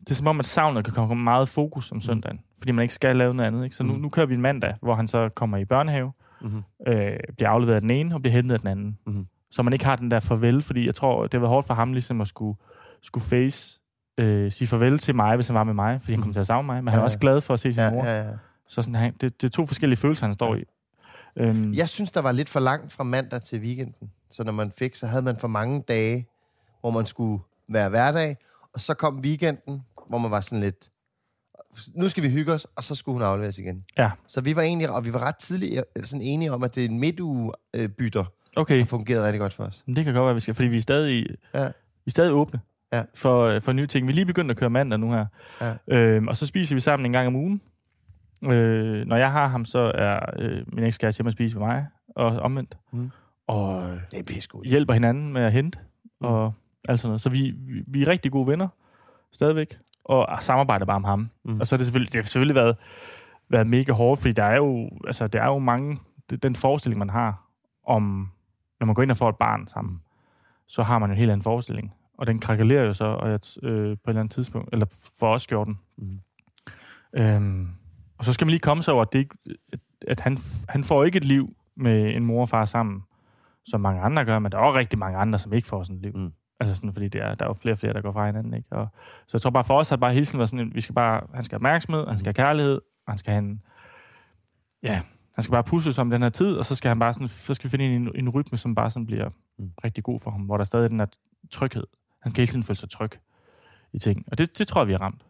[SPEAKER 3] det er som om, at savnet kan komme meget fokus om søndagen, fordi man ikke skal lave noget andet. Ikke? Så nu,
[SPEAKER 2] Mm.
[SPEAKER 3] nu kører vi en mandag, hvor han så kommer i børnehave,
[SPEAKER 2] Mhm.
[SPEAKER 3] øh, bliver afleveret af den ene og bliver hentet af den anden.
[SPEAKER 2] Mhm.
[SPEAKER 3] Så man ikke har den der farvel, fordi jeg tror, det har været hårdt for ham ligesom at skulle, skulle face, øh, sige farvel til mig, hvis han var med mig, fordi han kom til at savne mig, men han
[SPEAKER 2] Mm. Ja,
[SPEAKER 3] var også glad for at se sin
[SPEAKER 2] Ja,
[SPEAKER 3] mor.
[SPEAKER 2] ja, ja.
[SPEAKER 3] Så sådan, han, det, det er to forskellige følelser, han står i. Øhm,
[SPEAKER 2] Jeg synes, der var lidt for langt fra mandag til weekenden. Så når man fik, så havde man for mange dage, hvor man skulle være hverdag. Og så kom weekenden, hvor man var sådan lidt... nu skal vi hygge os, og så skulle hun afleveres igen.
[SPEAKER 3] Ja.
[SPEAKER 2] Så vi var egentlig, og vi var ret tidligt øh, sådan enige om, at det er en midtuge øh, bytter,
[SPEAKER 3] Okay,
[SPEAKER 2] der fungerede rigtig godt for os.
[SPEAKER 3] men det kan godt være, vi skal, fordi vi er stadig,
[SPEAKER 2] Ja.
[SPEAKER 3] vi er stadig åbne
[SPEAKER 2] Ja.
[SPEAKER 3] for, for nye ting. Vi er lige begyndt at køre mandag nu her. Ja. Øhm, og så spiser vi sammen en gang om ugen. Øh, når jeg har ham, så er øh, min ekskæreste hjemme og spise med mig, og omvendt.
[SPEAKER 2] Mm.
[SPEAKER 3] Mm. Og øh,
[SPEAKER 2] Det er pisse
[SPEAKER 3] hjælper hinanden med at hente, og alt sådan noget. Så vi, vi- vi er rigtig gode venner, stadigvæk, og samarbejder bare om ham.
[SPEAKER 2] Mm.
[SPEAKER 3] Mm. Og så har det selvfølgelig, det har selvfølgelig været, været mega hårdt, fordi der er jo, altså, der er jo mange, det, den forestilling, man har om, når man går ind og får et barn sammen, så har man jo en helt anden forestilling. Og den krakelerer jo så og jeg, t- øh, på et eller andet tidspunkt, eller for os gjorde den.
[SPEAKER 2] Mm.
[SPEAKER 3] Øhm, og så skal man lige komme sig over, at, det ikke, at han, han får ikke et liv med en mor og far sammen, som mange andre gør, men der er også rigtig mange andre, som ikke får sådan et liv.
[SPEAKER 2] Mm.
[SPEAKER 3] Mm. Altså sådan, fordi det er, der er jo flere og flere, der går fra hinanden. Ikke? Og, så jeg tror bare for os, har det bare hele tiden været sådan, at vi skal bare, han skal have opmærksomhed, han
[SPEAKER 2] Mm.
[SPEAKER 3] skal have kærlighed, og han skal have en, ja, han skal bare pusle sig om den her tid, og så skal han bare sådan, så skal vi finde en, en rytme, som bare sådan bliver
[SPEAKER 2] Mm.
[SPEAKER 3] mm. rigtig god for ham, hvor der er stadig er den her tryghed. Han kan hele tiden føle sig tryg i ting. Og det, det tror jeg, vi har ramt.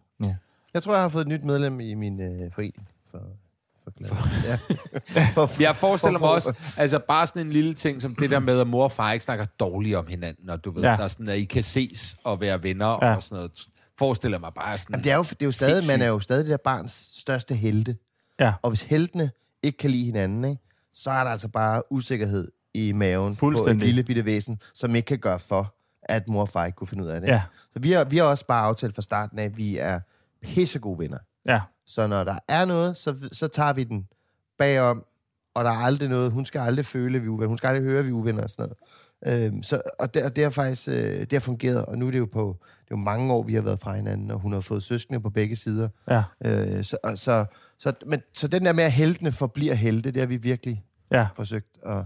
[SPEAKER 2] Jeg tror, jeg har fået et nyt medlem i min øh, forening. For, for, for, ja. for, for,
[SPEAKER 1] Jeg forestiller mig også, altså bare sådan en lille ting som det der med, at mor og far ikke snakker dårligt om hinanden, og du ved, ja.
[SPEAKER 3] Ja.
[SPEAKER 1] der er sådan, at I kan ses og være venner ja.
[SPEAKER 3] Ja.
[SPEAKER 1] og sådan noget. Forestiller mig bare sådan...
[SPEAKER 2] Jamen, det er jo, det er jo stadig, man er jo stadig det der barns største helte.
[SPEAKER 3] Ja.
[SPEAKER 2] Og hvis heltene ikke kan lide hinanden, ikke, så er der altså bare usikkerhed i maven på et
[SPEAKER 3] Fuldstændig.
[SPEAKER 2] lille bitte væsen, som ikke kan gøre for, at mor og far ikke kunne finde ud af det.
[SPEAKER 3] Ja,
[SPEAKER 2] Så vi har, vi har også bare aftalt fra starten af, at vi er pissegode venner.
[SPEAKER 3] ja,
[SPEAKER 2] Så når der er noget, så, så tager vi den bagom, og der er aldrig noget. Hun skal aldrig føle, at vi er uvenner. Hun skal aldrig høre, at vi er uvenner og sådan noget. Øhm, så, og det, og det har faktisk øh, det har fungeret, og nu er det jo på det er jo mange år, vi har været fra hinanden, og hun har fået søskende på begge sider.
[SPEAKER 3] ja,
[SPEAKER 2] Øh, så, og, så, så, men, så den der med, at heltene forbliver helte, det har vi virkelig
[SPEAKER 3] ja.
[SPEAKER 2] forsøgt at,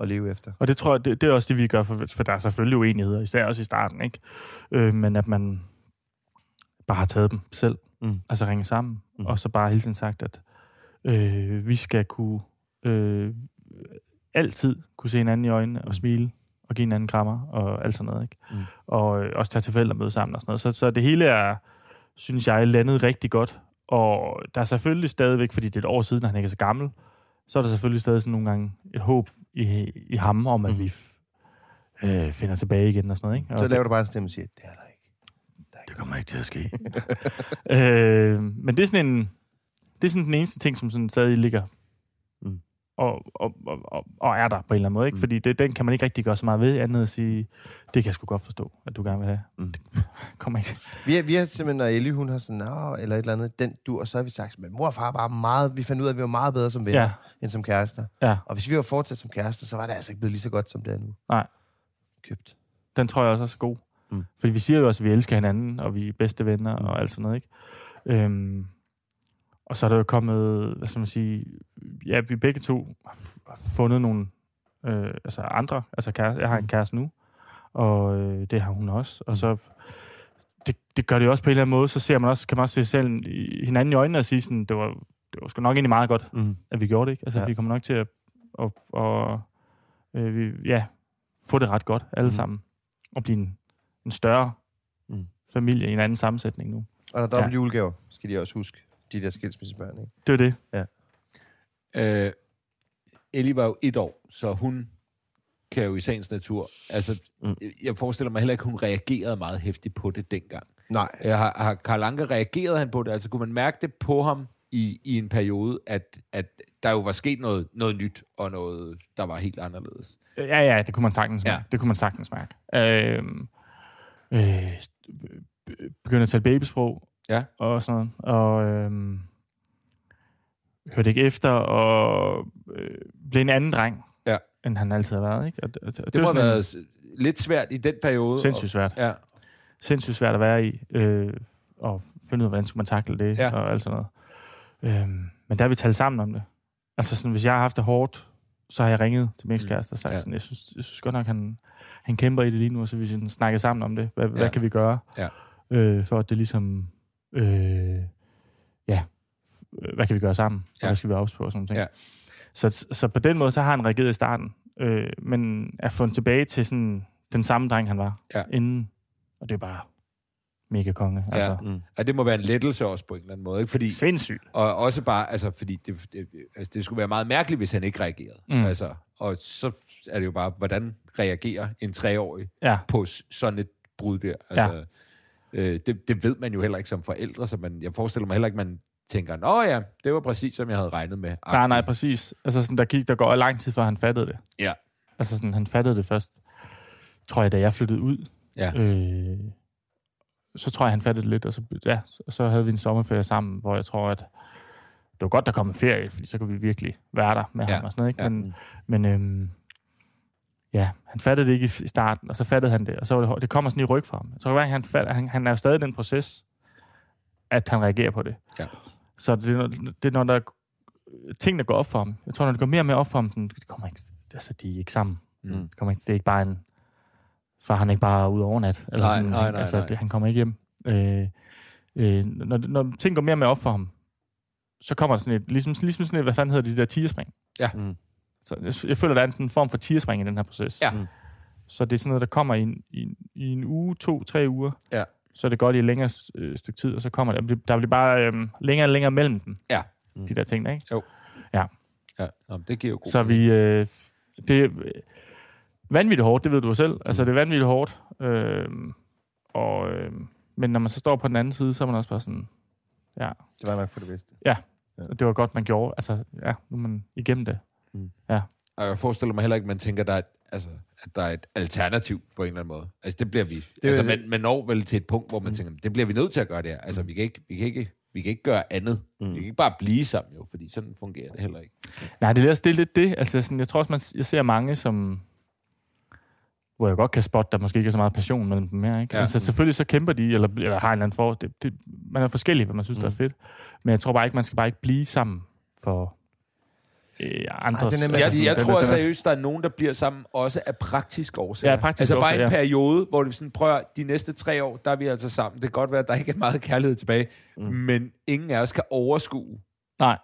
[SPEAKER 2] at leve efter.
[SPEAKER 3] Og det tror jeg, det, det er også det, vi gør, for, for der er selvfølgelig uenigheder, især også i starten, ikke? Øh, men at man bare har taget dem selv,
[SPEAKER 2] Mm.
[SPEAKER 3] mm. altså ringet sammen,
[SPEAKER 2] Mm.
[SPEAKER 3] mm. og så bare hele tiden sagt, at øh, vi skal kunne øh, altid kunne se hinanden i øjnene og smile og give hinanden krammer og alt sådan noget, ikke?
[SPEAKER 2] Mm.
[SPEAKER 3] Mm. Og øh, også tage til forældremøde sammen og sådan noget. Så, så det hele er, synes jeg, landet rigtig godt. Og der er selvfølgelig stadigvæk, fordi det er et år siden, og han ikke er så gammel, så er der selvfølgelig stadig sådan nogle gange et håb i, i ham om, at
[SPEAKER 2] Mm.
[SPEAKER 3] vi f- øh, finder tilbage igen og sådan noget. Ikke? Og
[SPEAKER 2] Så laver du bare en stemme og siger, det er der ikke.
[SPEAKER 3] det kommer ikke til at ske. øh, men det er sådan en... Det er sådan den eneste ting, som sådan stadig ligger
[SPEAKER 2] Mm.
[SPEAKER 3] og, og, og, og, og er der på en eller anden måde. Ikke?
[SPEAKER 2] Mm.
[SPEAKER 3] Fordi det, den kan man ikke rigtig gøre så meget ved, andet end at sige, det kan jeg sgu godt forstå, at du gerne vil have.
[SPEAKER 2] Mm.
[SPEAKER 3] Mm. Det kommer ikke til.
[SPEAKER 2] Vi, har- vi har simpelthen, når Ellie, hun har sådan, "Nå," eller et eller andet, den dur, så har vi sagt, men mor og far er bare meget, vi fandt ud af, at vi var meget bedre som venner, ja.
[SPEAKER 3] Ja.
[SPEAKER 2] end som kærester.
[SPEAKER 3] Ja,
[SPEAKER 2] Og hvis vi var fortsat som kærester, så var det altså ikke blevet lige så godt, som det er nu.
[SPEAKER 3] Nej.
[SPEAKER 2] Købt.
[SPEAKER 3] den tror jeg også er så god.
[SPEAKER 2] Mm.
[SPEAKER 3] Mm. Fordi vi siger jo også, at vi elsker hinanden, og vi er bedste venner mm. og alt sådan noget. Ikke? Øhm, og så er der jo kommet, hvad skal man sige, ja, vi begge to har f- har fundet nogle øh, altså andre, altså kæreste, jeg har en kæreste nu, og øh, det har hun også, og så det, det gør det jo også på en eller anden måde, så ser man også, kan man også se selv i- hinanden i øjnene og sige sådan, det var, det var sgu nok egentlig meget godt,
[SPEAKER 2] Mm.
[SPEAKER 3] at vi gjorde det, ikke? Altså,
[SPEAKER 2] Ja.
[SPEAKER 3] ja. vi kommer nok til at og, og, øh, vi, ja, få det ret godt, alle
[SPEAKER 2] Mm.
[SPEAKER 3] mm. sammen, og blive en, en større
[SPEAKER 2] Mm.
[SPEAKER 3] mm. familie i en anden sammensætning nu.
[SPEAKER 2] Og der er dobbelt ja.
[SPEAKER 3] Ja.
[SPEAKER 2] julegaver, skal de også huske, de der skilsmissebørn, ikke?
[SPEAKER 3] Det er det.
[SPEAKER 1] Øh, Ellie var jo et år, så hun kan jo i sagens natur... Altså,
[SPEAKER 2] Mm.
[SPEAKER 1] mm. jeg forestiller mig heller ikke, hun reagerede meget hæftigt på det dengang.
[SPEAKER 2] Nej.
[SPEAKER 1] Øh, har, har Karl Anker reageret han på det? Altså, kunne man mærke det på ham i, i en periode, at, at der jo var sket noget, noget nyt, og noget, der var helt anderledes?
[SPEAKER 3] Øh, Ja, ja, det kunne man sagtens
[SPEAKER 1] Ja.
[SPEAKER 3] mærke. Ja. Det kunne man sagtens mærke. Øhm, øh, begyndte at tale babysprog.
[SPEAKER 1] Ja.
[SPEAKER 3] Og sådan noget. Og øhm, hørte ikke efter, og øh, blev en anden dreng,
[SPEAKER 1] Ja.
[SPEAKER 3] end han altid har været. Ikke? Og, og, og det,
[SPEAKER 1] Det, det må
[SPEAKER 3] var sådan
[SPEAKER 1] have
[SPEAKER 3] en-
[SPEAKER 1] været s- lidt svært i den periode.
[SPEAKER 3] sindssygt svært.
[SPEAKER 1] Og, ja.
[SPEAKER 3] sindssygt svært at være i, øh, og finde ud af, hvordan skulle man takle det,
[SPEAKER 1] Ja.
[SPEAKER 3] ja. og alt sådan noget. Øhm, men der har vi talt sammen om det. Altså sådan, hvis jeg har haft det hårdt, så har jeg ringet til min ekskæreste og
[SPEAKER 1] Mm.
[SPEAKER 3] sagt
[SPEAKER 1] Ja.
[SPEAKER 3] ja. sådan, jeg synes, jeg synes godt nok, han, han kæmper i det lige nu, og så vi sådan, snakker sammen om det. Hvad, ja.
[SPEAKER 1] Ja.
[SPEAKER 3] hvad kan vi gøre,
[SPEAKER 1] Ja.
[SPEAKER 3] øh, for at det ligesom, øh, ja, øh, hvad kan vi gøre sammen, og
[SPEAKER 1] Ja.
[SPEAKER 3] hvad skal vi opspå og sådan noget.
[SPEAKER 1] Ja.
[SPEAKER 3] Så, så på den måde, så har han reageret i starten, øh, men er fundet tilbage til sådan, den samme dreng, han var
[SPEAKER 1] Ja.
[SPEAKER 3] inden, og det er bare mega konge.
[SPEAKER 1] Ja.
[SPEAKER 3] Altså, ja.
[SPEAKER 2] Mm.
[SPEAKER 1] Og det må være en lettelse også på en eller anden måde, ikke? Fordi,
[SPEAKER 3] Sindssygt.
[SPEAKER 1] og også bare, altså, fordi det, det, altså, det skulle være meget mærkeligt, hvis han ikke reagerede.
[SPEAKER 3] Mm.
[SPEAKER 1] Altså, og så er det jo bare, hvordan reagerer en treårig
[SPEAKER 3] Ja.
[SPEAKER 1] på s- sådan et brud der? Altså, ja. øh, det, det ved man jo heller ikke som forældre, så man, jeg forestiller mig heller ikke, man tænker, nå ja, det var præcis, som jeg havde regnet med.
[SPEAKER 3] Nej, nej, præcis. Altså, sådan, der, gik, der går lang tid, før han fattede det.
[SPEAKER 1] Ja.
[SPEAKER 3] Altså, sådan, han fattede det først, tror jeg, da jeg flyttede ud.
[SPEAKER 1] Ja.
[SPEAKER 3] Øh, så tror jeg, han fattede det lidt, og så, ja, så- så havde vi en sommerferie sammen, hvor jeg tror, at det var godt, der kom en ferie, fordi så kunne vi virkelig være der med
[SPEAKER 1] Ja.
[SPEAKER 3] ja. ham og sådan noget. Ikke?
[SPEAKER 1] Ja.
[SPEAKER 3] Men, men øhm, ja, han fattede det ikke i starten, og så fattede han det, og så var det, hår- det kommer sådan i ryg fra ham. Jeg tror, hver gang han, fat, han, han er jo stadig i den proces, at han reagerer på det.
[SPEAKER 1] Ja.
[SPEAKER 3] Så det, er når- det er, når der er ting, der går op for ham. Jeg tror, når det går mere og mere op for ham, sådan, det kommer ikke, altså, de er ikke sammen.
[SPEAKER 1] Mm.
[SPEAKER 3] Det, kommer ikke, det er ikke bare en... Far, han er ikke bare ude overnat. Eller
[SPEAKER 1] Nej,
[SPEAKER 3] sådan,
[SPEAKER 1] nej, nej,
[SPEAKER 3] altså,
[SPEAKER 1] nej.
[SPEAKER 3] Det, han kommer ikke hjem. Øh, øh, når, når ting går mere og mere op for ham, så kommer der sådan et... Ligesom, ligesom sådan et, hvad fanden hedder det, de der tierspring.
[SPEAKER 1] Ja.
[SPEAKER 2] Mm.
[SPEAKER 3] Så jeg, jeg føler, der er en sådan form for tierspring i den her proces.
[SPEAKER 1] Ja.
[SPEAKER 2] Mm.
[SPEAKER 3] Så det er sådan noget, der kommer i en, i, en- i en uge, to, tre uger.
[SPEAKER 1] Ja.
[SPEAKER 3] Så er det godt i et længere øh, stykke tid, og så kommer det. og det- Der bliver bare øh, længere og længere mellem dem,
[SPEAKER 1] Ja.
[SPEAKER 3] de der ting, der, ikke?
[SPEAKER 1] Ja, Nå, men det giver jo god
[SPEAKER 3] Så vi... Øh, det er vanvittigt hårdt, det ved du jo selv. Altså,
[SPEAKER 1] Mm.
[SPEAKER 3] det er vanvittigt hårdt. Øh, og, øh, men når man så står på den anden side, så er man også bare sådan... Ja,
[SPEAKER 2] Det var nok for det bedste.
[SPEAKER 3] det var godt, man gjorde. Altså, ja, nu er man igennem det.
[SPEAKER 1] Og jeg forestiller mig heller ikke, at man tænker, at der er et, altså, at der er et alternativ på en eller anden måde. Altså, det bliver vi. Det
[SPEAKER 2] er
[SPEAKER 1] altså,
[SPEAKER 2] jo det.
[SPEAKER 1] man, man når vel til et punkt, hvor man mm. tænker, det bliver vi nødt til at gøre det her. Altså, vi kan ikke, vi kan ikke, vi kan ikke gøre andet. Mm. Vi kan ikke bare blive sammen, jo, fordi sådan fungerer det heller ikke.
[SPEAKER 3] Nej, det er, også- det er lidt det. Altså, sådan, jeg tror også, man, jeg ser mange, som hvor jeg godt kan spotte, der måske ikke er så meget passion mellem dem her. Ikke?
[SPEAKER 1] Ja.
[SPEAKER 3] Ja. Altså selvfølgelig så kæmper de, eller, eller har en eller anden for... Det, det, man er forskellig, hvad man synes, mm. der er fedt. Men jeg tror bare ikke, man skal bare ikke blive sammen for øh, andres...
[SPEAKER 2] den er med
[SPEAKER 3] altså,
[SPEAKER 1] Jeg,
[SPEAKER 2] fordi-
[SPEAKER 1] jeg
[SPEAKER 3] den-
[SPEAKER 1] tror
[SPEAKER 3] den er-
[SPEAKER 1] seriøst, der er nogen, der bliver sammen også af praktisk årsager.
[SPEAKER 3] Ja, praktiske
[SPEAKER 1] altså bare
[SPEAKER 3] årsager,
[SPEAKER 1] en
[SPEAKER 3] ja.
[SPEAKER 1] periode, hvor det sådan, prøv at, høre, de næste tre år, der er vi altså sammen. Det kan godt være, at der ikke er meget kærlighed tilbage, mm. men ingen af os kan overskue
[SPEAKER 3] Nej,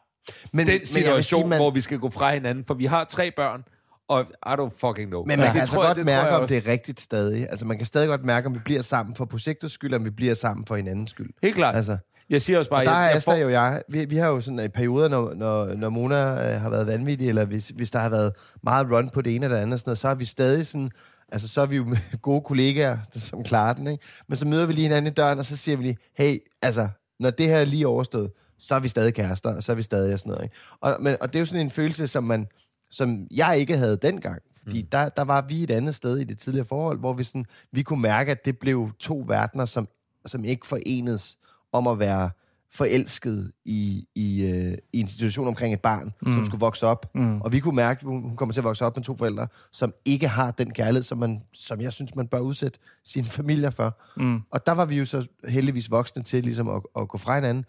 [SPEAKER 2] Men,
[SPEAKER 1] den
[SPEAKER 2] jeg vil
[SPEAKER 1] situation,
[SPEAKER 2] sige,
[SPEAKER 1] sige, man... hvor vi skal gå fra hinanden, for vi har tre børn, og I don't fucking know.
[SPEAKER 2] Men man
[SPEAKER 1] det
[SPEAKER 2] kan altså
[SPEAKER 1] tror jeg-
[SPEAKER 2] godt
[SPEAKER 1] det tror jeg
[SPEAKER 2] mærke, om
[SPEAKER 1] også-
[SPEAKER 2] det er rigtigt stadig. Altså, man kan stadig godt mærke, om vi bliver sammen for projektets skyld, om vi bliver sammen for hinandens skyld.
[SPEAKER 1] Helt klart.
[SPEAKER 2] Altså,
[SPEAKER 1] Jeg siger også bare,
[SPEAKER 2] og der
[SPEAKER 1] jeg,
[SPEAKER 2] er
[SPEAKER 1] jeg
[SPEAKER 2] Asta jo jeg. Vi, vi har jo sådan i perioder, når, når, når Mona øh, har været vanvittig, eller hvis, hvis der har været meget run på det ene eller det andet, og sådan noget, så er vi stadig sådan... Altså, så er vi jo gode kollegaer, der- som klarer den, ikke? Men så møder vi lige hinanden i døren, og så siger vi lige, hey, altså, når det her er lige overstået, så er vi stadig kærester, og så er vi stadig og sådan noget, ikke? Og, men, og det er jo sådan en følelse, som man som jeg ikke havde dengang. Fordi mm. der, der var vi et andet sted i det tidligere forhold, hvor vi, sådan, vi kunne mærke, at det blev to verdener, som, som ikke forenes om at være forelsket i, i, øh, i en situation omkring et barn, mm. som skulle vokse op. Mm. Og vi kunne mærke, at hun hun kommer til at vokse op med to forældre, som ikke har den kærlighed, som, man, som jeg synes, man bør udsætte sine familier for. Mm. Og der var vi jo så heldigvis voksne til ligesom at, at gå fra hinanden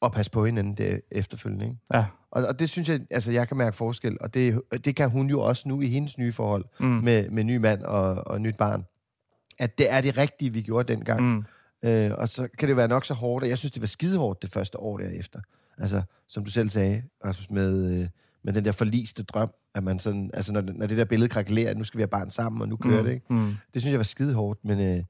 [SPEAKER 2] og passe på hinanden det efterfølgende. Ikke?
[SPEAKER 3] ja.
[SPEAKER 2] Og, og det synes jeg, altså jeg kan mærke forskel, og det, det kan hun jo også nu i hendes nye forhold mm. med, med ny mand og, og nyt barn. At det er det rigtige, vi gjorde dengang. Mm. Øh, og så kan det være nok så hårdt, og jeg synes, det var skidehårdt det første år derefter. Altså, som du selv sagde, Rasmus, med, øh, med den der forliste drøm, at man sådan, altså når, når det der billede krakelerer, at nu skal vi have barn sammen, og nu kører mm. det, ikke? Mm. Det synes jeg var skidehårdt, men, øh,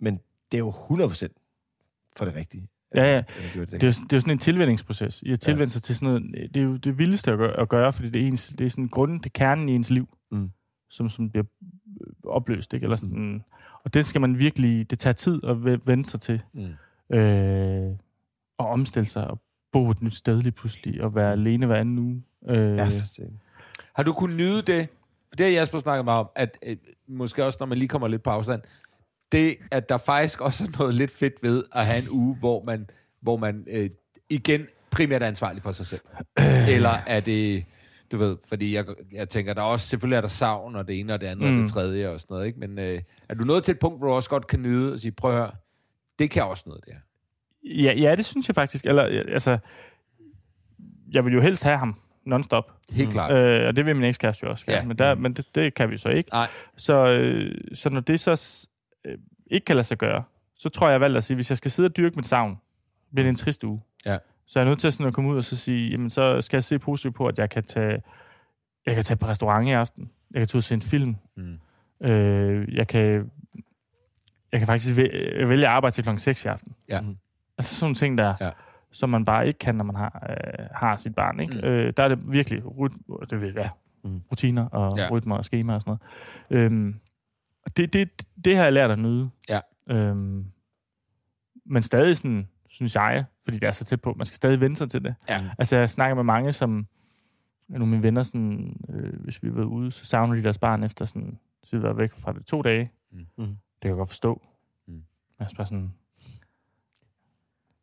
[SPEAKER 2] men det er jo 100% for det rigtige.
[SPEAKER 3] Ja, ja.
[SPEAKER 2] at man gjorde
[SPEAKER 3] Det er, jo, det er jo sådan en tilvændingsproces. I at tilvænne sig til sådan noget, det er jo det vildeste at gøre, at gøre fordi det er, ens, det er sådan grunden, det er kernen i ens liv,
[SPEAKER 2] Mm.
[SPEAKER 3] som, som bliver øh, opløst. Ikke? Eller sådan, Og det skal man virkelig, det tager tid at væ- vende sig til. Mm. Øh, og omstille sig og bo et nyt sted lige pludselig, og være alene hver anden uge. Øh,
[SPEAKER 2] Mm. Ja, for satan.
[SPEAKER 1] Har du kunnet nyde det? Det har Jasper snakket meget om, at øh, måske også, når man lige kommer lidt på afstand, det, at der faktisk også er noget lidt fedt ved at have en uge, hvor man, hvor man øh, igen primært er ansvarlig for sig selv. Eller er det, du ved, fordi jeg, jeg tænker, der er også, selvfølgelig er der savn, og det ene og det andet, mm. og det tredje og sådan noget, ikke? Men øh, er du nået til et punkt, hvor du også godt kan nyde og sige, prøv at høre, det kan også noget, det her.
[SPEAKER 3] ja, ja, det synes jeg faktisk. Eller, ja, altså, jeg vil jo helst have ham nonstop.
[SPEAKER 1] Helt mm. klart.
[SPEAKER 3] Øh, og det vil min ekskæreste jo også gerne,
[SPEAKER 1] Ja. Mm.
[SPEAKER 3] ja. men, der, men det, det kan vi så ikke.
[SPEAKER 1] Nej.
[SPEAKER 3] Så, øh, så når det så s- øh, ikke kan lade sig gøre, så tror jeg, jeg valgte at sige, hvis jeg skal sidde og dyrke mit savn, bliver det en trist uge.
[SPEAKER 1] Ja.
[SPEAKER 3] Så jeg er nødt til sådan at komme ud og så sige, jamen så skal jeg se positivt på, at jeg kan tage, jeg kan tage på restaurant i aften. Jeg kan tage ud og se en film. Mm. Øh, jeg kan jeg kan faktisk væ- vælge at arbejde til klokken 6 i aften.
[SPEAKER 1] Ja.
[SPEAKER 2] Mhm.
[SPEAKER 3] Altså sådan nogle ting, der,
[SPEAKER 1] Ja.
[SPEAKER 3] ja. som man bare ikke kan, når man har, øh, har sit barn. Ikke?
[SPEAKER 1] Mm.
[SPEAKER 3] Mm. Øh, der er det virkelig ryt- det vil, ja,
[SPEAKER 2] Mm.
[SPEAKER 3] rutiner og
[SPEAKER 1] Ja.
[SPEAKER 3] ja. rytmer og skemaer og sådan noget. Øhm, og det, det, det har jeg lært at nyde.
[SPEAKER 1] Ja.
[SPEAKER 3] Øhm, men stadig sådan, synes jeg, fordi det er så tæt på, man skal stadig vende sig til det.
[SPEAKER 1] Ja.
[SPEAKER 3] Altså, jeg snakker med mange, som... Nogle af mine venner, sådan, øh, hvis vi har været ude, så savner de deres barn efter sådan... Så vi har været væk fra det to dage.
[SPEAKER 1] Mm.
[SPEAKER 3] Mm.
[SPEAKER 2] Mhm.
[SPEAKER 3] Det kan jeg godt forstå.
[SPEAKER 1] Mm.
[SPEAKER 3] Mm. Men jeg er bare sådan...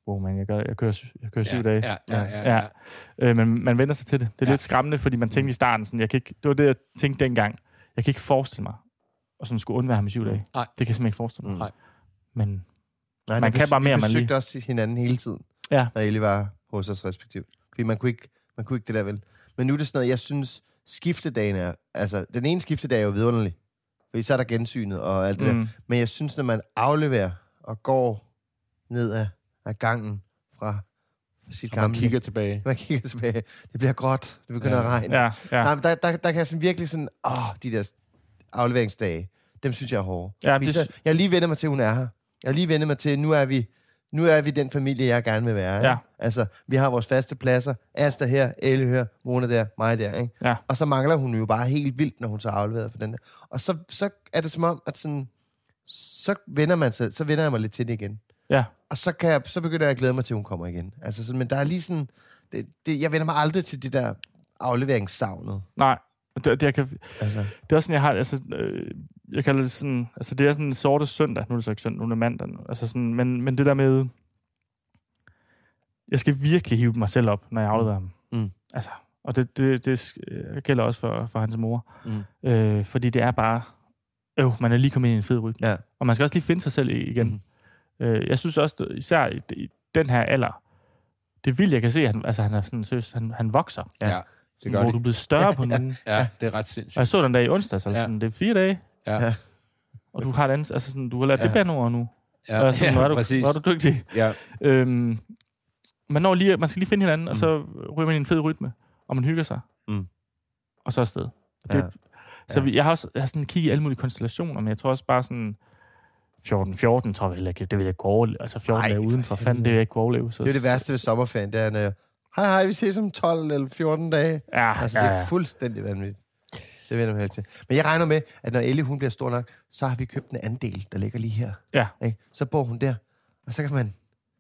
[SPEAKER 3] Wow, man, jeg, gør, jeg kører, sy- jeg kører ja, syv
[SPEAKER 1] ja,
[SPEAKER 3] dage.
[SPEAKER 1] Ja, ja, ja. ja.
[SPEAKER 3] Ja. Øh, men man vender sig til det. Det er
[SPEAKER 1] Ja.
[SPEAKER 3] ja. lidt skræmmende, fordi man tænkte i starten, sådan, jeg kan ikke, det var det, jeg tænkte dengang. Jeg kan ikke forestille mig, at sådan skulle undvære ham i syv dage.
[SPEAKER 1] Mm. Nej.
[SPEAKER 3] Det kan jeg simpelthen ikke forestille mig.
[SPEAKER 2] Mm.
[SPEAKER 1] Nej.
[SPEAKER 3] Men
[SPEAKER 2] Nej,
[SPEAKER 3] Man
[SPEAKER 2] vi
[SPEAKER 3] kan
[SPEAKER 2] bes-
[SPEAKER 3] bare mere,
[SPEAKER 2] Vi
[SPEAKER 3] man lige-
[SPEAKER 2] besøgte også hinanden hele tiden,
[SPEAKER 3] Ja.
[SPEAKER 2] når Eli var hos os respektivt. Fordi man kunne, ikke, man kunne ikke det der vel. Men nu er det sådan noget, jeg synes, skiftedagen er... Altså, den ene skiftedag er jo vidunderlig. Fordi så er der gensynet og alt det mm. der.
[SPEAKER 3] Mm.
[SPEAKER 2] Men jeg synes, når man afleverer og går ned ad, ad gangen fra sit
[SPEAKER 1] Og man
[SPEAKER 2] gamle...
[SPEAKER 1] kigger tilbage.
[SPEAKER 2] man kigger tilbage. Det bliver gråt. Det begynder
[SPEAKER 1] Ja.
[SPEAKER 2] at regne.
[SPEAKER 3] ja, ja.
[SPEAKER 2] Nej, men der, der, der kan jeg sådan virkelig sådan... Åh, de der afleveringsdage, dem synes jeg er hårde.
[SPEAKER 3] Ja,
[SPEAKER 2] Fordi
[SPEAKER 3] det-
[SPEAKER 2] så, jeg har lige vendt mig til, at hun er her. Jeg har lige vendt mig til, at nu er vi, nu er vi den familie, jeg gerne vil være. ikke?
[SPEAKER 3] Ja.
[SPEAKER 2] Altså, vi har vores faste pladser. Asta her, Elle her, Mona der, mig der. Ikke?
[SPEAKER 3] Ja.
[SPEAKER 2] Og så mangler hun jo bare helt vildt, når hun så afleverer på den der. Og så, så er det som om, at sådan, så vender man sig, så vender jeg mig lidt til det igen.
[SPEAKER 3] ja.
[SPEAKER 2] Og så, kan jeg, så begynder jeg at glæde mig til, at hun kommer igen. Altså, sådan, men der er lige sådan... Det, det, jeg vender mig aldrig til det der afleveringssavnet.
[SPEAKER 3] Nej. Det, det, jeg kan,
[SPEAKER 2] Altså.
[SPEAKER 3] det er også sådan, jeg har, altså, øh, jeg kalder det sådan, altså det er sådan en sorte søndag, nu er det så ikke søndag, nu er det mandag, nu. altså sådan, men, men det der med, jeg skal virkelig hive mig selv op, når jeg afleverer ham.
[SPEAKER 2] Mm.
[SPEAKER 3] Altså, og det, det, det øh, gælder også for, for hans mor.
[SPEAKER 2] Mm.
[SPEAKER 3] Øh, fordi det er bare, øh, man er lige kommet ind i en fed rytme.
[SPEAKER 2] Ja.
[SPEAKER 3] Og man skal også lige finde sig selv i- igen. Mm. Øh, jeg synes også, det- især i, i den her alder, det er vildt, jeg kan se, at han, altså, han, er sådan, seriøst, han, han vokser.
[SPEAKER 2] Ja,
[SPEAKER 1] Ja, det gør
[SPEAKER 3] hvor du er
[SPEAKER 1] det.
[SPEAKER 3] blevet større på en uge.
[SPEAKER 1] Ja, det er ret
[SPEAKER 3] Og
[SPEAKER 1] sindssygt.
[SPEAKER 3] jeg så den der i onsdags, altså
[SPEAKER 1] Ja.
[SPEAKER 3] ja. sådan, det er fire dage.
[SPEAKER 1] Ja.
[SPEAKER 2] Ja.
[SPEAKER 3] Og du har, et andet, altså sådan, du har lært
[SPEAKER 1] Ja.
[SPEAKER 3] ja. det bandeord nu.
[SPEAKER 1] Ja,
[SPEAKER 3] altså,
[SPEAKER 1] ja,
[SPEAKER 3] nu er du,
[SPEAKER 1] præcis.
[SPEAKER 3] Nu er du dygtig.
[SPEAKER 1] Ja,
[SPEAKER 3] Øhm, man, når lige, man skal lige finde hinanden, mm. og så ryger man i en fed rytme, og man hygger sig.
[SPEAKER 2] Mm.
[SPEAKER 3] Og så afsted. Og Det,
[SPEAKER 2] Ja.
[SPEAKER 3] ja. Så
[SPEAKER 2] Ja.
[SPEAKER 3] vi, jeg har også jeg har sådan kigget i alle mulige konstellationer, men jeg tror også bare sådan... 14-14 tror jeg heller ikke, det vil jeg ikke kunne overleve. Altså 14
[SPEAKER 2] Ej,
[SPEAKER 3] dage
[SPEAKER 2] for
[SPEAKER 3] uden for
[SPEAKER 2] helvede.
[SPEAKER 3] fanden, det vil jeg ikke kunne overleve. Så,
[SPEAKER 2] Det er jo det værste ved sommerferien, det er, når jeg, hej hej, vi ses om 12 eller 14 dage.
[SPEAKER 3] Ja,
[SPEAKER 2] Altså, det er fuldstændig vanvittigt. Det vender man helt til. Men jeg regner med, at når Ellie, hun bliver stor nok, så har vi købt en andel, der ligger lige her.
[SPEAKER 3] ja,
[SPEAKER 2] Ikke? Så bor hun der, og så kan man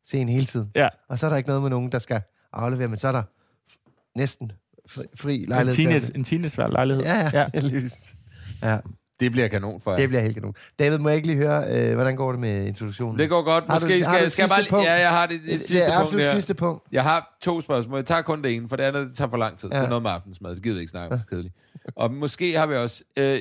[SPEAKER 2] se hende hele tiden.
[SPEAKER 3] ja.
[SPEAKER 2] Og så er der ikke noget med nogen, der skal aflevere, men så er der f- næsten fri, fri
[SPEAKER 3] ja. En,
[SPEAKER 2] lejlighed. til
[SPEAKER 3] teenage,
[SPEAKER 2] alle.
[SPEAKER 3] en teenage lejlighed.
[SPEAKER 2] Ja, ja. ja.
[SPEAKER 1] det bliver kanon for jer.
[SPEAKER 2] Det bliver helt kanon. David, må jeg ikke lige høre, øh, hvordan går det med introduktionen?
[SPEAKER 1] Det går godt.
[SPEAKER 2] Har du-
[SPEAKER 1] Måske du,
[SPEAKER 2] har du
[SPEAKER 1] skal,
[SPEAKER 2] et
[SPEAKER 1] skal jeg
[SPEAKER 2] sidste
[SPEAKER 1] bare...
[SPEAKER 2] punkt?
[SPEAKER 1] lige- Ja, jeg har det, det,
[SPEAKER 2] det,
[SPEAKER 1] sidste
[SPEAKER 2] det er
[SPEAKER 1] punkt
[SPEAKER 2] absolut
[SPEAKER 1] her.
[SPEAKER 2] sidste punkt.
[SPEAKER 1] Jeg har to spørgsmål. Jeg tager kun det ene, for det andet det tager for lang tid. Ja. Det
[SPEAKER 2] Ja.
[SPEAKER 1] er noget med aftensmad. Det gider vi ikke snakke om. Det er kedeligt. Og måske har vi også... Øh,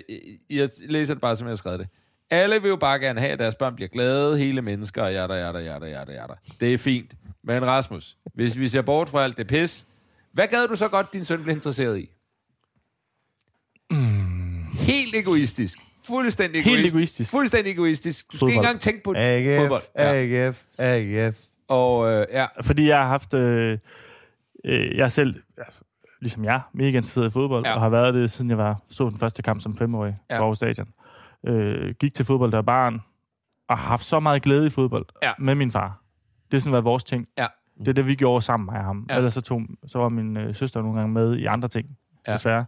[SPEAKER 1] jeg læser det bare, som jeg har skrevet det. Alle vil jo bare gerne have, at deres børn bliver glade, hele mennesker, og jada, jada, jada, jada, jada. Det er fint. Men Rasmus, hvis vi ser bort fra alt det pis, hvad gad du så godt, din søn blev interesseret i? Mm. Helt egoistisk. Fuldstændig
[SPEAKER 3] Hmm. Helt
[SPEAKER 1] egoistisk.
[SPEAKER 3] egoistisk.
[SPEAKER 1] Fuldstændig egoistisk. Du skal ikke
[SPEAKER 3] Fodbold.
[SPEAKER 1] engang tænke på fodbold.
[SPEAKER 2] AGF,
[SPEAKER 1] Ja.
[SPEAKER 2] AGF, AGF.
[SPEAKER 1] Og øh, ja,
[SPEAKER 3] fordi jeg har haft... Øh, øh, jeg er selv, ja, ligesom jeg, mega interesseret i fodbold,
[SPEAKER 1] Ja.
[SPEAKER 3] ja. og har været det, siden jeg var, så den første kamp som femårig
[SPEAKER 1] Ja.
[SPEAKER 3] ja. på Aarhus Stadion. Øh, gik til fodbold, der var barn, og har haft så meget glæde i fodbold
[SPEAKER 1] Ja.
[SPEAKER 3] med min far. Det har sådan været vores ting.
[SPEAKER 1] Ja.
[SPEAKER 3] Det er det, vi gjorde sammen, mig og ham.
[SPEAKER 1] Ja.
[SPEAKER 3] Ja. Ellers så, tog, så var min øh, søster nogle gange med i andre ting,
[SPEAKER 1] Ja.
[SPEAKER 3] ja. desværre.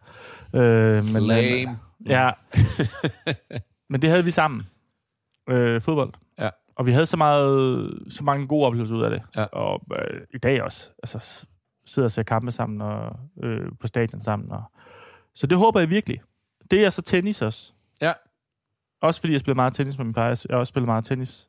[SPEAKER 3] Øh, men,
[SPEAKER 1] lame.
[SPEAKER 3] Ja. Men det havde vi sammen. Øh, fodbold.
[SPEAKER 1] Ja.
[SPEAKER 3] Og vi havde så, meget, så mange gode oplevelser ud af det.
[SPEAKER 1] Ja.
[SPEAKER 3] Og øh, i dag også. Altså, s- sidder og ser kampe sammen og øh, på stadion sammen. Og... Så det håber jeg virkelig. Det er så tennis også.
[SPEAKER 1] Ja.
[SPEAKER 3] Også fordi jeg spiller meget tennis med min far. Jeg har også spillet meget tennis.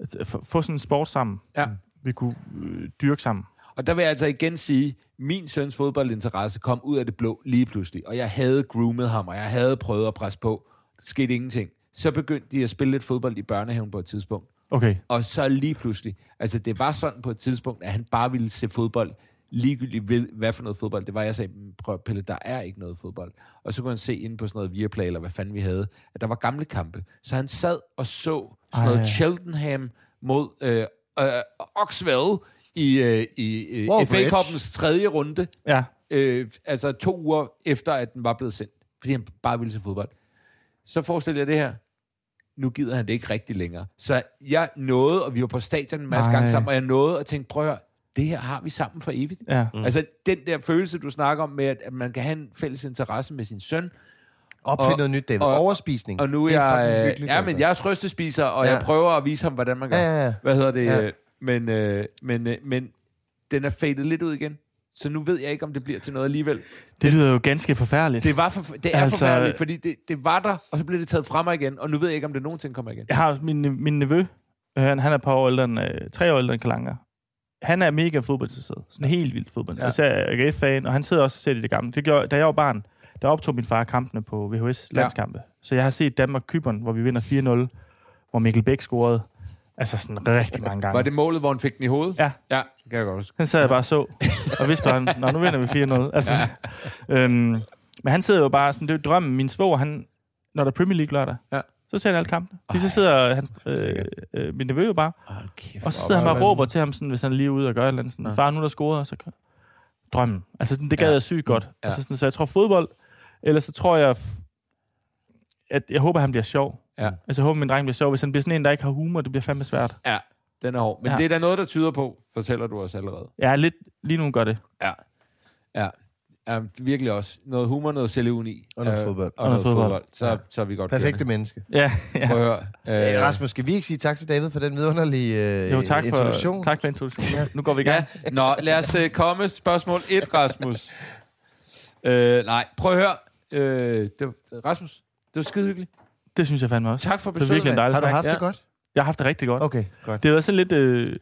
[SPEAKER 3] Altså, At Få få sådan en sport sammen.
[SPEAKER 1] Ja.
[SPEAKER 3] Vi kunne øh, dyrke sammen.
[SPEAKER 1] Og der vil jeg altså igen sige, min søns fodboldinteresse kom ud af det blå lige pludselig, og jeg havde groomet ham, og jeg havde prøvet at presse på. Der skete ingenting. Så begyndte de at spille lidt fodbold i børnehaven på et tidspunkt.
[SPEAKER 3] Okay.
[SPEAKER 1] Og så lige pludselig, altså det var sådan på et tidspunkt, at han bare ville se fodbold, ligegyldigt ved, hvad for noget fodbold det var. Jeg sagde, "Men prøv at, Pelle, der er ikke noget fodbold. Og så kunne han se inde på sådan noget Viaplay, eller hvad fanden vi havde, at der var gamle kampe. Så han sad og så sådan noget
[SPEAKER 3] Ej.
[SPEAKER 1] Cheltenham mod øh, øh, Oxwell i, øh, i øh,
[SPEAKER 2] Worbridge.
[SPEAKER 1] FA-koppens tredje runde,
[SPEAKER 3] Ja.
[SPEAKER 1] øh, altså to uger efter, at den var blevet sendt. Fordi han bare ville se fodbold. Så forestil jer det her. nu gider han det ikke rigtig længere. Så jeg nåede, og vi var på stadion en masse
[SPEAKER 3] Nej.
[SPEAKER 1] gange sammen, og jeg nåede at tænke, prøv at høre, det her har vi sammen for evigt.
[SPEAKER 3] Ja.
[SPEAKER 1] Mm. Altså, den der følelse, du snakker om med, at at man kan have en fælles interesse med sin søn,
[SPEAKER 2] Opfind
[SPEAKER 1] Og-
[SPEAKER 2] noget nyt, David.
[SPEAKER 1] og-
[SPEAKER 2] Overspisning.
[SPEAKER 1] og nu er
[SPEAKER 2] Mm. Det
[SPEAKER 1] jeg...
[SPEAKER 2] fucking
[SPEAKER 1] Øh,
[SPEAKER 2] hyggeligt,
[SPEAKER 1] ja,
[SPEAKER 2] altså.
[SPEAKER 1] men jeg er trøstespiser, og
[SPEAKER 2] Ja.
[SPEAKER 1] ja. jeg prøver at vise ham, hvordan man gør.
[SPEAKER 2] Ja, ja, ja.
[SPEAKER 1] Hvad hedder det?
[SPEAKER 2] Ja.
[SPEAKER 1] Ja. Men, øh, men, øh, men den er fadet lidt ud igen. Så nu ved jeg ikke, om det bliver til noget alligevel.
[SPEAKER 3] Det lyder jo ganske forfærdeligt.
[SPEAKER 1] Det, var for, det er
[SPEAKER 3] Altså-
[SPEAKER 1] altså, forfærdeligt, fordi det, det var der, og så blev det taget fra mig igen, og nu ved jeg ikke, om det nogensinde kommer igen.
[SPEAKER 3] Jeg har også min, min nevø, øh, han, han er et par år ældre end, øh, tre år ældre end Kalanga. Han er mega fodboldinteresseret. Sådan helt vildt fodbold. Ja.
[SPEAKER 1] Ja.
[SPEAKER 3] Især AGF-fan, og han sidder også og ser det i det gamle. Det gjorde, da jeg var barn, der optog min far kampene på VHS landskampe. Så jeg har set danmark Kyberen, hvor vi vinder 4-0, hvor Mikkel Bæk scorede. Altså sådan rigtig mange gange.
[SPEAKER 1] Var det målet, hvor han fik den i hovedet?
[SPEAKER 3] Ja.
[SPEAKER 1] Ja, det kan jeg godt huske.
[SPEAKER 3] Han sad jeg bare og så, og vidste bare, Nå, nu vinder vi 4-0. Altså, ja. øhm, men han sidder jo bare, sådan, det er jo drømmen. Min svog, han, når der er Premier League lørdag,
[SPEAKER 1] Ja.
[SPEAKER 3] så ser han alle kampene. Fordi så sidder hans, øh, øh, min nevø jo bare,
[SPEAKER 1] Hold kæft.
[SPEAKER 3] og så sidder han bare og råber til ham, sådan, hvis han er lige ude og gør et eller andet. Sådan, ja. Far, nu er der scoret, og så drømmen. Altså, sådan, det gad
[SPEAKER 1] Ja.
[SPEAKER 3] jeg sygt godt.
[SPEAKER 1] Ja.
[SPEAKER 3] Altså, sådan, så jeg tror fodbold, eller så tror jeg, f- at jeg håber, at han bliver sjov.
[SPEAKER 1] Ja.
[SPEAKER 3] Altså, jeg håber, min dreng bliver sjov. Hvis han bliver sådan en, der ikke har humor, det bliver fandme svært.
[SPEAKER 1] Ja, den er hård. Men
[SPEAKER 3] Ja.
[SPEAKER 1] ja. det er der noget, der tyder på, fortæller du os allerede.
[SPEAKER 3] Jeg er lidt, lige nu gør det.
[SPEAKER 1] Ja. Ja. ja virkelig også. Noget humor, noget selvuni.
[SPEAKER 2] Og noget
[SPEAKER 1] Øh,
[SPEAKER 2] fodbold.
[SPEAKER 1] Og noget
[SPEAKER 3] fodbold.
[SPEAKER 1] fodbold. Så, ja. så er vi godt
[SPEAKER 2] Perfekte menneske.
[SPEAKER 3] Ja, ja.
[SPEAKER 1] Prøv at høre.
[SPEAKER 2] Øh, Rasmus, skal vi ikke sige tak til David for den vidunderlige øh,
[SPEAKER 3] Jo, tak for,
[SPEAKER 2] introduktion?
[SPEAKER 3] tak for introduktionen. Ja. Nu går vi i gang.
[SPEAKER 1] Ja. Nå, lad os øh, komme. Spørgsmål 1, Rasmus. øh, nej, prøv at høre. Øh, det, var- Rasmus, det var skide hyggeligt.
[SPEAKER 3] Det synes jeg fandme også.
[SPEAKER 1] Tak for
[SPEAKER 3] det er
[SPEAKER 1] besøget.
[SPEAKER 3] virkelig en
[SPEAKER 1] mand.
[SPEAKER 3] dejlig
[SPEAKER 2] Har du
[SPEAKER 3] snak.
[SPEAKER 2] haft det
[SPEAKER 1] Ja.
[SPEAKER 2] godt?
[SPEAKER 3] Jeg har haft det rigtig godt.
[SPEAKER 2] Okay, godt.
[SPEAKER 3] Det har været sådan lidt... Øh, jeg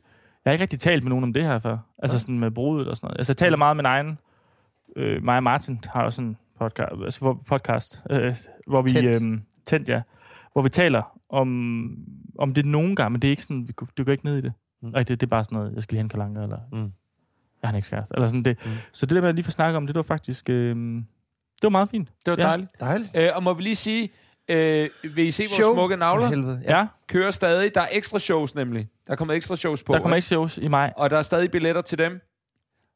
[SPEAKER 3] har ikke rigtig talt med nogen om det her før. Altså sådan med brudet og sådan noget. Altså jeg taler meget med min egen... Øh, mig og Martin har også en podcast, altså, hvor- podcast øh, hvor vi...
[SPEAKER 2] Tændt.
[SPEAKER 3] Øh, tændt, ja. Hvor vi taler om, om det nogle gange, men det er ikke sådan, vi går- du går ikke ned i det.
[SPEAKER 2] Mm.
[SPEAKER 3] Mm. Rigtigt, det er bare sådan noget, jeg skal lige hen kalanker, eller
[SPEAKER 2] Mm.
[SPEAKER 3] mm. jeg har en ekskæreste, eller sådan det. Mm. Så det der med at lige få snakket om, det, det var faktisk, øh, det var meget fint.
[SPEAKER 1] Det var
[SPEAKER 3] Ja.
[SPEAKER 1] dejligt.
[SPEAKER 2] Dejligt.
[SPEAKER 1] Øh, og må vi lige sige, øh, vil I se vores
[SPEAKER 2] Show.
[SPEAKER 1] smukke
[SPEAKER 2] For
[SPEAKER 1] navler?
[SPEAKER 2] helvede.
[SPEAKER 3] Ja, ja
[SPEAKER 1] Kører stadig. Der er ekstra shows nemlig. Der er kommet ekstra shows på.
[SPEAKER 3] der kommer
[SPEAKER 1] ikke?
[SPEAKER 3] ikke shows i maj.
[SPEAKER 1] Og der er stadig billetter til dem.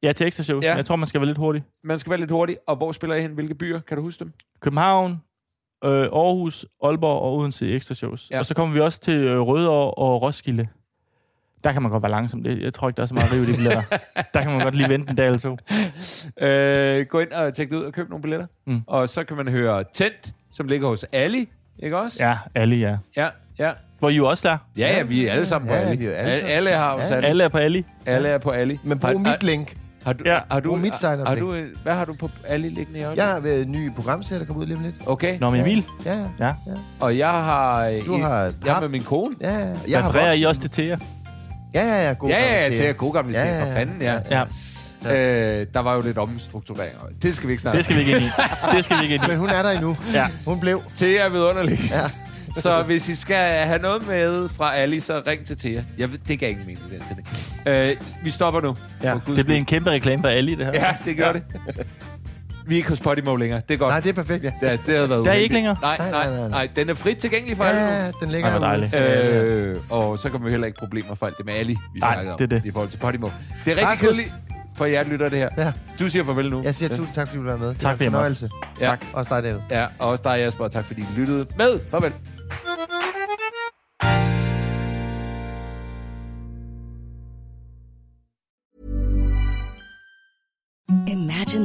[SPEAKER 3] Ja, til ekstra shows.
[SPEAKER 1] Ja.
[SPEAKER 3] Ja. Jeg tror, man skal være lidt hurtig.
[SPEAKER 1] Man skal være lidt hurtig. Og hvor spiller I hen? Hvilke byer? Kan du huske dem?
[SPEAKER 3] København, øh, Aarhus, Aalborg og Odense i ekstra shows.
[SPEAKER 1] Ja.
[SPEAKER 3] Ja. Og så kommer vi også til øh, Rødovre og Roskilde. Der kan man godt være langsom. Det- Jeg tror ikke, der er så meget rive i de billetter. der kan man godt lige vente en dag eller to.
[SPEAKER 1] Øh, gå ind og tjek det ud og køb nogle billetter.
[SPEAKER 3] Mm.
[SPEAKER 1] Mm. Og så kan man høre Tændt, som ligger hos Ali. Ikke også?
[SPEAKER 3] Ja, alle ja.
[SPEAKER 1] Ja, ja.
[SPEAKER 3] Hvor I jo også er.
[SPEAKER 1] Ja, ja, vi er alle sammen på
[SPEAKER 2] Ja,
[SPEAKER 1] Ali.
[SPEAKER 2] vi er jo alle
[SPEAKER 1] alle,
[SPEAKER 2] sammen.
[SPEAKER 1] alle har hos
[SPEAKER 2] Ja.
[SPEAKER 1] Ali.
[SPEAKER 3] Alle er på Ali.
[SPEAKER 1] Alle er på Ali.
[SPEAKER 2] Men brug mit link.
[SPEAKER 1] Har du,
[SPEAKER 3] Ja.
[SPEAKER 1] har du,
[SPEAKER 2] Brug mit
[SPEAKER 1] har, har
[SPEAKER 2] sign-up-link.
[SPEAKER 1] du, en- hvad har du på Ali liggende i øjeblikket?
[SPEAKER 2] Jeg har øh, en ny programserie, der kommer ud lige om lidt.
[SPEAKER 1] Okay,
[SPEAKER 3] Nå, men Emil.
[SPEAKER 2] Ja, ja.
[SPEAKER 3] Ja.
[SPEAKER 1] og jeg har... øh,
[SPEAKER 2] Du
[SPEAKER 1] en-
[SPEAKER 2] har
[SPEAKER 1] Jeg
[SPEAKER 2] pap.
[SPEAKER 1] er med min kone.
[SPEAKER 2] Ja, ja. Jeg har
[SPEAKER 3] Refererer I
[SPEAKER 2] voksen-
[SPEAKER 3] også til Thea?
[SPEAKER 2] Ja, ja, ja. God
[SPEAKER 1] Ja, ja,
[SPEAKER 2] karakter.
[SPEAKER 1] ja, til at gode gamle
[SPEAKER 2] Ja, ja,
[SPEAKER 1] ja, for
[SPEAKER 2] ja.
[SPEAKER 1] fanden, ja.
[SPEAKER 3] Ja,
[SPEAKER 1] Øh, der var jo lidt omstrukturering. og Det skal vi ikke snakke
[SPEAKER 3] det skal vi ikke ind i. Det skal vi ikke ind i.
[SPEAKER 2] Men hun er der endnu.
[SPEAKER 3] Ja.
[SPEAKER 2] Hun blev.
[SPEAKER 1] om. Thea er vidunderlig.
[SPEAKER 2] Ja.
[SPEAKER 1] Så hvis I skal have noget med fra Ali, så ring til Thea. Jeg ved, det gav ingen mening, den sætning. Øh, vi stopper nu.
[SPEAKER 2] Ja.
[SPEAKER 1] For Guds
[SPEAKER 3] Det blev
[SPEAKER 1] skyld.
[SPEAKER 3] en kæmpe reklame for Ali, det her.
[SPEAKER 1] Ja, det gør det. Vi er ikke hos Podimo længere. Det er godt.
[SPEAKER 2] Nej, det er perfekt, ja.
[SPEAKER 1] det, det havde været
[SPEAKER 3] Der er I
[SPEAKER 1] uheldigt.
[SPEAKER 3] ikke længere?
[SPEAKER 1] Nej, nej, nej, nej. nej, den er frit tilgængelig for
[SPEAKER 2] Ja,
[SPEAKER 1] alle
[SPEAKER 2] ja,
[SPEAKER 1] nu.
[SPEAKER 2] den ligger
[SPEAKER 3] Ej, hvor
[SPEAKER 2] derude.
[SPEAKER 3] dejligt.
[SPEAKER 2] Ja, ja, ja.
[SPEAKER 1] Øh, og så kan man heller ikke problemer for alt det med Ali, vi
[SPEAKER 3] Nej,
[SPEAKER 1] snakkede om,
[SPEAKER 3] det er det.
[SPEAKER 1] i forhold til Podimo. Det er rigtig
[SPEAKER 2] Rasmus.
[SPEAKER 1] kedeligt for jer, der lytter det her.
[SPEAKER 2] Ja.
[SPEAKER 1] Du siger farvel nu.
[SPEAKER 2] Jeg siger tusind tak, fordi du var med. Det
[SPEAKER 3] Øh. Tak,
[SPEAKER 2] var en
[SPEAKER 3] fordi jeg måtte.
[SPEAKER 2] fornøjelse.
[SPEAKER 1] Ja.
[SPEAKER 3] Tak.
[SPEAKER 2] Også dig, David.
[SPEAKER 1] Ja, og også dig, Jasper. og Tak fordi I lyttede med. Farvel.
[SPEAKER 4] Imagine